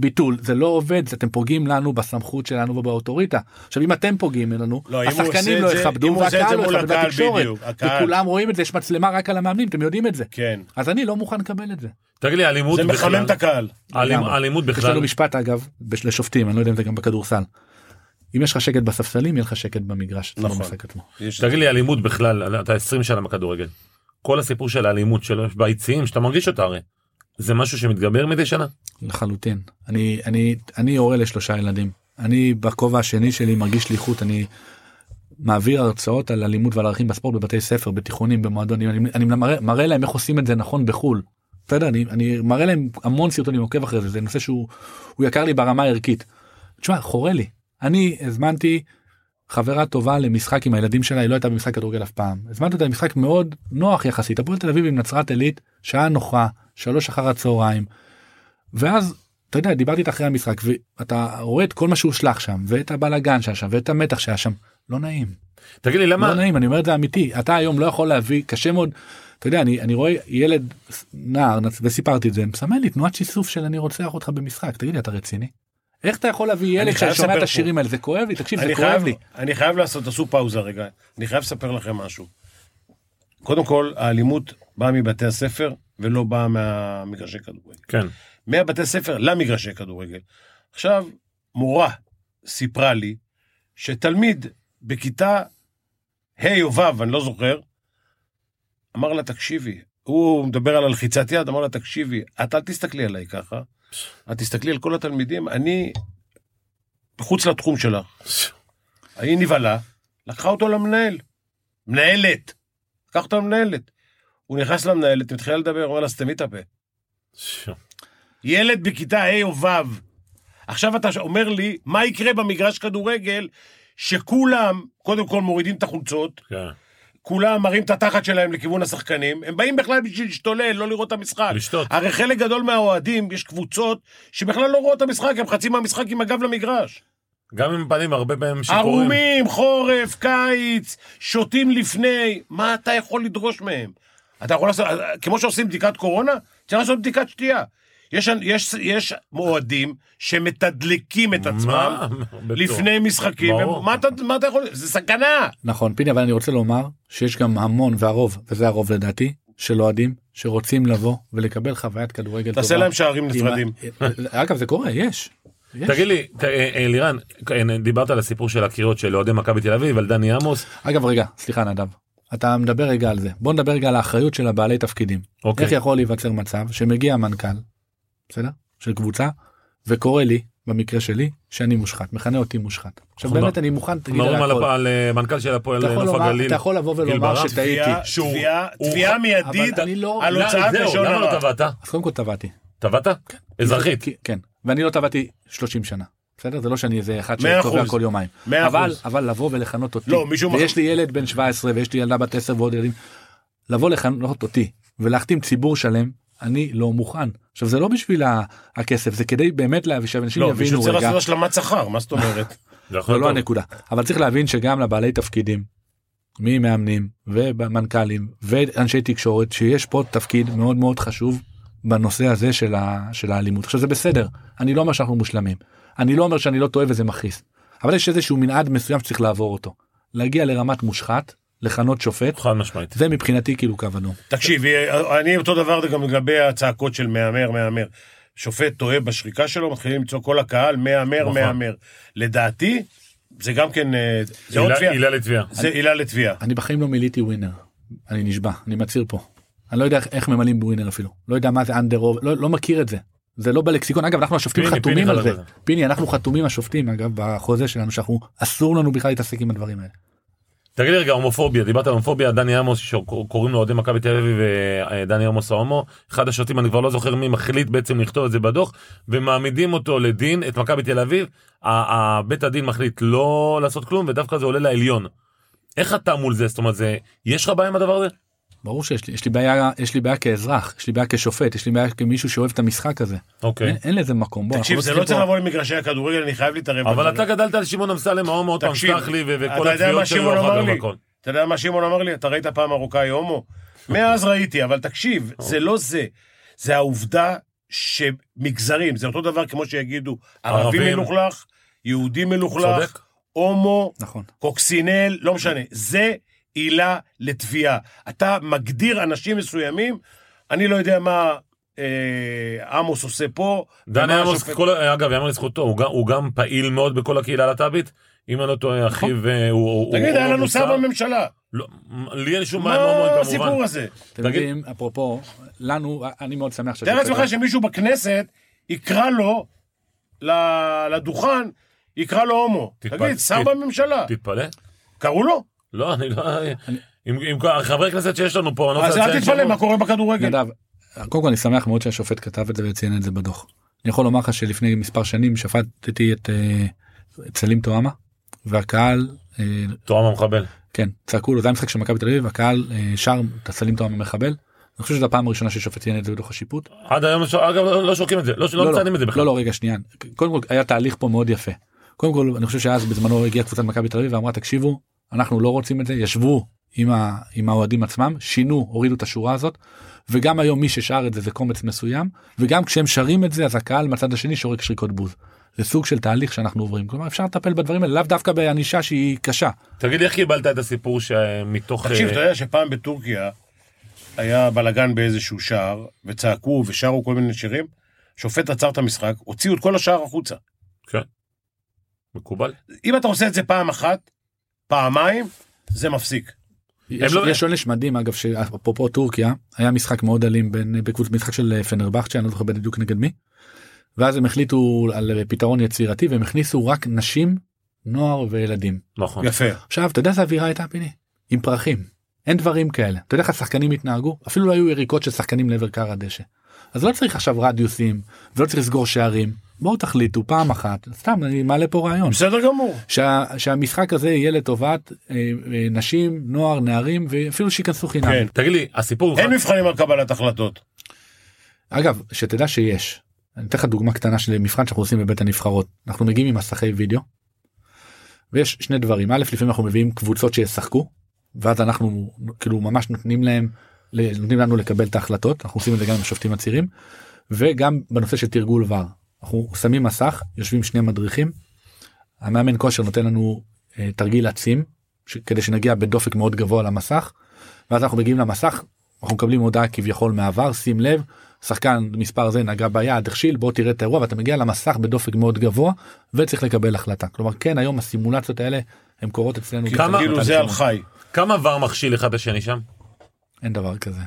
[SPEAKER 3] ביטול זה לא עובד אתם פוגעים לנו בסמכות שלנו ובאוטוריטה עכשיו אם אתם פוגעים לנו
[SPEAKER 2] לא, אם הוא עושה
[SPEAKER 3] השחקנים
[SPEAKER 2] את
[SPEAKER 3] לא
[SPEAKER 2] זה- אם
[SPEAKER 3] יכבדו
[SPEAKER 2] הוא עושה את
[SPEAKER 3] והקהל
[SPEAKER 2] זה
[SPEAKER 3] לא
[SPEAKER 2] מול
[SPEAKER 3] יכבד
[SPEAKER 2] הקהל,
[SPEAKER 3] בתקשורת
[SPEAKER 2] בדיוק, הקהל.
[SPEAKER 3] וכולם רואים את זה יש מצלמה רק על המאמנים אתם יודעים את זה
[SPEAKER 2] כן.
[SPEAKER 3] אז אני לא מוכן לקבל את זה.
[SPEAKER 1] תגיד לי, אלימות
[SPEAKER 2] זה מחמם
[SPEAKER 1] בכלל,
[SPEAKER 2] את הקהל.
[SPEAKER 1] אלימ-
[SPEAKER 3] לגמרי.
[SPEAKER 1] אלימות
[SPEAKER 3] יש לנו
[SPEAKER 1] בכלל,
[SPEAKER 3] משפט אגב בש- לשופטים אני לא יודע אם זה גם בכדורסל. אם יש לך שקט בספסלים יהיה לך שקט במגרש. זה לא
[SPEAKER 2] נכון.
[SPEAKER 3] משחק עצמו.
[SPEAKER 2] יש-
[SPEAKER 1] תגיד לי, אלימות בכלל, אתה 20 שנה בכדורגל. כל הסיפור של האלימות שלו ביציעים, שאתה מרגיש אותה הרי. זה משהו שמתגבר מדי שנה?
[SPEAKER 3] לחלוטין. אני אני אני הורה לשלושה ילדים. אני בכובע השני שלי מרגיש שליחות אני מעביר הרצאות על אלימות ועל ערכים בספורט בבתי ספר בתיכונים במועדונים אני, אני מראה, מראה להם איך עושים את זה נכון בחו"ל. בסדר אני, אני מראה להם המון סרטונים עוקב אחרי זה זה נושא שהוא הוא יקר לי ברמה הערכית. תשמע חורה לי אני הזמנתי חברה טובה למשחק עם הילדים שלה היא לא הייתה במשחק כדורגל אף פעם הזמנתי אותה למשחק מאוד נוח יחסית הפועל תל אביב עם נצרת עילית שעה נוחה שלוש אחר הצהריים. ואז אתה יודע דיברתי איתה אחרי המשחק ואתה רואה את כל מה שהושלך שם ואת הבלאגן שהיה שם ואת המתח שהיה שם לא נעים.
[SPEAKER 1] תגיד לי,
[SPEAKER 3] לא
[SPEAKER 1] למה...
[SPEAKER 3] נעים אני אומר את זה אמיתי אתה היום לא יכול להביא קשה מאוד. אתה יודע אני אני רואה ילד נער נצ- וסיפרתי את זה מסמן לי תנועת שיסוף של אני רוצח אותך במשחק תגיד לי אתה רציני. איך אתה יכול להביא
[SPEAKER 2] אני
[SPEAKER 3] ילד
[SPEAKER 2] חייב
[SPEAKER 3] ששומע את
[SPEAKER 2] לספר
[SPEAKER 3] השירים האלה זה כואב לי תקשיב זה
[SPEAKER 2] אני
[SPEAKER 3] כואב
[SPEAKER 2] חייב,
[SPEAKER 3] לי.
[SPEAKER 2] אני חייב לעשות, תעשו פאוזה רגע. אני חייב לספר לכם משהו. קודם כל, האלימות באה מבתי הספר ולא באה מהמגרשי כדורגל.
[SPEAKER 1] כן,
[SPEAKER 2] מהבתי ספר למגרשי כדורגל. עכשיו, מורה סיפרה לי שתלמיד בכיתה ה' או ו', אני לא זוכר, אמר לה, תקשיבי, הוא מדבר על הלחיצת יד, אמר לה, תקשיבי, את אל תסתכלי עליי ככה, את תסתכלי על כל התלמידים, אני מחוץ לתחום שלך. היא נבהלה, לקחה אותו למנהל. מנהלת. לקח אותו למנהלת. הוא נכנס למנהלת, מתחילה לדבר, אומר לה, סתמי את הפה.
[SPEAKER 1] ש-
[SPEAKER 2] ילד בכיתה ה' או ו'. עכשיו אתה אומר לי, מה יקרה במגרש כדורגל שכולם, קודם כל מורידים את החולצות,
[SPEAKER 1] כן.
[SPEAKER 2] כולם מרים את התחת שלהם לכיוון השחקנים, הם באים בכלל בשביל להשתולל, לא לראות את המשחק.
[SPEAKER 1] לשתות.
[SPEAKER 2] הרי חלק גדול מהאוהדים, יש קבוצות שבכלל לא רואות את המשחק, הם חצי מהמשחק עם הגב למגרש.
[SPEAKER 1] גם עם פנים הרבה פעמים שיכורים.
[SPEAKER 2] ערומים, חורף, קיץ, שותים לפני, מה אתה יכול לדרוש מהם? אתה יכול לעשות, כמו שעושים בדיקת קורונה, צריך לעשות בדיקת שתייה. יש, יש, יש מועדים שמתדלקים את עצמם
[SPEAKER 1] מה? בטוח.
[SPEAKER 2] לפני משחקים,
[SPEAKER 1] ברור.
[SPEAKER 2] הם- מה אתה, מה אתה יכול, זה סכנה.
[SPEAKER 3] נכון פיני אבל אני רוצה לומר שיש גם המון והרוב וזה הרוב לדעתי של אוהדים שרוצים לבוא ולקבל חוויית כדורגל טובה.
[SPEAKER 2] תעשה להם שערים
[SPEAKER 3] עם ה- אה,
[SPEAKER 2] נפרדים.
[SPEAKER 3] אגב זה קורה יש. יש.
[SPEAKER 1] תגיד לי, ת- אה, אה, לירן, כן, דיברת על הסיפור של הקריאות של אוהדי מכבי תל אביב, על דני עמוס.
[SPEAKER 3] אגב רגע סליחה נדב אתה מדבר רגע על זה בוא נדבר רגע על האחריות של הבעלי תפקידים
[SPEAKER 1] אוקיי.
[SPEAKER 3] איך יכול להיווצר מצב שמגיע מנכ"ל בסדר של קבוצה וקורא לי במקרה שלי שאני מושחת מכנה אותי מושחת עכשיו
[SPEAKER 1] אנחנו
[SPEAKER 3] באמת אני מוכן תגיד
[SPEAKER 1] מדברים
[SPEAKER 3] על
[SPEAKER 1] על
[SPEAKER 3] הכל.
[SPEAKER 1] הפ- על אה, מנכ"ל של הפועל
[SPEAKER 3] אתה יכול
[SPEAKER 1] נוף
[SPEAKER 3] לומר-
[SPEAKER 1] הגליל.
[SPEAKER 3] אתה יכול לבוא
[SPEAKER 1] גיל
[SPEAKER 3] ולומר
[SPEAKER 1] ברק.
[SPEAKER 3] שטעיתי
[SPEAKER 2] תביעה-
[SPEAKER 1] שהוא-
[SPEAKER 2] תביעה-
[SPEAKER 1] הוא-
[SPEAKER 2] תביעה מיידית
[SPEAKER 3] אבל אני לא-
[SPEAKER 2] על
[SPEAKER 1] לא,
[SPEAKER 2] הוצאת
[SPEAKER 1] זהו,
[SPEAKER 2] לשון
[SPEAKER 1] למה לא
[SPEAKER 2] הרע.
[SPEAKER 1] טבעת?
[SPEAKER 3] אז קודם כל טבעתי
[SPEAKER 1] טבעת? אזרחית.
[SPEAKER 3] כי- כן ואני לא טבעתי 30 שנה בסדר זה לא שאני איזה אחד
[SPEAKER 2] מאה
[SPEAKER 3] שקובע
[SPEAKER 2] אחוז.
[SPEAKER 3] כל יומיים
[SPEAKER 2] מאה
[SPEAKER 3] אבל
[SPEAKER 2] אחוז.
[SPEAKER 3] אבל לבוא ולכנות אותי
[SPEAKER 2] לא, מישהו מח-
[SPEAKER 3] ויש לי ילד בן 17 ויש לי ילדה בת 10 ועוד ילדים לבוא לכנות אותי ולהחתים ציבור שלם אני לא מוכן עכשיו זה לא בשביל ה- הכסף זה כדי באמת להביא שאנשים
[SPEAKER 2] לא, מישהו
[SPEAKER 3] יבינו
[SPEAKER 2] צריך
[SPEAKER 3] רגע
[SPEAKER 2] לעשות השלמת שכר, מה זאת אומרת?
[SPEAKER 1] זה יכול
[SPEAKER 3] זה לא
[SPEAKER 1] להיות
[SPEAKER 3] הנקודה אבל צריך להבין שגם לבעלי תפקידים. ממאמנים ומנכ"לים ואנשי תקשורת שיש פה תפקיד מאוד מאוד חשוב בנושא הזה של, ה, של האלימות עכשיו זה בסדר אני לא אומר שאנחנו מושלמים אני לא אומר שאני לא טועה וזה מכעיס אבל יש איזשהו מנעד מסוים שצריך לעבור אותו להגיע לרמת מושחת לכנות שופט
[SPEAKER 1] טוב. חד משמעית.
[SPEAKER 3] זה מבחינתי כאילו קו אדום
[SPEAKER 2] תקשיב, אה, אני אותו דבר גם לגבי הצעקות של מהמר, מהמר. שופט טועה בשריקה שלו, מתחילים למצוא כל הקהל, מהמר,
[SPEAKER 1] נכון.
[SPEAKER 2] מהמר. לדעתי, זה גם כן, אה, זה עוד
[SPEAKER 1] עילה-
[SPEAKER 2] תביעה,
[SPEAKER 1] עילה לתביעה.
[SPEAKER 2] זה עילה לתביעה.
[SPEAKER 3] אני בחיים לא מילאתי ווינר אני נשבע אני מצהיר פה אני לא יודע איך- איך ממלאים בווינר אפילו לא יודע מה זה אנדר אוב לא לא מכיר את זה זה לא בלקסיקון אגב אנחנו השופטים
[SPEAKER 1] פיני,
[SPEAKER 3] חתומים
[SPEAKER 1] פיני
[SPEAKER 3] על זה
[SPEAKER 1] חלק על
[SPEAKER 3] פיני אנחנו חתומים השופטים אגב בחוזה שלנו שאנחנו אסור לנו בכלל להתעסק עם הדברים האלה.
[SPEAKER 1] תגיד לי רגע, הומופוביה, דיברת על הומופוביה, דני עמוס, שקוראים לו אוהדי מכבי תל אביב, אה, דני עמוס ההומו, אחד השופטים, אני כבר לא זוכר מי מחליט בעצם לכתוב את זה בדוח, ומעמידים אותו לדין, את מכבי תל אביב, ה- ה- בית הדין מחליט לא לעשות כלום, ודווקא זה עולה לעליון. איך אתה מול זה? זאת אומרת, זה, יש לך בעיה עם הדבר הזה?
[SPEAKER 3] ברור שיש לי, יש לי בעיה, יש לי בעיה כאזרח, יש לי בעיה כשופט, יש לי בעיה כמישהו שאוהב את המשחק הזה. אין,
[SPEAKER 1] אוקיי.
[SPEAKER 3] אין לזה מקום. בוא,
[SPEAKER 2] כן. תקשיב,
[SPEAKER 3] אנחנו
[SPEAKER 2] זה
[SPEAKER 3] צריכים
[SPEAKER 2] לא צריך
[SPEAKER 3] פה-
[SPEAKER 2] לבוא למגרשי הכדורגל, אני חייב להתערב.
[SPEAKER 1] אבל
[SPEAKER 2] בזה.
[SPEAKER 1] אתה גדלת על שמעון אמסלם, ההומו, עוד פעם
[SPEAKER 2] תקשיב,
[SPEAKER 1] סלח לי, ו- וכל
[SPEAKER 2] אתה יודע מה
[SPEAKER 1] התביעות שלו
[SPEAKER 2] שמעון אמר
[SPEAKER 1] אחר כך
[SPEAKER 2] לי?
[SPEAKER 1] והכל.
[SPEAKER 2] אתה יודע מה שמעון אמר לי? אתה ראית פעם מרוקאי הומו? מאז ראיתי, אבל תקשיב, זה לא זה. זה העובדה שמגזרים, זה אותו דבר כמו שיגידו, ערבי
[SPEAKER 1] ערבים.
[SPEAKER 2] מלוכלך, יהודי מלוכלך,
[SPEAKER 1] צודק.
[SPEAKER 2] הומו,
[SPEAKER 3] נכון.
[SPEAKER 2] קוקסינל, לא משנה. זה עילה לתביעה. אתה מגדיר אנשים מסוימים, אני לא יודע מה אה, עמוס עושה פה.
[SPEAKER 1] דני
[SPEAKER 2] ומה
[SPEAKER 1] עמוס,
[SPEAKER 2] השופט-
[SPEAKER 1] כל- אגב, יאמר לזכותו, הוא גם- הוא גם פעיל מאוד בכל הקהילה הלהט"בית. אם אני לא טועה, אחיו, אה, הוא- הוא...
[SPEAKER 2] נכון. תגיד,
[SPEAKER 1] הוא-
[SPEAKER 2] היה
[SPEAKER 1] הוא
[SPEAKER 2] לנו שר
[SPEAKER 1] מוצא-
[SPEAKER 2] בממשלה.
[SPEAKER 1] לא, לי אין שום בעיה עם הומואים
[SPEAKER 2] מה
[SPEAKER 1] כמובן.
[SPEAKER 2] הסיפור הזה?
[SPEAKER 3] אתם
[SPEAKER 1] תגיד-
[SPEAKER 3] יודעים, אפרופו, לנו, אני מאוד שמח שזה...
[SPEAKER 2] תאר
[SPEAKER 3] קורה.
[SPEAKER 2] לעצמך שמישהו בכנסת יקרא לו ל- לדוכן, יקרא לו הומו.
[SPEAKER 1] תתפ-
[SPEAKER 2] תגיד, שר
[SPEAKER 1] ת-
[SPEAKER 2] בממשלה,
[SPEAKER 1] תתפלא.
[SPEAKER 2] קראו לו?
[SPEAKER 1] לא, אני לא... עם עם כל חברי כנסת שיש לנו פה, אני לא
[SPEAKER 2] אז
[SPEAKER 1] רוצה
[SPEAKER 2] אל
[SPEAKER 1] לציין
[SPEAKER 2] תתפלא
[SPEAKER 1] שמות.
[SPEAKER 2] מה קורה בכדורגל.
[SPEAKER 3] נדב, קודם כל אני שמח מאוד שהשופט כתב את זה וציין את זה בדוח. אני יכול לומר לך שלפני מספר שנים שפטתי את אה, את סלים טועמה והקהל אה,
[SPEAKER 1] תואם המחבל.
[SPEAKER 3] כן צעקו לו זה המשחק של מכבי תל אביב הקהל אה, שר את הסלים טועמה מחבל. אני חושב שזו הפעם הראשונה ששופט ציין את זה בדוח השיפוט.
[SPEAKER 1] עד היום, לא ש- אגב, לא לא שורקים את זה, לא- לא מציינים את זה בכלל.
[SPEAKER 3] לא לא רגע שנייה קודם כל היה תהליך פה מאוד יפה. קודם כל אני חושב שאז בזמנו הגיעה קבוצת מכבי תל אביב ואמרה תקשיבו אנחנו לא רוצים את זה ישבו עם, ה, עם האוהדים עצמם שינו הורידו את השורה הזאת וגם היום מי ששר את זה זה קומץ מסוים וגם כשהם שרים את זה אז הקהל מהצד השני שורק שריקות בוז. זה סוג של תהליך שאנחנו עוברים כלומר אפשר לטפל בדברים האלה לאו דווקא בענישה שהיא קשה.
[SPEAKER 1] תגיד לי, איך קיבלת את הסיפור שמתוך...
[SPEAKER 2] תקשיב,
[SPEAKER 1] אה,
[SPEAKER 2] אתה יודע שפעם בטורקיה היה בלגן באיזשהו שער, וצעקו ושרו כל מיני שירים, שופט עצר את המשחק, הוציאו את כל השער החוצה.
[SPEAKER 1] מקובל?
[SPEAKER 2] אם אתה עושה את זה פעם אחת, פעמיים, זה מפסיק.
[SPEAKER 3] יש
[SPEAKER 1] לא-
[SPEAKER 3] יש עונש מדהים אגב שאפרופו טורקיה היה משחק מאוד אלים בין בקבוצ משחק של אה, פנרבכצ'ה אני לא זוכר בדיוק נגד מי. ואז הם החליטו על אה, פתרון יצירתי והם הכניסו רק נשים נוער וילדים.
[SPEAKER 1] נכון.
[SPEAKER 2] יפה.
[SPEAKER 3] עכשיו אתה יודע איזה אווירה הייתה פיני? עם פרחים אין דברים כאלה אתה יודע איך השחקנים התנהגו אפילו לא היו יריקות של שחקנים לעבר קר הדשא. אז לא צריך עכשיו רדיוסים ולא צריך לסגור שערים בואו תחליטו פעם אחת סתם אני מעלה פה רעיון.
[SPEAKER 2] בסדר גמור.
[SPEAKER 3] שה, שהמשחק הזה יהיה לטובת אה, אה, נשים, נוער, נערים ואפילו שייכנסו חינם.
[SPEAKER 2] כן.
[SPEAKER 1] תגיד לי, הסיפור...
[SPEAKER 2] אין
[SPEAKER 1] בכלל-
[SPEAKER 2] מבחנים על קבלת החלטות.
[SPEAKER 3] אגב, שתדע שיש. אני אתן לך דוגמה קטנה של מבחן שאנחנו עושים בבית הנבחרות. אנחנו מגיעים עם מסכי וידאו. ויש שני דברים א' לפעמים אנחנו מביאים קבוצות שישחקו ואז אנחנו כאילו ממש נותנים להם ל- נותנים לנו לקבל את ההחלטות אנחנו עושים את זה גם עם השופטים הצעירים וגם בנושא של תרגול ור אנחנו שמים מסך יושבים שני מדריכים. המאמן כושר נותן לנו אה, תרגיל עצים ש- כדי שנגיע בדופק מאוד גבוה למסך ואז אנחנו מגיעים למסך אנחנו מקבלים הודעה כביכול מהעבר שים לב שחקן מספר זה נגע ביד הכשיל בוא תראה את האירוע ואתה מגיע למסך בדופק מאוד גבוה וצריך לקבל החלטה כלומר כן היום הסימולציות האלה הן קורות אצלנו
[SPEAKER 1] כמה-
[SPEAKER 2] כאילו
[SPEAKER 3] כתוצאה
[SPEAKER 2] זה
[SPEAKER 3] לשימוש.
[SPEAKER 2] על חי.
[SPEAKER 1] כמה ור מכשיל אחד את השני שם?
[SPEAKER 3] אין דבר כזה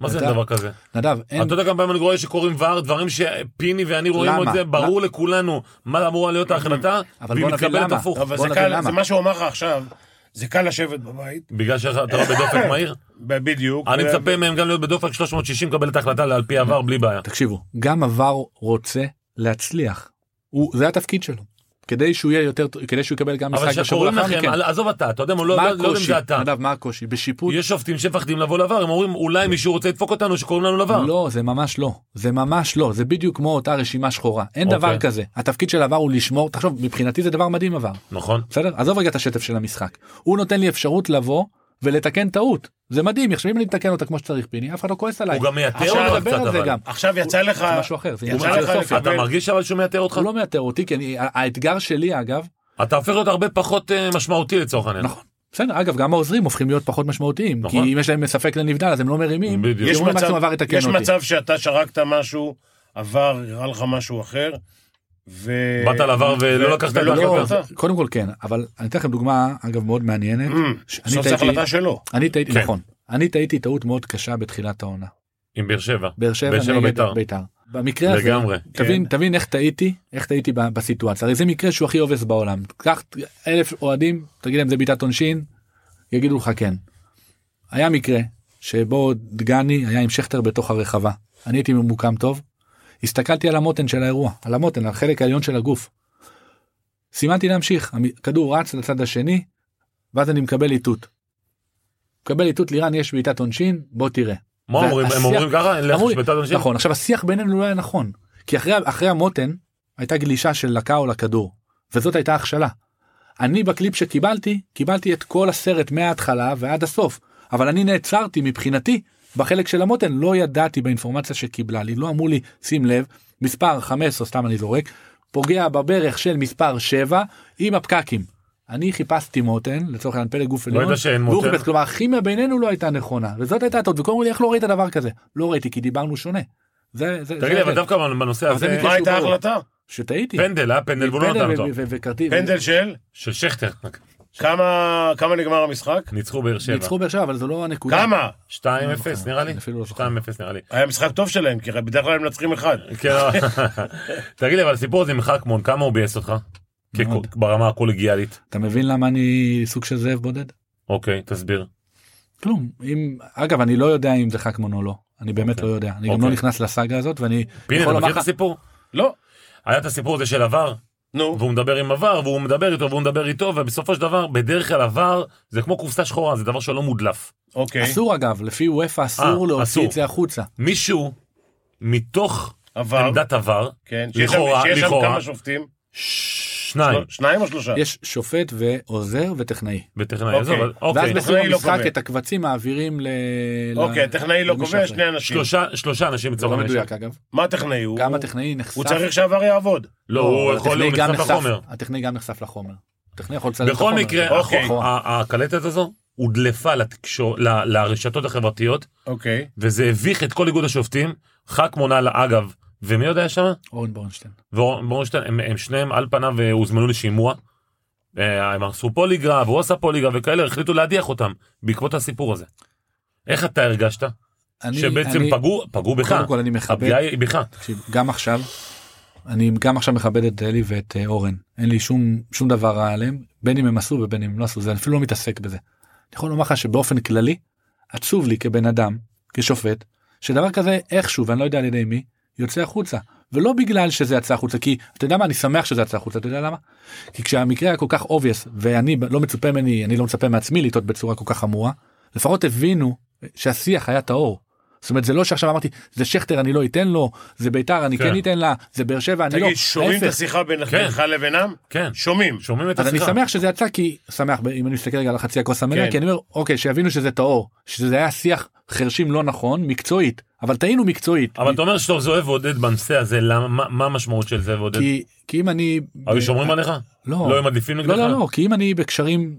[SPEAKER 1] מה זה
[SPEAKER 3] אתה-
[SPEAKER 1] דבר כזה?
[SPEAKER 3] נדב אין
[SPEAKER 1] אתה יודע כמה פעמים אני רואה שקוראים ור, דברים שפיני ואני רואים את
[SPEAKER 3] למה?
[SPEAKER 1] זה, ברור לכולנו מה אמורה להיות ההחלטה,
[SPEAKER 3] אבל
[SPEAKER 1] והיא
[SPEAKER 3] בוא נבין
[SPEAKER 1] מתקבלת
[SPEAKER 3] למה.
[SPEAKER 1] הפוך.
[SPEAKER 2] אבל
[SPEAKER 3] בוא
[SPEAKER 2] זה
[SPEAKER 3] נבין
[SPEAKER 2] קל,
[SPEAKER 3] למה.
[SPEAKER 2] זה מה שהוא אמר לך עכשיו, זה קל לשבת בבית,
[SPEAKER 1] בגלל שאתה לא בדופק מהיר?
[SPEAKER 2] ב- בדיוק.
[SPEAKER 1] אני
[SPEAKER 2] ו-
[SPEAKER 1] מצפה מהם גם להיות בדופק 360, לקבל את ההחלטה על פי עבר בלי בעיה.
[SPEAKER 3] תקשיבו גם עבר רוצה להצליח הוא זה התפקיד שלו כדי שהוא יהיה יותר כדי שהוא יקבל גם
[SPEAKER 1] אבל
[SPEAKER 3] משחק בשבוע
[SPEAKER 1] כשקוראים
[SPEAKER 3] לאחר
[SPEAKER 1] לכם,
[SPEAKER 3] מכן.
[SPEAKER 1] על- עזוב אתה, אתה יודע, הוא לא
[SPEAKER 3] מה
[SPEAKER 1] לא- לא יודע אם
[SPEAKER 3] הקושי
[SPEAKER 1] זה אתה.
[SPEAKER 3] נדב מה הקושי בשיפוט
[SPEAKER 1] יש שופטים שמפחדים לבוא לבר, הם אומרים אולי מישהו רוצה לדפוק אותנו שקוראים לנו לבר.
[SPEAKER 3] לא זה ממש לא זה ממש לא זה בדיוק כמו אותה רשימה שחורה אין
[SPEAKER 1] אוקיי.
[SPEAKER 3] דבר כזה התפקיד של עבר הוא לשמור תחשוב מבחינתי זה דבר מדהים עבר
[SPEAKER 1] נכון.
[SPEAKER 3] בסדר עזוב רגע את השטף של המשחק הוא נותן לי אפשרות לבוא ולתקן טעות זה מדהים עכשיו אם אני מתקן אותה כמו שצריך פיני אף אחד לא כועס עליי.
[SPEAKER 1] הוא גם מייתר
[SPEAKER 3] אפשר
[SPEAKER 1] אותך
[SPEAKER 3] לדבר
[SPEAKER 1] קצת
[SPEAKER 3] על זה
[SPEAKER 1] אבל.
[SPEAKER 3] גם.
[SPEAKER 2] עכשיו יצא לך...
[SPEAKER 3] זה משהו אחר, זה
[SPEAKER 2] יצא
[SPEAKER 3] עניין
[SPEAKER 2] לך
[SPEAKER 3] פילוסופי.
[SPEAKER 1] אתה
[SPEAKER 2] לקבל-
[SPEAKER 1] מרגיש אבל שהוא מייתר אותך?
[SPEAKER 3] הוא לא מייתר אותי כי אני האתגר שלי אגב
[SPEAKER 1] אתה הופך להיות הרבה פחות אה, משמעותי לצורך העניין.
[SPEAKER 3] נכון. בסדר אגב גם העוזרים הופכים להיות פחות משמעותיים
[SPEAKER 1] נכון.
[SPEAKER 3] כי אם יש להם ספק לנבדל אז הם לא מרימים.
[SPEAKER 1] בדיוק.
[SPEAKER 3] כי
[SPEAKER 2] יש
[SPEAKER 3] אומרים,
[SPEAKER 2] מצב-
[SPEAKER 3] מקסימום עבר יתקן
[SPEAKER 2] יש
[SPEAKER 3] אותי.
[SPEAKER 2] מצב שאתה שרקת משהו, עבר, הראה לך משהו אחר, ו...
[SPEAKER 1] באת לעבר ולא לקחת את
[SPEAKER 2] ולא
[SPEAKER 1] ההחלטה.
[SPEAKER 2] קיבלת.
[SPEAKER 3] קודם כל כן אבל אני אתן לכם דוגמה אגב מאוד
[SPEAKER 1] Mm.
[SPEAKER 3] מעניינת.
[SPEAKER 2] אמ,
[SPEAKER 3] שאני
[SPEAKER 2] בסוף זו
[SPEAKER 3] טעיתי-
[SPEAKER 2] החלטה שלו.
[SPEAKER 3] אני טעיתי
[SPEAKER 1] כן.
[SPEAKER 3] נכון אני טעיתי טעות מאוד קשה בתחילת העונה.
[SPEAKER 1] עם באר שבע.
[SPEAKER 3] באר שבע
[SPEAKER 1] באר שבע,
[SPEAKER 3] נגד
[SPEAKER 1] בית"ר.
[SPEAKER 3] בית"ר. במקרה הזה
[SPEAKER 1] לגמרי.
[SPEAKER 3] תבין תבין איך טעיתי איך טעיתי ב- בסיטואציה הרי זה מקרה שהוא הכי עובס בעולם קח אלף אוהדים תגיד להם זה בעיטת עונשין יגידו לך כן. היה מקרה שבו דגני היה עם שכטר בתוך הרחבה אני הייתי ממוקם טוב הסתכלתי על המותן של האירוע על המותן על החלק העליון של הגוף. סימנתי להמשיך המ- הכדור רץ לצד השני ואז אני מקבל איתות. מקבל איתות לירן יש בעיטת עונשין בוא תראה.
[SPEAKER 1] מה אומרים? הם
[SPEAKER 3] והשיח-
[SPEAKER 1] אומרים ככה? לך
[SPEAKER 3] אמרו לי-
[SPEAKER 1] שביתת עונשין?
[SPEAKER 3] נכון עכשיו השיח בינינו לא היה נכון כי אחרי אחרי המותן הייתה גלישה של לקאו לכדור וזאת הייתה הכשלה. אני בקליפ שקיבלתי קיבלתי את כל הסרט מההתחלה ועד הסוף אבל אני נעצרתי מבחינתי בחלק של המותן לא ידעתי באינפורמציה שקיבלה לי לא אמרו לי שים לב מספר 15 סתם אני זורק פוגע בברך של מספר 7 עם הפקקים. אני חיפשתי מותן לצורך העניין פלג גוף
[SPEAKER 1] לא
[SPEAKER 3] עליון,
[SPEAKER 1] ידע שאין
[SPEAKER 3] והוא
[SPEAKER 1] מותן.
[SPEAKER 3] חיפש, כלומר הכימיה בינינו לא הייתה נכונה וזאת הייתה הטעות וקודם לי איך לא ראית דבר כזה לא ראיתי כי דיברנו שונה. זה זה
[SPEAKER 1] תגיד לי,
[SPEAKER 3] זה-
[SPEAKER 1] אבל דווקא בנושא
[SPEAKER 3] אבל
[SPEAKER 1] הזה,
[SPEAKER 3] זה
[SPEAKER 2] מה הייתה
[SPEAKER 3] שהוא ברור.
[SPEAKER 2] ההחלטה?
[SPEAKER 3] שטעיתי.
[SPEAKER 1] פנדל, היה פנדל והוא לא
[SPEAKER 3] פנדל
[SPEAKER 1] נתן
[SPEAKER 3] ו-
[SPEAKER 1] אותו.
[SPEAKER 3] ו- וכרטיס.
[SPEAKER 2] פנדל של?
[SPEAKER 1] של שכטר.
[SPEAKER 2] כמה כמה נגמר המשחק?
[SPEAKER 1] ניצחו באר שבע.
[SPEAKER 3] ניצחו באר שבע אבל זו לא הנקודה.
[SPEAKER 2] כמה?
[SPEAKER 1] 2-0 נראה לי.
[SPEAKER 3] אפילו לא
[SPEAKER 1] 2-0
[SPEAKER 3] זוכר.
[SPEAKER 1] נראה לי.
[SPEAKER 2] היה משחק טוב שלהם, כי בדרך כלל הם מנצחים אחד.
[SPEAKER 1] כן, תגיד לי, אבל הסיפור הזה עם חכמון, כמה הוא ביאס אותך?
[SPEAKER 3] מאוד.
[SPEAKER 1] כקו- ברמה הקולגיאלית.
[SPEAKER 3] אתה מבין למה אני סוג של זאב בודד?
[SPEAKER 1] אוקיי, תסביר.
[SPEAKER 3] כלום אם אגב אני לא יודע אם זה חכמון או לא אני באמת לא יודע אני גם
[SPEAKER 1] אוקיי.
[SPEAKER 3] לא נכנס לסאגה הזאת ואני
[SPEAKER 1] פיני,
[SPEAKER 3] יכול
[SPEAKER 1] אתה
[SPEAKER 3] לומר
[SPEAKER 1] מכיר את
[SPEAKER 3] לך
[SPEAKER 1] הסיפור?
[SPEAKER 2] לא.
[SPEAKER 1] היה את הסיפור הזה של עבר,
[SPEAKER 2] נו.
[SPEAKER 1] והוא מדבר עם עבר, והוא מדבר איתו, והוא מדבר איתו, ובסופו של דבר, בדרך כלל עבר, זה כמו קופסה שחורה, זה דבר שלא מודלף.
[SPEAKER 2] אוקיי.
[SPEAKER 3] אסור אגב לפי וופא
[SPEAKER 1] אה,
[SPEAKER 3] אסור להוציא
[SPEAKER 1] אסור.
[SPEAKER 3] את זה החוצה.
[SPEAKER 1] מישהו, מתוך
[SPEAKER 2] עבר.
[SPEAKER 1] עמדת עבר,
[SPEAKER 2] כן. שיש שם-
[SPEAKER 1] לכאורה,
[SPEAKER 2] שיש שם
[SPEAKER 1] לכאורה,
[SPEAKER 2] כמה שופטים.
[SPEAKER 1] שניים,
[SPEAKER 2] לא, שניים או שלושה?
[SPEAKER 3] יש שופט ועוזר וטכנאי.
[SPEAKER 1] בטכנאי,
[SPEAKER 2] אוקיי.
[SPEAKER 1] עזוב, אבל-
[SPEAKER 3] ואז
[SPEAKER 1] אוקיי,
[SPEAKER 3] בסיום
[SPEAKER 2] הטכנאי לא
[SPEAKER 3] המשחק
[SPEAKER 2] קובע.
[SPEAKER 3] את הקבצים מעבירים ל...
[SPEAKER 2] אוקיי, הטכנאי לא
[SPEAKER 3] למישהו
[SPEAKER 2] קובע,
[SPEAKER 3] אחר.
[SPEAKER 2] שני אנשים.
[SPEAKER 1] שלושה- שלושה אנשים
[SPEAKER 3] זה לא
[SPEAKER 1] לצורך
[SPEAKER 3] מדויק אגב.
[SPEAKER 2] מה הטכנאי? הוא-
[SPEAKER 3] גם הטכנאי נחשף.
[SPEAKER 2] הוא צריך שהעבר יעבוד.
[SPEAKER 1] לא, הוא
[SPEAKER 3] אבל
[SPEAKER 1] יכול,
[SPEAKER 3] הטכנאי
[SPEAKER 1] הוא
[SPEAKER 3] גם
[SPEAKER 1] נחשף לחומר.
[SPEAKER 3] הטכנאי גם נחשף לחומר. הטכנאי יכול לצלם את
[SPEAKER 1] בכל
[SPEAKER 3] החומר.
[SPEAKER 1] מקרה,
[SPEAKER 2] אוקיי.
[SPEAKER 1] החוק- ה- הקלטת הזו הודלפה לתקשור- ל- לרשתות החברתיות,
[SPEAKER 2] אוקיי.
[SPEAKER 1] וזה הביך את כל איגוד השופטים, חכמון על אגב, ומי עוד היה שם?
[SPEAKER 3] אורן בורנשטיין.
[SPEAKER 1] ובורנשטיין, הם, הם שניהם על פניו אה, הוזמנו לשימוע. אה, הם עשו פוליגרף, הוא עשה פוליגרף וכאלה, החליטו להדיח אותם בעקבות הסיפור הזה. איך אתה הרגשת?
[SPEAKER 3] אני-
[SPEAKER 1] שבעצם
[SPEAKER 3] אני-
[SPEAKER 1] פגעו, פגעו בך.
[SPEAKER 3] קודם כל אני מכבד,
[SPEAKER 1] הפגיעה היא בך.
[SPEAKER 3] תקשיב, גם עכשיו, אני גם עכשיו מכבד את אלי ואת אה, אורן. אין לי שום שום דבר רע עליהם, בין אם הם עשו ובין אם הם לא עשו, זה אני אפילו לא מתעסק בזה. אני יכול לומר לך שבאופן כללי, עצוב לי כבן אדם, כשופט, שדבר כזה איכשהו, ואני לא יודע על ידי מי, יוצא החוצה. ולא בגלל שזה יצא החוצה, כי אתה יודע מה, אני שמח שזה יצא החוצה, אתה יודע למה? כי כשהמקרה היה כל כך obvious, ואני ב- לא מצופה ממני, אני לא מצפה מעצמי לטעות בצורה כל כך חמורה, לפחות הבינו שהשיח היה טהור. זאת אומרת זה לא שעכשיו אמרתי זה שכטר אני לא אתן לו זה ביתר אני
[SPEAKER 1] כן.
[SPEAKER 3] כן, אתן לה זה באר שבע אני לא.
[SPEAKER 2] תגיד, שומעים את
[SPEAKER 3] ההפך.
[SPEAKER 2] השיחה בינך
[SPEAKER 1] כן.
[SPEAKER 2] בינך לבינם?
[SPEAKER 1] כן,
[SPEAKER 2] שומעים.
[SPEAKER 1] שומעים את
[SPEAKER 3] אז אני
[SPEAKER 1] השיחה.
[SPEAKER 3] שמח שזה יצא כי שמח אם אני מסתכל רגע על החצי הכוס המלאה
[SPEAKER 2] כן.
[SPEAKER 3] כי אני אומר אוקיי שיבינו שזה טהור שזה היה שיח חרשים לא נכון מקצועית אבל טעינו מקצועית
[SPEAKER 1] אבל אתה אומר שאתה זוהב ועודד בנושא הזה, למה- מה- מה המשמעות של זה ועודד?
[SPEAKER 3] כי כי אם אני
[SPEAKER 1] היו שומרים עליך?
[SPEAKER 3] לא
[SPEAKER 1] לא, הם מדליפים נגדך?
[SPEAKER 3] לא לא לא כי אם אני בקשרים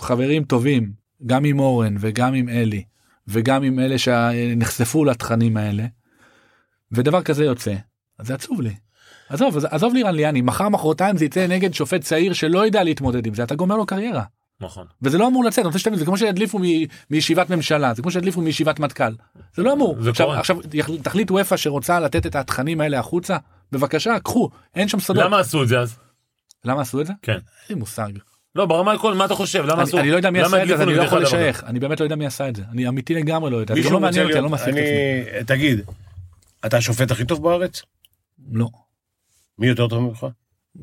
[SPEAKER 3] חברים טובים גם עם אורן וגם עם אלי וגם עם אלה שנחשפו לתכנים האלה ודבר כזה יוצא אז זה עצוב לי. עזוב אז- עזוב לירן ליאני מחר מחרתיים זה יצא נגד שופט צעיר שלא ידע להתמודד עם זה אתה גומר לו קריירה
[SPEAKER 1] נכון.
[SPEAKER 3] וזה לא אמור לצאת אני רוצה שתבין זה כמו שהדליפו מ- מישיבת ממשלה זה כמו שהדליפו מישיבת מטכ"ל זה לא אמור
[SPEAKER 1] זה
[SPEAKER 3] עכשיו
[SPEAKER 1] קורה.
[SPEAKER 3] עכשיו יח- תחליט וופא שרוצה לתת את התכנים האלה החוצה בבקשה קחו אין שם סודות
[SPEAKER 1] למה עשו את זה אז?
[SPEAKER 3] למה עשו את זה
[SPEAKER 1] כן.
[SPEAKER 3] אין לי מושג
[SPEAKER 1] לא, ברמה הכל, מה אתה חושב? למה עשו?
[SPEAKER 3] אני, אני לא יודע מי
[SPEAKER 1] למה
[SPEAKER 3] עשה את זה, אז
[SPEAKER 1] הדליפו
[SPEAKER 3] אני לא
[SPEAKER 1] נגדך
[SPEAKER 3] יכול
[SPEAKER 1] הדבר הזה?
[SPEAKER 3] לשייך, אני באמת לא יודע מי עשה את זה, אני אמיתי לגמרי לא יודע, זה גם
[SPEAKER 2] מישהו
[SPEAKER 3] לא
[SPEAKER 2] רוצה
[SPEAKER 3] מעניין אותי, אני
[SPEAKER 2] להיות-
[SPEAKER 3] לא מעסיק את עצמי.
[SPEAKER 2] אני... תגיד, אתה השופט הכי טוב בארץ?
[SPEAKER 3] לא,
[SPEAKER 2] מי יותר טוב ממך?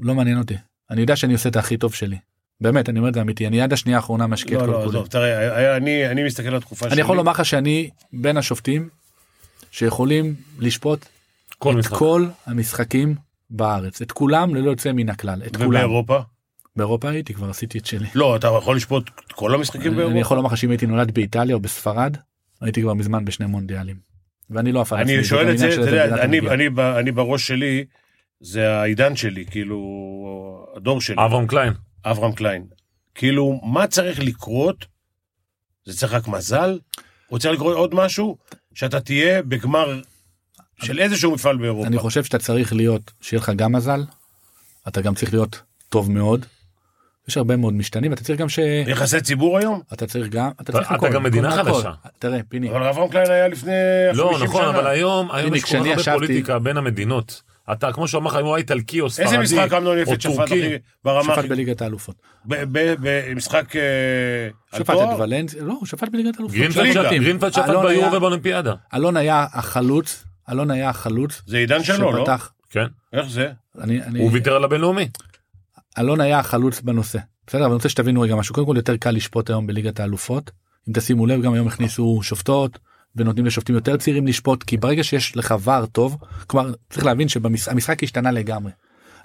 [SPEAKER 3] לא מעניין אותי. אני יודע שאני עושה את הכי טוב שלי. באמת, אני אומר את זה אמיתי, אני עד השנייה האחרונה משקיע את
[SPEAKER 2] לא,
[SPEAKER 3] כל
[SPEAKER 2] לא,
[SPEAKER 3] כולי.
[SPEAKER 2] עזוב, תראה, היה- אני- אני מסתכל על התקופה שלי.
[SPEAKER 3] אני יכול לומר לך שאני בין השופטים שיכולים לשפוט
[SPEAKER 1] כל
[SPEAKER 3] את
[SPEAKER 1] משחק.
[SPEAKER 2] נכון.
[SPEAKER 3] כל המשחקים בארץ, את כולם ללא יוצא מן הכלל, את כולם.
[SPEAKER 2] ובאירופה?
[SPEAKER 3] באירופה הייתי, כבר עשיתי את שלי.
[SPEAKER 2] לא, אתה יכול לשפוט את כל המשחקים
[SPEAKER 3] אני
[SPEAKER 2] באירופה?
[SPEAKER 3] יכול לומר לך שאם הייתי נולד באיטליה או בספרד, הייתי כבר מזמן בשני מונדיאלים. ואני לא הפלסטיני,
[SPEAKER 2] אני
[SPEAKER 3] זה
[SPEAKER 2] שואל
[SPEAKER 3] גם
[SPEAKER 2] את זה,
[SPEAKER 3] עניין של
[SPEAKER 2] אתה
[SPEAKER 3] איזה
[SPEAKER 2] יודע,
[SPEAKER 3] מדינה
[SPEAKER 2] אני-
[SPEAKER 3] אתה מגיע.
[SPEAKER 2] אני ב- אני בראש שלי, זה העידן שלי, כאילו, הדור שלי,
[SPEAKER 1] אברהם קליין.
[SPEAKER 2] אברהם קליין. כאילו, מה צריך לקרות? זה צריך רק מזל? או צריך לקרות עוד משהו? שאתה תהיה בגמר של איזשהו מפעל באירופה.
[SPEAKER 3] אני חושב שאתה צריך להיות שיהיה לך גם מזל אתה גם צריך להיות טוב מאוד. יש הרבה מאוד משתנים אתה צריך גם ש...
[SPEAKER 2] יחסי ציבור היום?
[SPEAKER 3] אתה צריך גם אתה
[SPEAKER 1] אתה-
[SPEAKER 3] צריך
[SPEAKER 1] אתה
[SPEAKER 3] הכל,
[SPEAKER 1] גם מדינה
[SPEAKER 3] הכל, הכל.
[SPEAKER 1] חדשה.
[SPEAKER 3] תראה פיני
[SPEAKER 2] אבל אברהם קליין היה לפני 50
[SPEAKER 1] לא,
[SPEAKER 2] שנה.
[SPEAKER 1] נכון, אבל היום, היום
[SPEAKER 3] הנה,
[SPEAKER 1] יש כל כך
[SPEAKER 3] כשאני
[SPEAKER 1] הרבה
[SPEAKER 3] ישבתי-
[SPEAKER 1] פוליטיקה בין המדינות. אתה, כמו שאמר לך, אם הוא היה איטלקי או ספרדי,
[SPEAKER 2] איזה משחק אמנון
[SPEAKER 1] או
[SPEAKER 2] יפת שפט
[SPEAKER 1] טורקי,
[SPEAKER 2] הכי ברמה
[SPEAKER 3] שפט
[SPEAKER 2] הכי...
[SPEAKER 3] בליגת האלופות.
[SPEAKER 2] ב- ב- ב- משחק אה, על
[SPEAKER 3] שפט את
[SPEAKER 2] תואר?
[SPEAKER 3] ולנסיה לא הוא שפט בליגת האלופות.
[SPEAKER 1] גרינפלד
[SPEAKER 2] ליגה.
[SPEAKER 1] שפט- גרינפלד שפט
[SPEAKER 3] אלון
[SPEAKER 1] ביורו
[SPEAKER 3] היה-
[SPEAKER 1] ובאולימפיאדה.
[SPEAKER 3] אלון היה החלוץ אלון היה החלוץ.
[SPEAKER 2] זה עידן שלו, לא?
[SPEAKER 3] שפתח
[SPEAKER 1] כן,
[SPEAKER 2] איך זה?
[SPEAKER 3] אני אני
[SPEAKER 1] הוא ויתר על הבינלאומי.
[SPEAKER 3] אלון היה החלוץ בנושא. בסדר אבל אני רוצה שתבינו רגע משהו קודם כל יותר קל לשפוט היום בליגת האלופות. אם תשימו לב גם היום הכניסו שופטות ונותנים לשופטים יותר צעירים לשפוט כי ברגע שיש לך ור טוב כלומר צריך להבין שהמשחק השתנה לגמרי.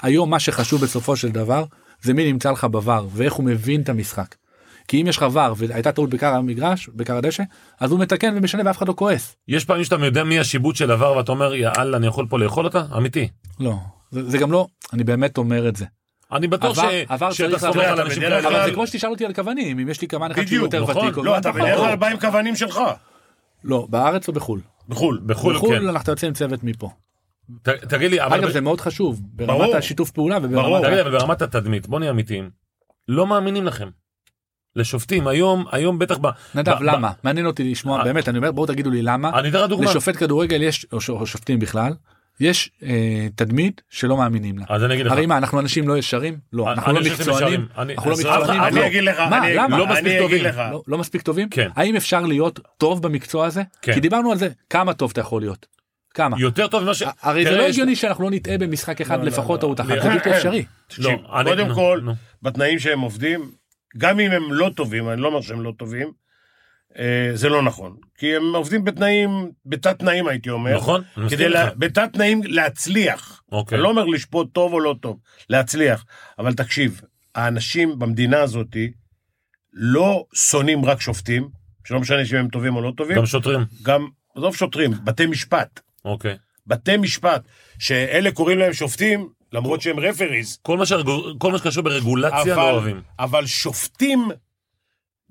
[SPEAKER 3] היום מה שחשוב בסופו של דבר זה מי נמצא לך בוור ואיך הוא מבין את המשחק. כי אם יש לך ור והייתה טעות בקר המגרש בקר הדשא אז הוא מתקן ומשנה ואף אחד לא כועס.
[SPEAKER 1] יש פעמים שאתה יודע מי השיבוט של עבר ואתה אומר יאללה אני יכול פה לאכול אותה אמיתי.
[SPEAKER 3] לא זה, זה גם לא אני באמת אומר את זה.
[SPEAKER 1] אני בטוח
[SPEAKER 3] עבר-
[SPEAKER 1] ש-
[SPEAKER 3] עבר
[SPEAKER 1] שאתה
[SPEAKER 3] צריך
[SPEAKER 1] סומך
[SPEAKER 2] לדעת,
[SPEAKER 1] על אנשים
[SPEAKER 2] בדרך
[SPEAKER 1] כאלה.
[SPEAKER 3] אבל
[SPEAKER 2] כלל-
[SPEAKER 3] זה כמו שתשאל אותי על כוונים אם יש לי כוון אחד שהוא
[SPEAKER 1] בדיוק,
[SPEAKER 3] יותר
[SPEAKER 1] נכון.
[SPEAKER 3] ותיק. או
[SPEAKER 2] לא,
[SPEAKER 3] כוון
[SPEAKER 2] אתה
[SPEAKER 3] פחות.
[SPEAKER 2] בדרך כלל בא עם כוונים שלך,
[SPEAKER 3] לא בארץ או בחו"ל.
[SPEAKER 2] בחו"ל.
[SPEAKER 1] בחו"ל כן.
[SPEAKER 3] בחו"ל אנחנו יוצאים צוות מפה.
[SPEAKER 1] ת- תגיד לי אבל
[SPEAKER 3] אגב זה מאוד חשוב ברמת
[SPEAKER 2] ברור.
[SPEAKER 3] השיתוף פעולה
[SPEAKER 2] ברור.
[SPEAKER 3] וברמת
[SPEAKER 1] תגיד, אבל ברמת התדמית, בוא נהיה אמיתיים. לא מאמינים לכם. לשופטים, היום, היום בטח ב...
[SPEAKER 3] נדב
[SPEAKER 1] ב-
[SPEAKER 3] למה מעניין אותי לשמוע
[SPEAKER 1] אה.
[SPEAKER 3] באמת אני אומר בואו תגידו לי למה
[SPEAKER 1] ב- אני אתן לך דוגמה.
[SPEAKER 3] לשופט כדורגל יש או ש- או שופטים בכלל יש אה, תדמית שלא מאמינים לה.
[SPEAKER 1] אז אני אגיד לך.
[SPEAKER 3] הרי מה אנחנו אנשים לא ישרים לא
[SPEAKER 1] אני-
[SPEAKER 3] אנחנו לא
[SPEAKER 1] אה, נכון. אני חושב שאתם
[SPEAKER 3] מקצוענים
[SPEAKER 1] ישרים. אני-
[SPEAKER 3] אנחנו לא
[SPEAKER 1] אז
[SPEAKER 3] מקצוענים
[SPEAKER 1] אף אחד-
[SPEAKER 2] אני
[SPEAKER 1] לא.
[SPEAKER 2] אגיד לך,
[SPEAKER 3] מה,
[SPEAKER 2] אני-
[SPEAKER 3] למה?
[SPEAKER 1] לא מספיק
[SPEAKER 2] אני אגיד
[SPEAKER 1] טובים.
[SPEAKER 2] לך.
[SPEAKER 3] לא- לא מספיק טובים
[SPEAKER 1] כן.
[SPEAKER 3] האם אפשר להיות טוב במקצוע הזה
[SPEAKER 1] כן.
[SPEAKER 3] כי דיברנו על זה כמה טוב אתה יכול להיות כמה
[SPEAKER 1] יותר טוב ממה ש...
[SPEAKER 3] הרי זה
[SPEAKER 1] תראה,
[SPEAKER 3] לא
[SPEAKER 1] יש-
[SPEAKER 3] הגיוני שאנחנו לא נטעה במשחק אחד לפחות טעות אחת זה
[SPEAKER 1] אה,
[SPEAKER 3] בלתי
[SPEAKER 2] אה.
[SPEAKER 3] אפשרי.
[SPEAKER 2] תקשיב,
[SPEAKER 1] לא, אני-
[SPEAKER 2] קודם
[SPEAKER 1] נו,
[SPEAKER 2] כל,
[SPEAKER 1] נו.
[SPEAKER 2] בתנאים שהם עובדים, גם אם הם לא טובים, אני לא אומר שהם לא טובים, אה, זה לא נכון. כי הם עובדים בתנאים, בתת תנאים הייתי אומר.
[SPEAKER 1] נכון, אני מסכים
[SPEAKER 2] כדי לה,
[SPEAKER 1] איתך.
[SPEAKER 2] בתת תנאים להצליח.
[SPEAKER 1] אוקיי.
[SPEAKER 2] אני לא אומר לשפוט טוב או לא טוב, להצליח. אבל תקשיב, האנשים במדינה הזאת לא שונאים רק שופטים, שלא משנה אם הם טובים או לא טובים,
[SPEAKER 1] גם שוטרים.
[SPEAKER 2] גם, עזוב שוטרים, בתי משפט.
[SPEAKER 1] אוקיי.
[SPEAKER 2] בתי משפט, שאלה קוראים להם שופטים, למרות שהם רפריז.
[SPEAKER 1] כל מה שהרגו- כל מה שקשור ברגולציה לא
[SPEAKER 2] אבל,
[SPEAKER 1] אוהבים.
[SPEAKER 2] אבל שופטים,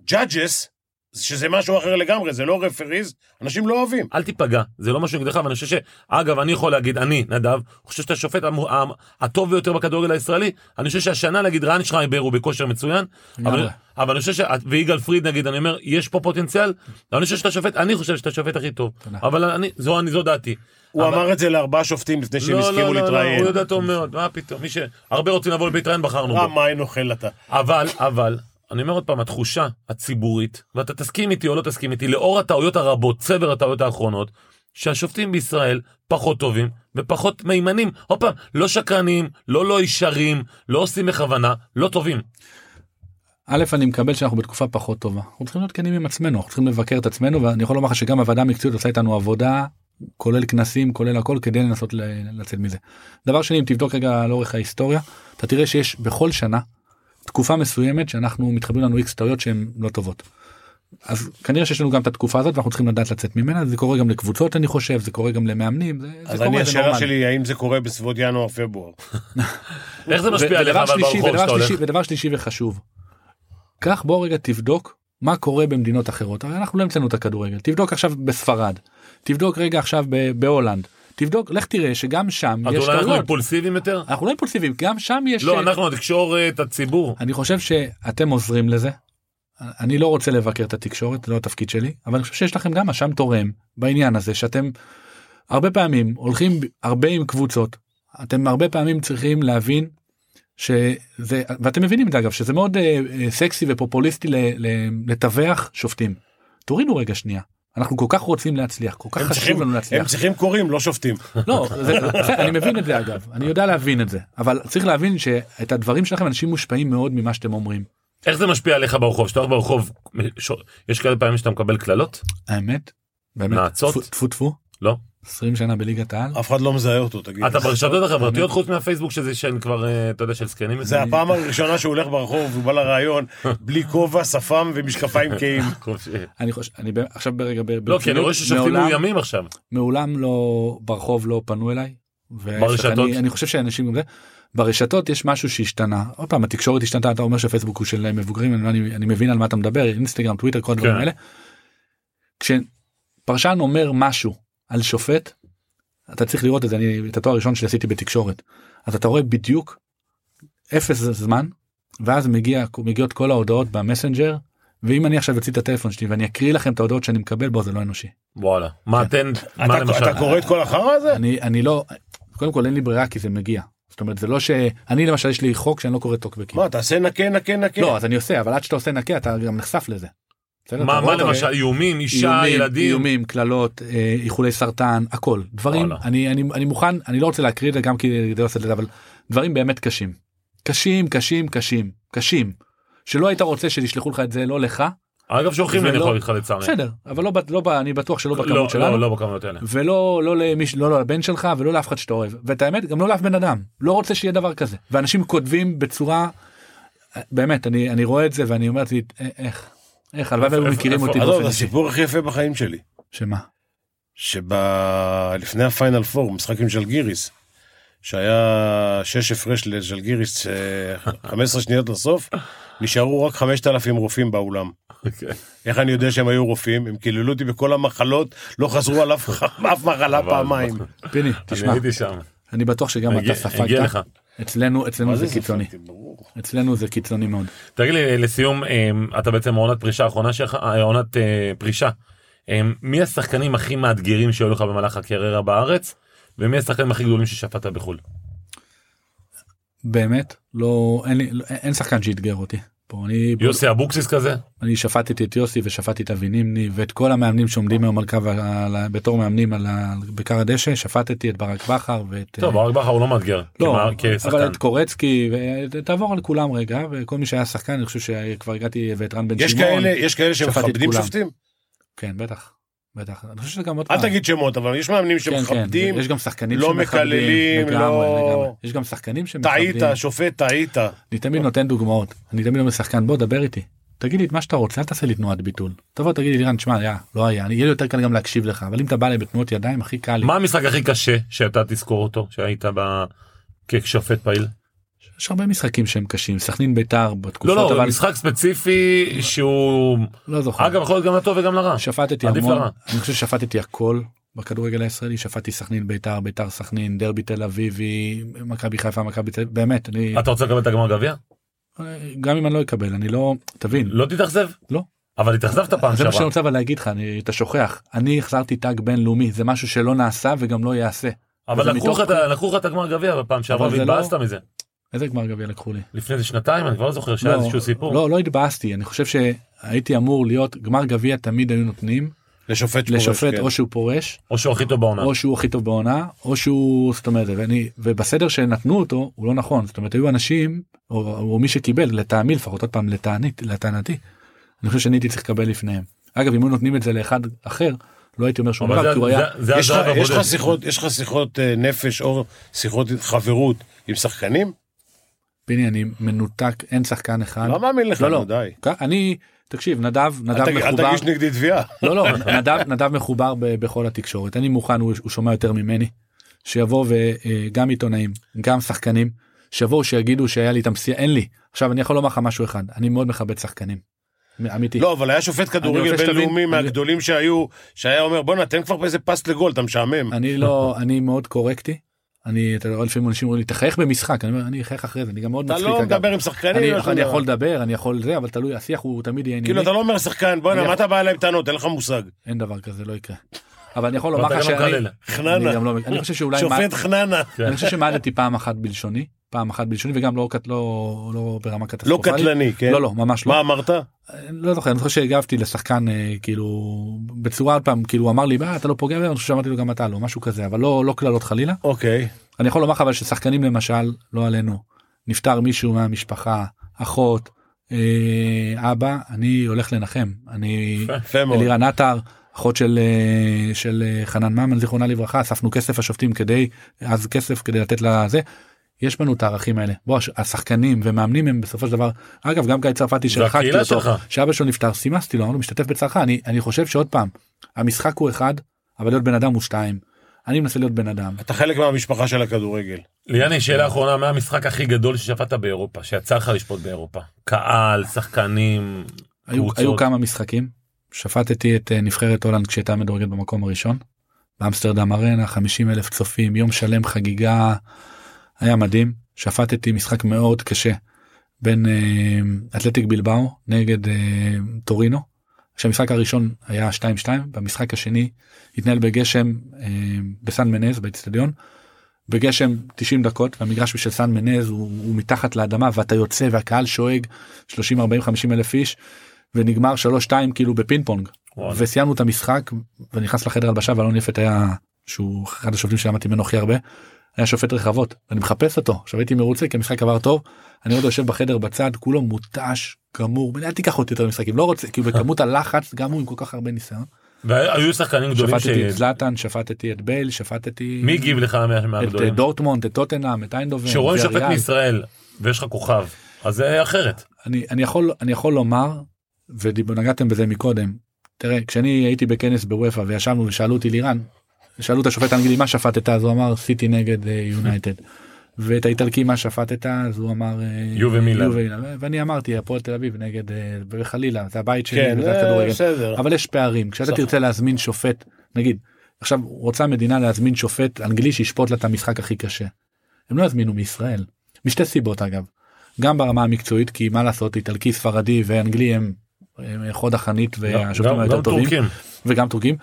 [SPEAKER 2] judges, שזה משהו אחר לגמרי, זה לא רפריז, אנשים לא אוהבים.
[SPEAKER 1] אל תיפגע, זה לא משהו נגדך, ואני חושב ש... אגב, אני יכול להגיד, אני, נדב, חושב שאתה השופט המו- ה- הטוב ביותר בכדורגל הישראלי. אני חושב שהשנה, נגיד, רן שרייבר הוא בכושר מצוין, אבל,
[SPEAKER 3] לגמרי.
[SPEAKER 1] אבל אני חושב ש... ויגאל פריד, נגיד, אני אומר, יש פה פוטנציאל, אבל אני חושב שאתה שופט, אני חושב שאתה השופט הכי טוב.
[SPEAKER 3] תודה.
[SPEAKER 1] אבל אני, זו, אני, זו דעתי.
[SPEAKER 2] הוא
[SPEAKER 1] אבל-
[SPEAKER 2] אמר את זה לארבעה שופטים לפני שהם
[SPEAKER 1] לא,
[SPEAKER 2] הסכימו
[SPEAKER 1] לא, לא, לא,
[SPEAKER 2] להתראיין.
[SPEAKER 1] הוא יודע טוב מאוד, מה פתאום, מי ש... הרבה רוצים לבוא להתראיין, בחרנו בו.
[SPEAKER 2] רם, מה אין אוכל אתה?
[SPEAKER 1] אבל, אבל, אני אומר עוד פעם, התחושה הציבורית, ואתה תסכים איתי או לא תסכים איתי, לאור הטעויות הרבות, צבר הטעויות האחרונות, שהשופטים בישראל פחות טובים ופחות מהימנים. עוד פעם, לא שקרנים, לא לא ישרים, לא עושים בכוונה, לא טובים.
[SPEAKER 3] א', אני מקבל שאנחנו בתקופה פחות טובה. אנחנו צריכים להיות כנים עם עצמנו, אנחנו צריכים לבקר את עצמנו, ואני יכול לומר לך שגם הוועדה המקצועית עושה איתנו עבודה, כולל כנסים, כולל הכל, כדי לנסות ל- לצאת מזה. דבר שני, אם תבדוק רגע על אורך ההיסטוריה, אתה תראה שיש בכל שנה תקופה מסוימת שאנחנו מתחברים לנו איקס טעויות שהן לא טובות. אז כנראה שיש לנו גם את התקופה הזאת ואנחנו צריכים לדעת לצאת ממנה, זה קורה גם לקבוצות אני חושב, זה קורה גם למאמנים, זה, זה
[SPEAKER 2] אז
[SPEAKER 3] קורה,
[SPEAKER 2] אני,
[SPEAKER 3] זה
[SPEAKER 2] השאלה
[SPEAKER 3] נורמלי.
[SPEAKER 2] שלי, האם זה קורה בסביבות ינואר-פברואר?
[SPEAKER 1] איך זה לא משפיע עליך
[SPEAKER 3] ודבר
[SPEAKER 1] אבל
[SPEAKER 3] שלישי,
[SPEAKER 1] ברחוב
[SPEAKER 3] ודבר
[SPEAKER 1] שאתה הולך?
[SPEAKER 3] שלישי- ודבר שלישי וחשוב. קח בוא רגע תבדוק מה קורה במדינות אחרות הרי אנחנו לא המצאנו את הכדורגל תבדוק עכשיו בספרד תבדוק רגע עכשיו ב- בהולנד תבדוק לך תראה שגם שם
[SPEAKER 1] אז אולי
[SPEAKER 3] יש
[SPEAKER 1] אנחנו
[SPEAKER 3] טעויות
[SPEAKER 1] אימפולסיביים יותר?
[SPEAKER 3] אנחנו לא אימפולסיביים גם שם יש אה,
[SPEAKER 1] לא, אנחנו התקשורת, הציבור.
[SPEAKER 3] אני חושב שאתם עוזרים לזה. אני לא רוצה לבקר את התקשורת זה לא התפקיד שלי אבל אני חושב שיש לכם גם אשם תורם בעניין הזה שאתם הרבה פעמים הולכים ב- הרבה עם קבוצות אתם הרבה פעמים צריכים להבין שזה ואתם מבינים את זה אגב שזה מאוד אה, אה, סקסי ופופוליסטי ל- ל- לטווח שופטים. תורידו רגע שנייה אנחנו כל כך רוצים להצליח כל כך
[SPEAKER 2] הם
[SPEAKER 3] חשוב
[SPEAKER 2] צריכים-
[SPEAKER 3] לנו
[SPEAKER 2] הם
[SPEAKER 3] להצליח.
[SPEAKER 2] צריכים קוראים, לא שופטים.
[SPEAKER 3] לא, זה- זה- אני מבין את זה אגב, אני יודע להבין את זה, אבל צריך להבין שאת הדברים שלכם אנשים מושפעים מאוד ממה שאתם אומרים.
[SPEAKER 1] איך זה משפיע עליך ברחוב? שאתה הולך ברחוב, ש- יש כאלה פעמים שאתה מקבל קללות?
[SPEAKER 3] האמת? באמת?
[SPEAKER 1] נאצות?
[SPEAKER 3] טפו- טפו טפו?
[SPEAKER 1] לא.
[SPEAKER 3] 20 שנה בליגת העל?
[SPEAKER 2] אף אחד לא מזהה אותו, תגיד.
[SPEAKER 1] אתה ברשתות החברתיות חוץ מהפייסבוק שזה שהן כבר, אה, אתה יודע, של זקנים?
[SPEAKER 2] זה הפעם הראשונה שהוא הולך ברחוב, הוא בא לראיון, בלי כובע, שפם ומשקפיים קהים.
[SPEAKER 1] חופשי.
[SPEAKER 3] אני חושב, אני ב- עכשיו ברגע ב-
[SPEAKER 1] לא, כי אני רואה ששופטים
[SPEAKER 3] מעולם-
[SPEAKER 1] מאוימים עכשיו.
[SPEAKER 3] מעולם לא, ברחוב לא פנו אליי. וההפך,
[SPEAKER 1] ברשתות?
[SPEAKER 3] אני, אני חושב שאנשים גם זה. ברשתות יש משהו שהשתנה. עוד פעם, התקשורת השתנתה, אתה אומר שפייסבוק הוא של אה, מבוגרים, אני, אני, אני מבין על מה אתה מדבר, אינסטגרם, טוויטר, כל הדברים
[SPEAKER 1] כן.
[SPEAKER 3] האלה. כשפרשן אומר משהו על שופט, אתה צריך לראות את זה, אני, את התואר הראשון שעשיתי בתקשורת. אז אתה רואה בדיוק אפס זמן, ואז מגיע, מגיעות כל ההודעות במסנג'ר, ואם אני עכשיו אוציא את הטלפון שלי ואני אקריא לכם את ההודעות שאני מקבל בו, זה לא אנושי.
[SPEAKER 1] וואלה.
[SPEAKER 3] כן.
[SPEAKER 1] מה, תן, מה
[SPEAKER 2] אתה
[SPEAKER 1] למשל?
[SPEAKER 2] אתה קורא את כל החרא הזה?
[SPEAKER 3] אני אני לא קודם כל אין לי ברירה כי זה מגיע זאת אומרת זה לא שאני למשל יש לי חוק שאני לא קורא טוקבקים
[SPEAKER 2] מה, תעשה נקה, נקה, נקה.
[SPEAKER 3] לא אז אני עושה אבל עד שאתה עושה נקה אתה גם נחשף לזה. בסדר?
[SPEAKER 1] מה, מה
[SPEAKER 3] אתה רואה אותו, אה?
[SPEAKER 1] למשל? איומים, אישה,
[SPEAKER 3] איומים,
[SPEAKER 1] ילדים?
[SPEAKER 3] איומים קללות אה, איחולי סרטן הכל דברים
[SPEAKER 1] וואלה.
[SPEAKER 3] אני אני אני מוכן אני לא רוצה להקריא את זה גם כי זה לא עושה את זה אבל דברים באמת קשים קשים קשים קשים קשים שלא היית רוצה שישלחו לך את זה לא לך
[SPEAKER 1] אגב, שולחים לי, אני
[SPEAKER 3] ולא-
[SPEAKER 1] יכול להתחלק לצערי.
[SPEAKER 3] בסדר אבל לא ב- לא ב- אני בטוח שלא
[SPEAKER 1] לא,
[SPEAKER 3] בכמות שלנו.
[SPEAKER 1] לא, לא בכמויות האלה.
[SPEAKER 3] ולא לא למישהו לא לבן שלך ולא לאף אחד שאתה אוהב ואת האמת גם לא לאף בן אדם לא רוצה שיהיה דבר כזה ואנשים כותבים בצורה באמת אני אני רואה את זה ואני אומר לי איך איך הלוואי והיו
[SPEAKER 1] איפה-
[SPEAKER 3] מכירים
[SPEAKER 1] איפה- אה, לא,
[SPEAKER 3] אותי
[SPEAKER 2] עזוב,
[SPEAKER 3] באופן
[SPEAKER 2] זה
[SPEAKER 3] אישי
[SPEAKER 2] הסיפור הכי יפה בחיים שלי.
[SPEAKER 3] שמה
[SPEAKER 2] שלפני הפיינל פור, משחק עם ז'לגיריס, שהיה שש הפרש לז'לגיריס, אה, 15 שניות לסוף, נשארו רק 5,000 רופאים באולם.
[SPEAKER 1] אוקיי.
[SPEAKER 2] איך אני יודע שהם היו רופאים? הם קיללו אותי בכל המחלות, לא חזרו על אף אף מחלה
[SPEAKER 1] אבל-
[SPEAKER 2] פעמיים.
[SPEAKER 3] פיני
[SPEAKER 1] אני
[SPEAKER 3] תשמע
[SPEAKER 1] הייתי שם.
[SPEAKER 3] אני בטוח שגם
[SPEAKER 1] הגיע-
[SPEAKER 3] אתה
[SPEAKER 1] הגיע לך.
[SPEAKER 3] ספגת אצלנו אצלנו
[SPEAKER 2] מה
[SPEAKER 3] זה
[SPEAKER 2] זה
[SPEAKER 3] קיצוני
[SPEAKER 2] ספגתי? ברור.
[SPEAKER 3] אצלנו זה קיצוני מאוד
[SPEAKER 1] תגיד לי לסיום אמ, אתה בעצם עונת פרישה האחרונה שלך אה, עונת אה, פרישה. אמ, מי השחקנים הכי מאתגרים שהיו לך במהלך הקריירה בארץ ומי השחקנים הכי גדולים ששפטת בחו"ל.
[SPEAKER 3] לא. באמת לא אין לי לא- אין שחקן שאתגר אותי. פה אני
[SPEAKER 1] יוסי אבוקסיס כזה?
[SPEAKER 3] אני שפטתי את יוסי ושפטתי את אבי נימני ואת כל המאמנים שעומדים היום על קו ה- על ה- בתור מאמנים על ה- בקר הדשא שפטתי את ברק בכר ואת
[SPEAKER 1] טוב
[SPEAKER 3] אה,
[SPEAKER 1] ברק בכר הוא לא מאתגר.
[SPEAKER 3] לא,
[SPEAKER 1] כמה-
[SPEAKER 3] אבל
[SPEAKER 1] כשחקן.
[SPEAKER 3] את קורצקי ותעבור על כולם רגע וכל מי שהיה שחקן אני חושב שכבר הגעתי ואת רן בן
[SPEAKER 2] יש
[SPEAKER 3] שמעון.
[SPEAKER 2] כאלה, יש כאלה
[SPEAKER 3] שפטתי את
[SPEAKER 2] שמכבדים
[SPEAKER 3] כולם.
[SPEAKER 2] שופטים?
[SPEAKER 3] כן בטח. בטח. אני חושב שגם עוד
[SPEAKER 2] אל תגיד שמות, אבל יש מאמנים
[SPEAKER 3] אה. כן, כן.
[SPEAKER 2] שמכבדים,
[SPEAKER 3] יש גם שחקנים
[SPEAKER 2] לא
[SPEAKER 3] שמכבדים,
[SPEAKER 2] מקללים,
[SPEAKER 3] לגמרי,
[SPEAKER 2] לא-
[SPEAKER 3] לגמרי. יש גם שחקנים שמכבדים.
[SPEAKER 2] טעית, שופט, טעית.
[SPEAKER 3] אני תמיד נותן דוגמאות אני תמיד אומר לשחקן בוא דבר איתי תגיד לי את מה שאתה רוצה אל תעשה לי תנועת ביטול תבוא תגיד לי לירן שמע יא, לא היה אני- יהיה לי יותר קל גם להקשיב לך אבל אם אתה בא אליי בתנועות ידיים הכי קל לי
[SPEAKER 1] מה המשחק הכי קשה שאתה תזכור אותו שהיית ב... כשופט פעיל?
[SPEAKER 3] יש הרבה משחקים שהם קשים סכנין ביתר
[SPEAKER 1] לא
[SPEAKER 3] בתקופות
[SPEAKER 1] לא
[SPEAKER 3] אבל
[SPEAKER 1] משחק ספציפי שהוא
[SPEAKER 3] לא זוכר
[SPEAKER 1] אגב יכול להיות גם לטוב וגם לרע.
[SPEAKER 3] שפטתי
[SPEAKER 1] עדיף
[SPEAKER 3] המון
[SPEAKER 1] לרע.
[SPEAKER 3] אני חושב ששפטתי הכל בכדורגל הישראלי שפטתי סכנין ביתר ביתר סכנין דרבי תל אביבי מכבי חיפה מכבי תל אביב באמת אני
[SPEAKER 1] אתה רוצה לקבל את הגמר גביע?
[SPEAKER 3] גם אם אני לא אקבל אני לא תבין
[SPEAKER 1] לא תתאכזב?
[SPEAKER 3] לא.
[SPEAKER 1] אבל התאכזבת פעם
[SPEAKER 3] זה מה שאני
[SPEAKER 1] שעברה.
[SPEAKER 3] רוצה אבל להגיד לך אני אתה שוכח אני החזרתי טאג בינלאומי זה משהו שלא נעשה וגם לא ייעשה.
[SPEAKER 1] אבל
[SPEAKER 3] וזה
[SPEAKER 1] לקחו
[SPEAKER 3] מתוך-
[SPEAKER 1] לך את ה- לקחו לך את הגמר גביע בפעם שעברה
[SPEAKER 3] אבל זה לא-
[SPEAKER 1] והתבאסת מזה.
[SPEAKER 3] איזה גמר גביע לקחו לי?
[SPEAKER 1] לפני איזה שנתיים אני כבר לא זוכר שהיה איזשהו סיפור.
[SPEAKER 3] לא, לא התבאסתי, אני חושב שהייתי אמור להיות, גמר גביע תמיד היו נותנים
[SPEAKER 2] לשופט שפורש,
[SPEAKER 3] לשופט
[SPEAKER 2] כן.
[SPEAKER 3] או שהוא פורש,
[SPEAKER 1] או שהוא הכי טוב בעונה.
[SPEAKER 3] או שהוא הכי טוב בעונה, או שהוא, זאת אומרת, ואני, ובסדר שנתנו אותו, הוא לא נכון, זאת אומרת, היו אנשים, או, או מי שקיבל, לטעמי לפחות, עוד פעם, לטענית, לטענתי, אני חושב שאני הייתי צריך לקבל לפניהם. אגב, אם היו נותנים את זה לאחד אחר, לא הייתי אומר שום
[SPEAKER 1] אבל
[SPEAKER 3] דבר, כי הוא
[SPEAKER 1] זה-
[SPEAKER 3] היה,
[SPEAKER 1] זה- זה
[SPEAKER 2] יש לך-
[SPEAKER 1] הזהב
[SPEAKER 2] יש לך
[SPEAKER 1] הבודד.
[SPEAKER 2] שיחות, יש לך שיחות אה, נפש או שיחות חברות עם שחקנים?
[SPEAKER 3] פיני, אני מנותק, אין שחקן אחד.
[SPEAKER 2] לא מאמין לך,
[SPEAKER 3] לא, לא.
[SPEAKER 2] נו, די.
[SPEAKER 3] כ- אני, תקשיב, נדב,
[SPEAKER 2] אל
[SPEAKER 3] נדב
[SPEAKER 2] תג- אל
[SPEAKER 3] מחובר.
[SPEAKER 2] תגיש נגדי תביעה.
[SPEAKER 3] לא לא נדב נדב מחובר ב, בכל התקשורת אני מוכן הוא, הוא שומע יותר ממני שיבוא וגם עיתונאים גם שחקנים שיבואו שיגידו שהיה לי איתם שיח אין לי עכשיו אני יכול לומר לך משהו אחד אני מאוד מכבד שחקנים. מ- אמיתי
[SPEAKER 2] לא, אבל היה שופט
[SPEAKER 3] רוצה
[SPEAKER 2] כדורגל
[SPEAKER 3] שתבין-
[SPEAKER 2] בינלאומי
[SPEAKER 3] אני-
[SPEAKER 2] מהגדולים שהיו, שהיה אומר, בואנה, תן כבר איזה פס לגול, אתה משעמם.
[SPEAKER 3] אני לא אני מאוד קורקטי. אני אתה רואה לפעמים אנשים אומרים לי תחייך במשחק אני אומר אני אחייך אחרי זה אני גם מאוד
[SPEAKER 2] אתה
[SPEAKER 3] מצחיק.
[SPEAKER 2] לא
[SPEAKER 3] אגב.
[SPEAKER 2] מדבר עם שחקנים,
[SPEAKER 3] אני,
[SPEAKER 2] אתה
[SPEAKER 3] אני
[SPEAKER 2] יודע.
[SPEAKER 3] יכול לדבר אני יכול זה אבל תלוי השיח הוא תמיד יהיה
[SPEAKER 2] כאילו,
[SPEAKER 3] ענייני
[SPEAKER 2] אתה לא אומר לשחקן, בואנה,
[SPEAKER 3] אני-
[SPEAKER 2] מה אתה בא אליי בטענות, אין לך מושג.
[SPEAKER 3] אין דבר כזה לא יקרה. אבל אני יכול
[SPEAKER 1] אבל
[SPEAKER 3] לומר
[SPEAKER 1] אתה
[SPEAKER 3] לך
[SPEAKER 1] גם לא
[SPEAKER 3] שאני
[SPEAKER 1] מקלל.
[SPEAKER 3] אני
[SPEAKER 2] חננה,
[SPEAKER 3] גם לא- אני חושב שאולי מה-
[SPEAKER 2] שופט חננה.
[SPEAKER 3] אני חושב שמעדתי פעם אחת בלשוני, פעם אחת בלשוני וגם לא, קט- לא, לא ברמה
[SPEAKER 2] לא
[SPEAKER 3] קטסטרופלית.
[SPEAKER 2] קטלני, כן?
[SPEAKER 3] לא, לא, ממש
[SPEAKER 2] מה
[SPEAKER 3] לא.
[SPEAKER 2] אמרת?
[SPEAKER 3] לא זוכר, אני זוכר שהגבתי לשחקן אה, כאילו בצורה עוד פעם, כאילו הוא אמר לי, מה, אתה לא פוגע בי, אני חושב שאמרתי לו גם אתה לא, משהו כזה, אבל לא לא קללות חלילה.
[SPEAKER 2] אוקיי.
[SPEAKER 3] אני יכול לומר לך אבל ששחקנים למשל, לא עלינו, נפטר מישהו מהמשפחה, אחות, אה, אבא, אני הולך לנחם. אני...
[SPEAKER 2] יפה מאוד.
[SPEAKER 3] אלירן עטר, אחות של, אה, של אה, חנן ממן זיכרונה לברכה, אספנו כסף השופטים כדי, אז כסף כדי לתת לזה. יש בנו את הערכים האלה. בוא, הש- השחקנים ומאמנים הם בסופו של דבר, אגב גם גיא צרפתי שהרחקתי
[SPEAKER 1] הקהילה
[SPEAKER 3] אותו,
[SPEAKER 1] שלך.
[SPEAKER 3] שאבא שלו נפטר, סימסתי לו, אמרנו משתתף בצערך, אני, אני חושב שעוד פעם, המשחק הוא אחד, אבל להיות בן אדם הוא שתיים. אני מנסה להיות בן אדם.
[SPEAKER 2] אתה חלק מהמשפחה של הכדורגל.
[SPEAKER 3] כן,
[SPEAKER 1] ליאני שאלה אחרונה מה המשחק הכי גדול ששפטת באירופה שיצא לך לשפוט באירופה קהל שחקנים
[SPEAKER 3] היו,
[SPEAKER 1] קבוצות.
[SPEAKER 3] היו כמה משחקים, שפטתי את אה, נבחרת הולנד כשהייתה מדורגת במקום הראשון, באמסטרדם ארנה 50 אלף צופים יום שלם חגיגה היה מדהים שפטתי משחק מאוד קשה בין אה, אתלטיק בלבאו נגד אה, טורינו. כשהמשחק הראשון היה 2-2 במשחק השני התנהל בגשם אה, בסן מנז באצטדיון. בגשם 90 דקות והמגרש של סן מנז הוא, הוא מתחת לאדמה ואתה יוצא והקהל שואג 30 40 50 אלף איש ונגמר 3-2 כאילו בפינג פונג
[SPEAKER 1] וואלה.
[SPEAKER 3] וסיימנו את המשחק ונכנס לחדר הלבשה ואלון יפת היה שהוא אחד השופטים שלמדתי ממנו הכי הרבה היה שופט רחבות אני מחפש אותו עכשיו הייתי מרוצה כי המשחק עבר טוב אני עוד יושב בחדר בצד כולו מותש גמור אל תיקח אותי יותר למשחקים לא רוצה
[SPEAKER 1] אה.
[SPEAKER 3] כאילו בכמות הלחץ גם הוא עם כל כך הרבה ניסיון.
[SPEAKER 1] והיו שחקנים גדולים ש...
[SPEAKER 3] שפטתי את זלאטן שפטתי את בייל שפטתי
[SPEAKER 1] מי הגיב לך מה-
[SPEAKER 3] את אה,
[SPEAKER 1] מהגדולים?
[SPEAKER 3] דורטמונד את טוטנאם את איינדובן.
[SPEAKER 1] כשרואים
[SPEAKER 3] את
[SPEAKER 1] שופט
[SPEAKER 3] ויאריאל.
[SPEAKER 1] מישראל ויש לך כוכב, אז זה אחרת.
[SPEAKER 3] אני אני יכול אני יכול לומר ונגעתם בזה מקודם תראה כשאני הייתי בכנס בוופא וישבנו ושאלו אותי לירן שאלו את השופט האנגלי מה שפטת אז הוא אמר סיטי נגד אה, יונייטד. ואת האיטלקי מה שפטת אז הוא אמר אה,
[SPEAKER 1] יובה מילאן.
[SPEAKER 3] מילאן. ואני אמרתי הפועל תל אביב נגד אה, וחלילה זה הבית שלי
[SPEAKER 2] כן,
[SPEAKER 3] וזה
[SPEAKER 2] אה,
[SPEAKER 3] הכדורגל.
[SPEAKER 2] בסדר.
[SPEAKER 3] אבל יש פערים כשאתה תרצה להזמין שופט נגיד עכשיו רוצה מדינה להזמין שופט אנגלי שישפוט לה את המשחק הכי קשה. הם לא יזמינו מישראל משתי סיבות אגב גם ברמה המקצועית כי מה לעשות איטלקי ספרדי ואנגלי הם, הם חוד החנית והשופטים
[SPEAKER 1] גם-
[SPEAKER 3] היותר
[SPEAKER 1] גם
[SPEAKER 3] טובים
[SPEAKER 1] טורקים.
[SPEAKER 3] וגם טורקים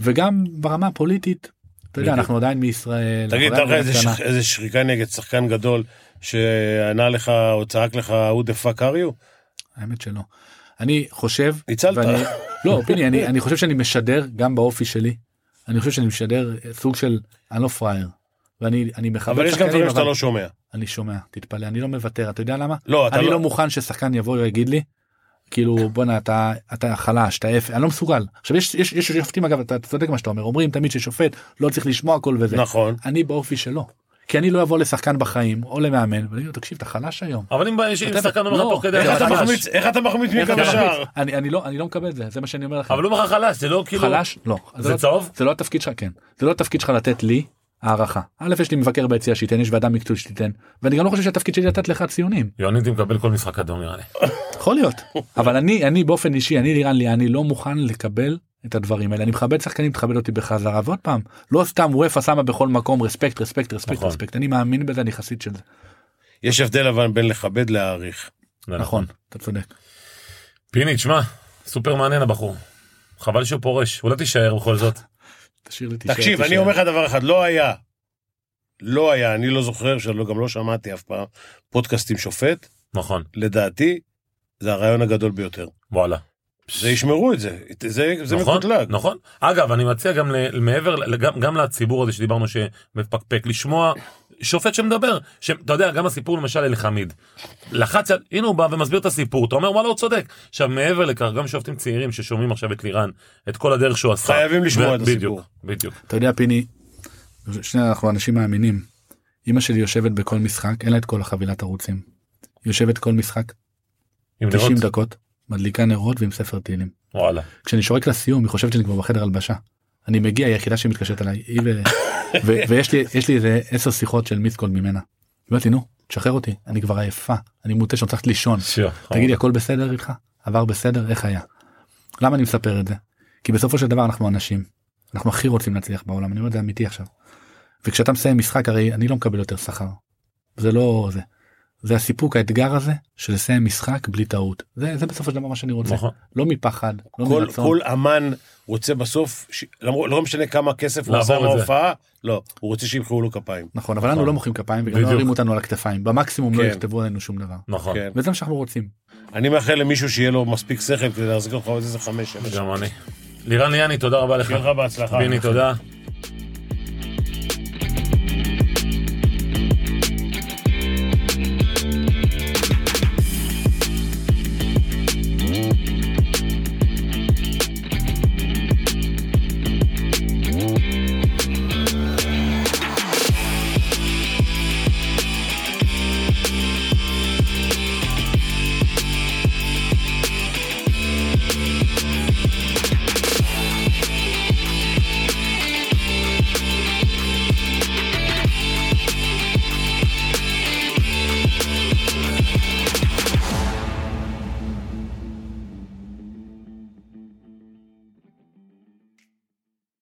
[SPEAKER 3] וגם ברמה הפוליטית. אתה יודע
[SPEAKER 1] בדיוק.
[SPEAKER 3] אנחנו עדיין מישראל.
[SPEAKER 2] תגיד, אתה
[SPEAKER 3] אנחנו עדיין
[SPEAKER 2] רואה איזה
[SPEAKER 3] מדינה
[SPEAKER 2] ש- איזה שריקה נגד שחקן גדול שענה לך או צעק לך, who the fuck are you?
[SPEAKER 3] קטנה. האמת שלא. אני חושב
[SPEAKER 2] הצלת.
[SPEAKER 3] ואני- לא פיני אני אני חושב שאני משדר גם באופי שלי. אני חושב שאני משדר אה, סוג של אני לא פראייר. ואני אני מכבד
[SPEAKER 2] אבל יש גם
[SPEAKER 3] שחקנים,
[SPEAKER 2] דברים שאתה
[SPEAKER 3] אבל-
[SPEAKER 2] לא שומע.
[SPEAKER 3] אני שומע תתפלא אני לא מוותר אתה יודע למה
[SPEAKER 2] לא, אתה
[SPEAKER 3] אני לא
[SPEAKER 2] לא...
[SPEAKER 3] מוכן ששחקן יבוא ויגיד לי כאילו בואנה אתה אתה חלש אתה אפס אני לא מסוגל עכשיו יש יש יש שופטים אגב אתה צודק מה שאתה אומר אומרים תמיד ששופט לא צריך לשמוע הכל וזה
[SPEAKER 2] נכון.
[SPEAKER 3] אני באופי שלו כי אני לא אבוא לשחקן בחיים או למאמן ואני לו תקשיב אתה חלש היום.
[SPEAKER 1] אבל אם בא- אם
[SPEAKER 3] אתה-
[SPEAKER 1] שחקן אומר לך
[SPEAKER 3] לא,
[SPEAKER 1] תוך כדי,
[SPEAKER 3] איך
[SPEAKER 1] "אתה
[SPEAKER 2] איך אתה
[SPEAKER 1] חלש".
[SPEAKER 2] מחמיץ- איך אתה מחמיץ
[SPEAKER 3] איך
[SPEAKER 2] מקו
[SPEAKER 3] אתה
[SPEAKER 2] השער?
[SPEAKER 3] מחמיץ? אני אני לא אני לא מקבל את זה זה מה שאני אומר לכם.
[SPEAKER 1] אבל הוא אומר לך חלש, זה לא כאילו...
[SPEAKER 3] חלש לא
[SPEAKER 1] זה
[SPEAKER 3] לא-
[SPEAKER 1] צהוב?
[SPEAKER 3] זה לא התפקיד שלך כן זה לא התפקיד שלך לתת לי הערכה א' יש לי מבקר ביציע שייתן יש ועדה מקצועית שתיתן ואני גם לא חושב שהתפקיד שלי לתת לך ציונים.
[SPEAKER 1] יוניטי מקבל כל משחק אדום נראה לי.
[SPEAKER 3] יכול להיות אבל אני אני באופן אישי אני לירן לי אני לא מוכן לקבל את הדברים האלה אני מכבד שחקנים תכבד אותי בחזרה ועוד פעם לא סתם וופא שמה בכל מקום רספקט רספקט רספקט
[SPEAKER 1] נכון.
[SPEAKER 3] רספקט אני מאמין בזה אני חסיד של זה
[SPEAKER 2] יש הבדל אבל בין לכבד להעריך.
[SPEAKER 1] זה
[SPEAKER 3] נכון אתה צודק
[SPEAKER 1] פיני, תשמע, סופר מעניין הבחור. חבל שהוא פורש, אולי תישאר בכל זאת.
[SPEAKER 3] תשאיר לי תישאר
[SPEAKER 2] תקשיב, אני
[SPEAKER 3] תישאר.
[SPEAKER 2] אומר לך דבר אחד, לא היה, לא היה, אני לא זוכר, שגם לא שמעתי אף פעם, פודקאסט עם שופט,
[SPEAKER 1] נכון,
[SPEAKER 2] לדעתי, זה הרעיון הגדול ביותר.
[SPEAKER 1] וואלה.
[SPEAKER 2] זה ישמרו את זה, זה, זה
[SPEAKER 1] נכון,
[SPEAKER 2] מקוטלג.
[SPEAKER 1] נכון. אגב, אני מציע גם ל- מעבר, ל- גם, גם לציבור הזה שדיברנו שמפקפק, לשמוע שופט שמדבר. ש- אתה יודע, גם הסיפור למשל אלחמיד. לחץ, על- הנה הוא בא ומסביר את הסיפור, אתה אומר, וואלה, הוא צודק. עכשיו, מעבר לכך, גם שופטים צעירים ששומעים עכשיו את לירן, את כל הדרך שהוא עשה.
[SPEAKER 2] חייבים לשמוע
[SPEAKER 1] ו-
[SPEAKER 2] את הסיפור.
[SPEAKER 1] בדיוק, בדיוק.
[SPEAKER 3] אתה יודע פיני שנייה אנחנו אנשים מאמינים אמא שלי יושבת בכל משחק אין לה את כל החבילת ערוצים. יושבת כל משחק
[SPEAKER 1] עם
[SPEAKER 3] 90
[SPEAKER 1] נרות,
[SPEAKER 3] דקות מדליקה נרות ועם ספר תהילים.
[SPEAKER 1] וואלה.
[SPEAKER 3] כשאני שורק לסיום היא חושבת שאני כבר בחדר הלבשה. אני מגיע היא היחידה שמתקשרת עליי היא ו... ו... ויש לי יש לי איזה עשר שיחות של מיסקול ממנה. היא אומרת לי נו תשחרר אותי אני כבר עייפה אני מותש אני צריך לישון
[SPEAKER 1] שיו,
[SPEAKER 3] תגיד לי הכל בסדר איתך עבר בסדר איך היה. למה אני מספר את זה? כי בסופו של דבר אנחנו אנשים אנחנו הכי רוצים להצליח בעולם אני אומר את זה אמיתי עכשיו. וכשאתה מסיים משחק הרי אני לא מקבל יותר שכר. זה לא זה. זה הסיפוק האתגר הזה של לסיים משחק בלי טעות זה זה בסופו של דבר מה שאני רוצה
[SPEAKER 1] נכון.
[SPEAKER 3] לא מפחד לא
[SPEAKER 2] כל,
[SPEAKER 3] מרצון.
[SPEAKER 2] כל אמן רוצה בסוף, ש... למרות, לא משנה כמה כסף הוא
[SPEAKER 1] לעבור
[SPEAKER 2] עשה
[SPEAKER 1] את זה.
[SPEAKER 2] מההופעה, לא, הוא רוצה שימחאו לו כפיים.
[SPEAKER 3] נכון אבל לנו
[SPEAKER 1] נכון.
[SPEAKER 3] לא מוחאים כפיים וגם לא
[SPEAKER 1] בדיוק.
[SPEAKER 3] ירים אותנו על הכתפיים במקסימום לא
[SPEAKER 2] כן.
[SPEAKER 3] יכתבו עלינו שום דבר
[SPEAKER 1] נכון.
[SPEAKER 2] כן.
[SPEAKER 3] וזה מה שאנחנו רוצים.
[SPEAKER 2] אני מאחל למישהו שיהיה לו מספיק שכל כדי להחזיק אותך עוד איזה חמש שנים.
[SPEAKER 1] גם אני. נכון. לירן ליאני, תודה רבה לך.
[SPEAKER 2] שיהיה לך בהצלחה.
[SPEAKER 1] פיני, תודה.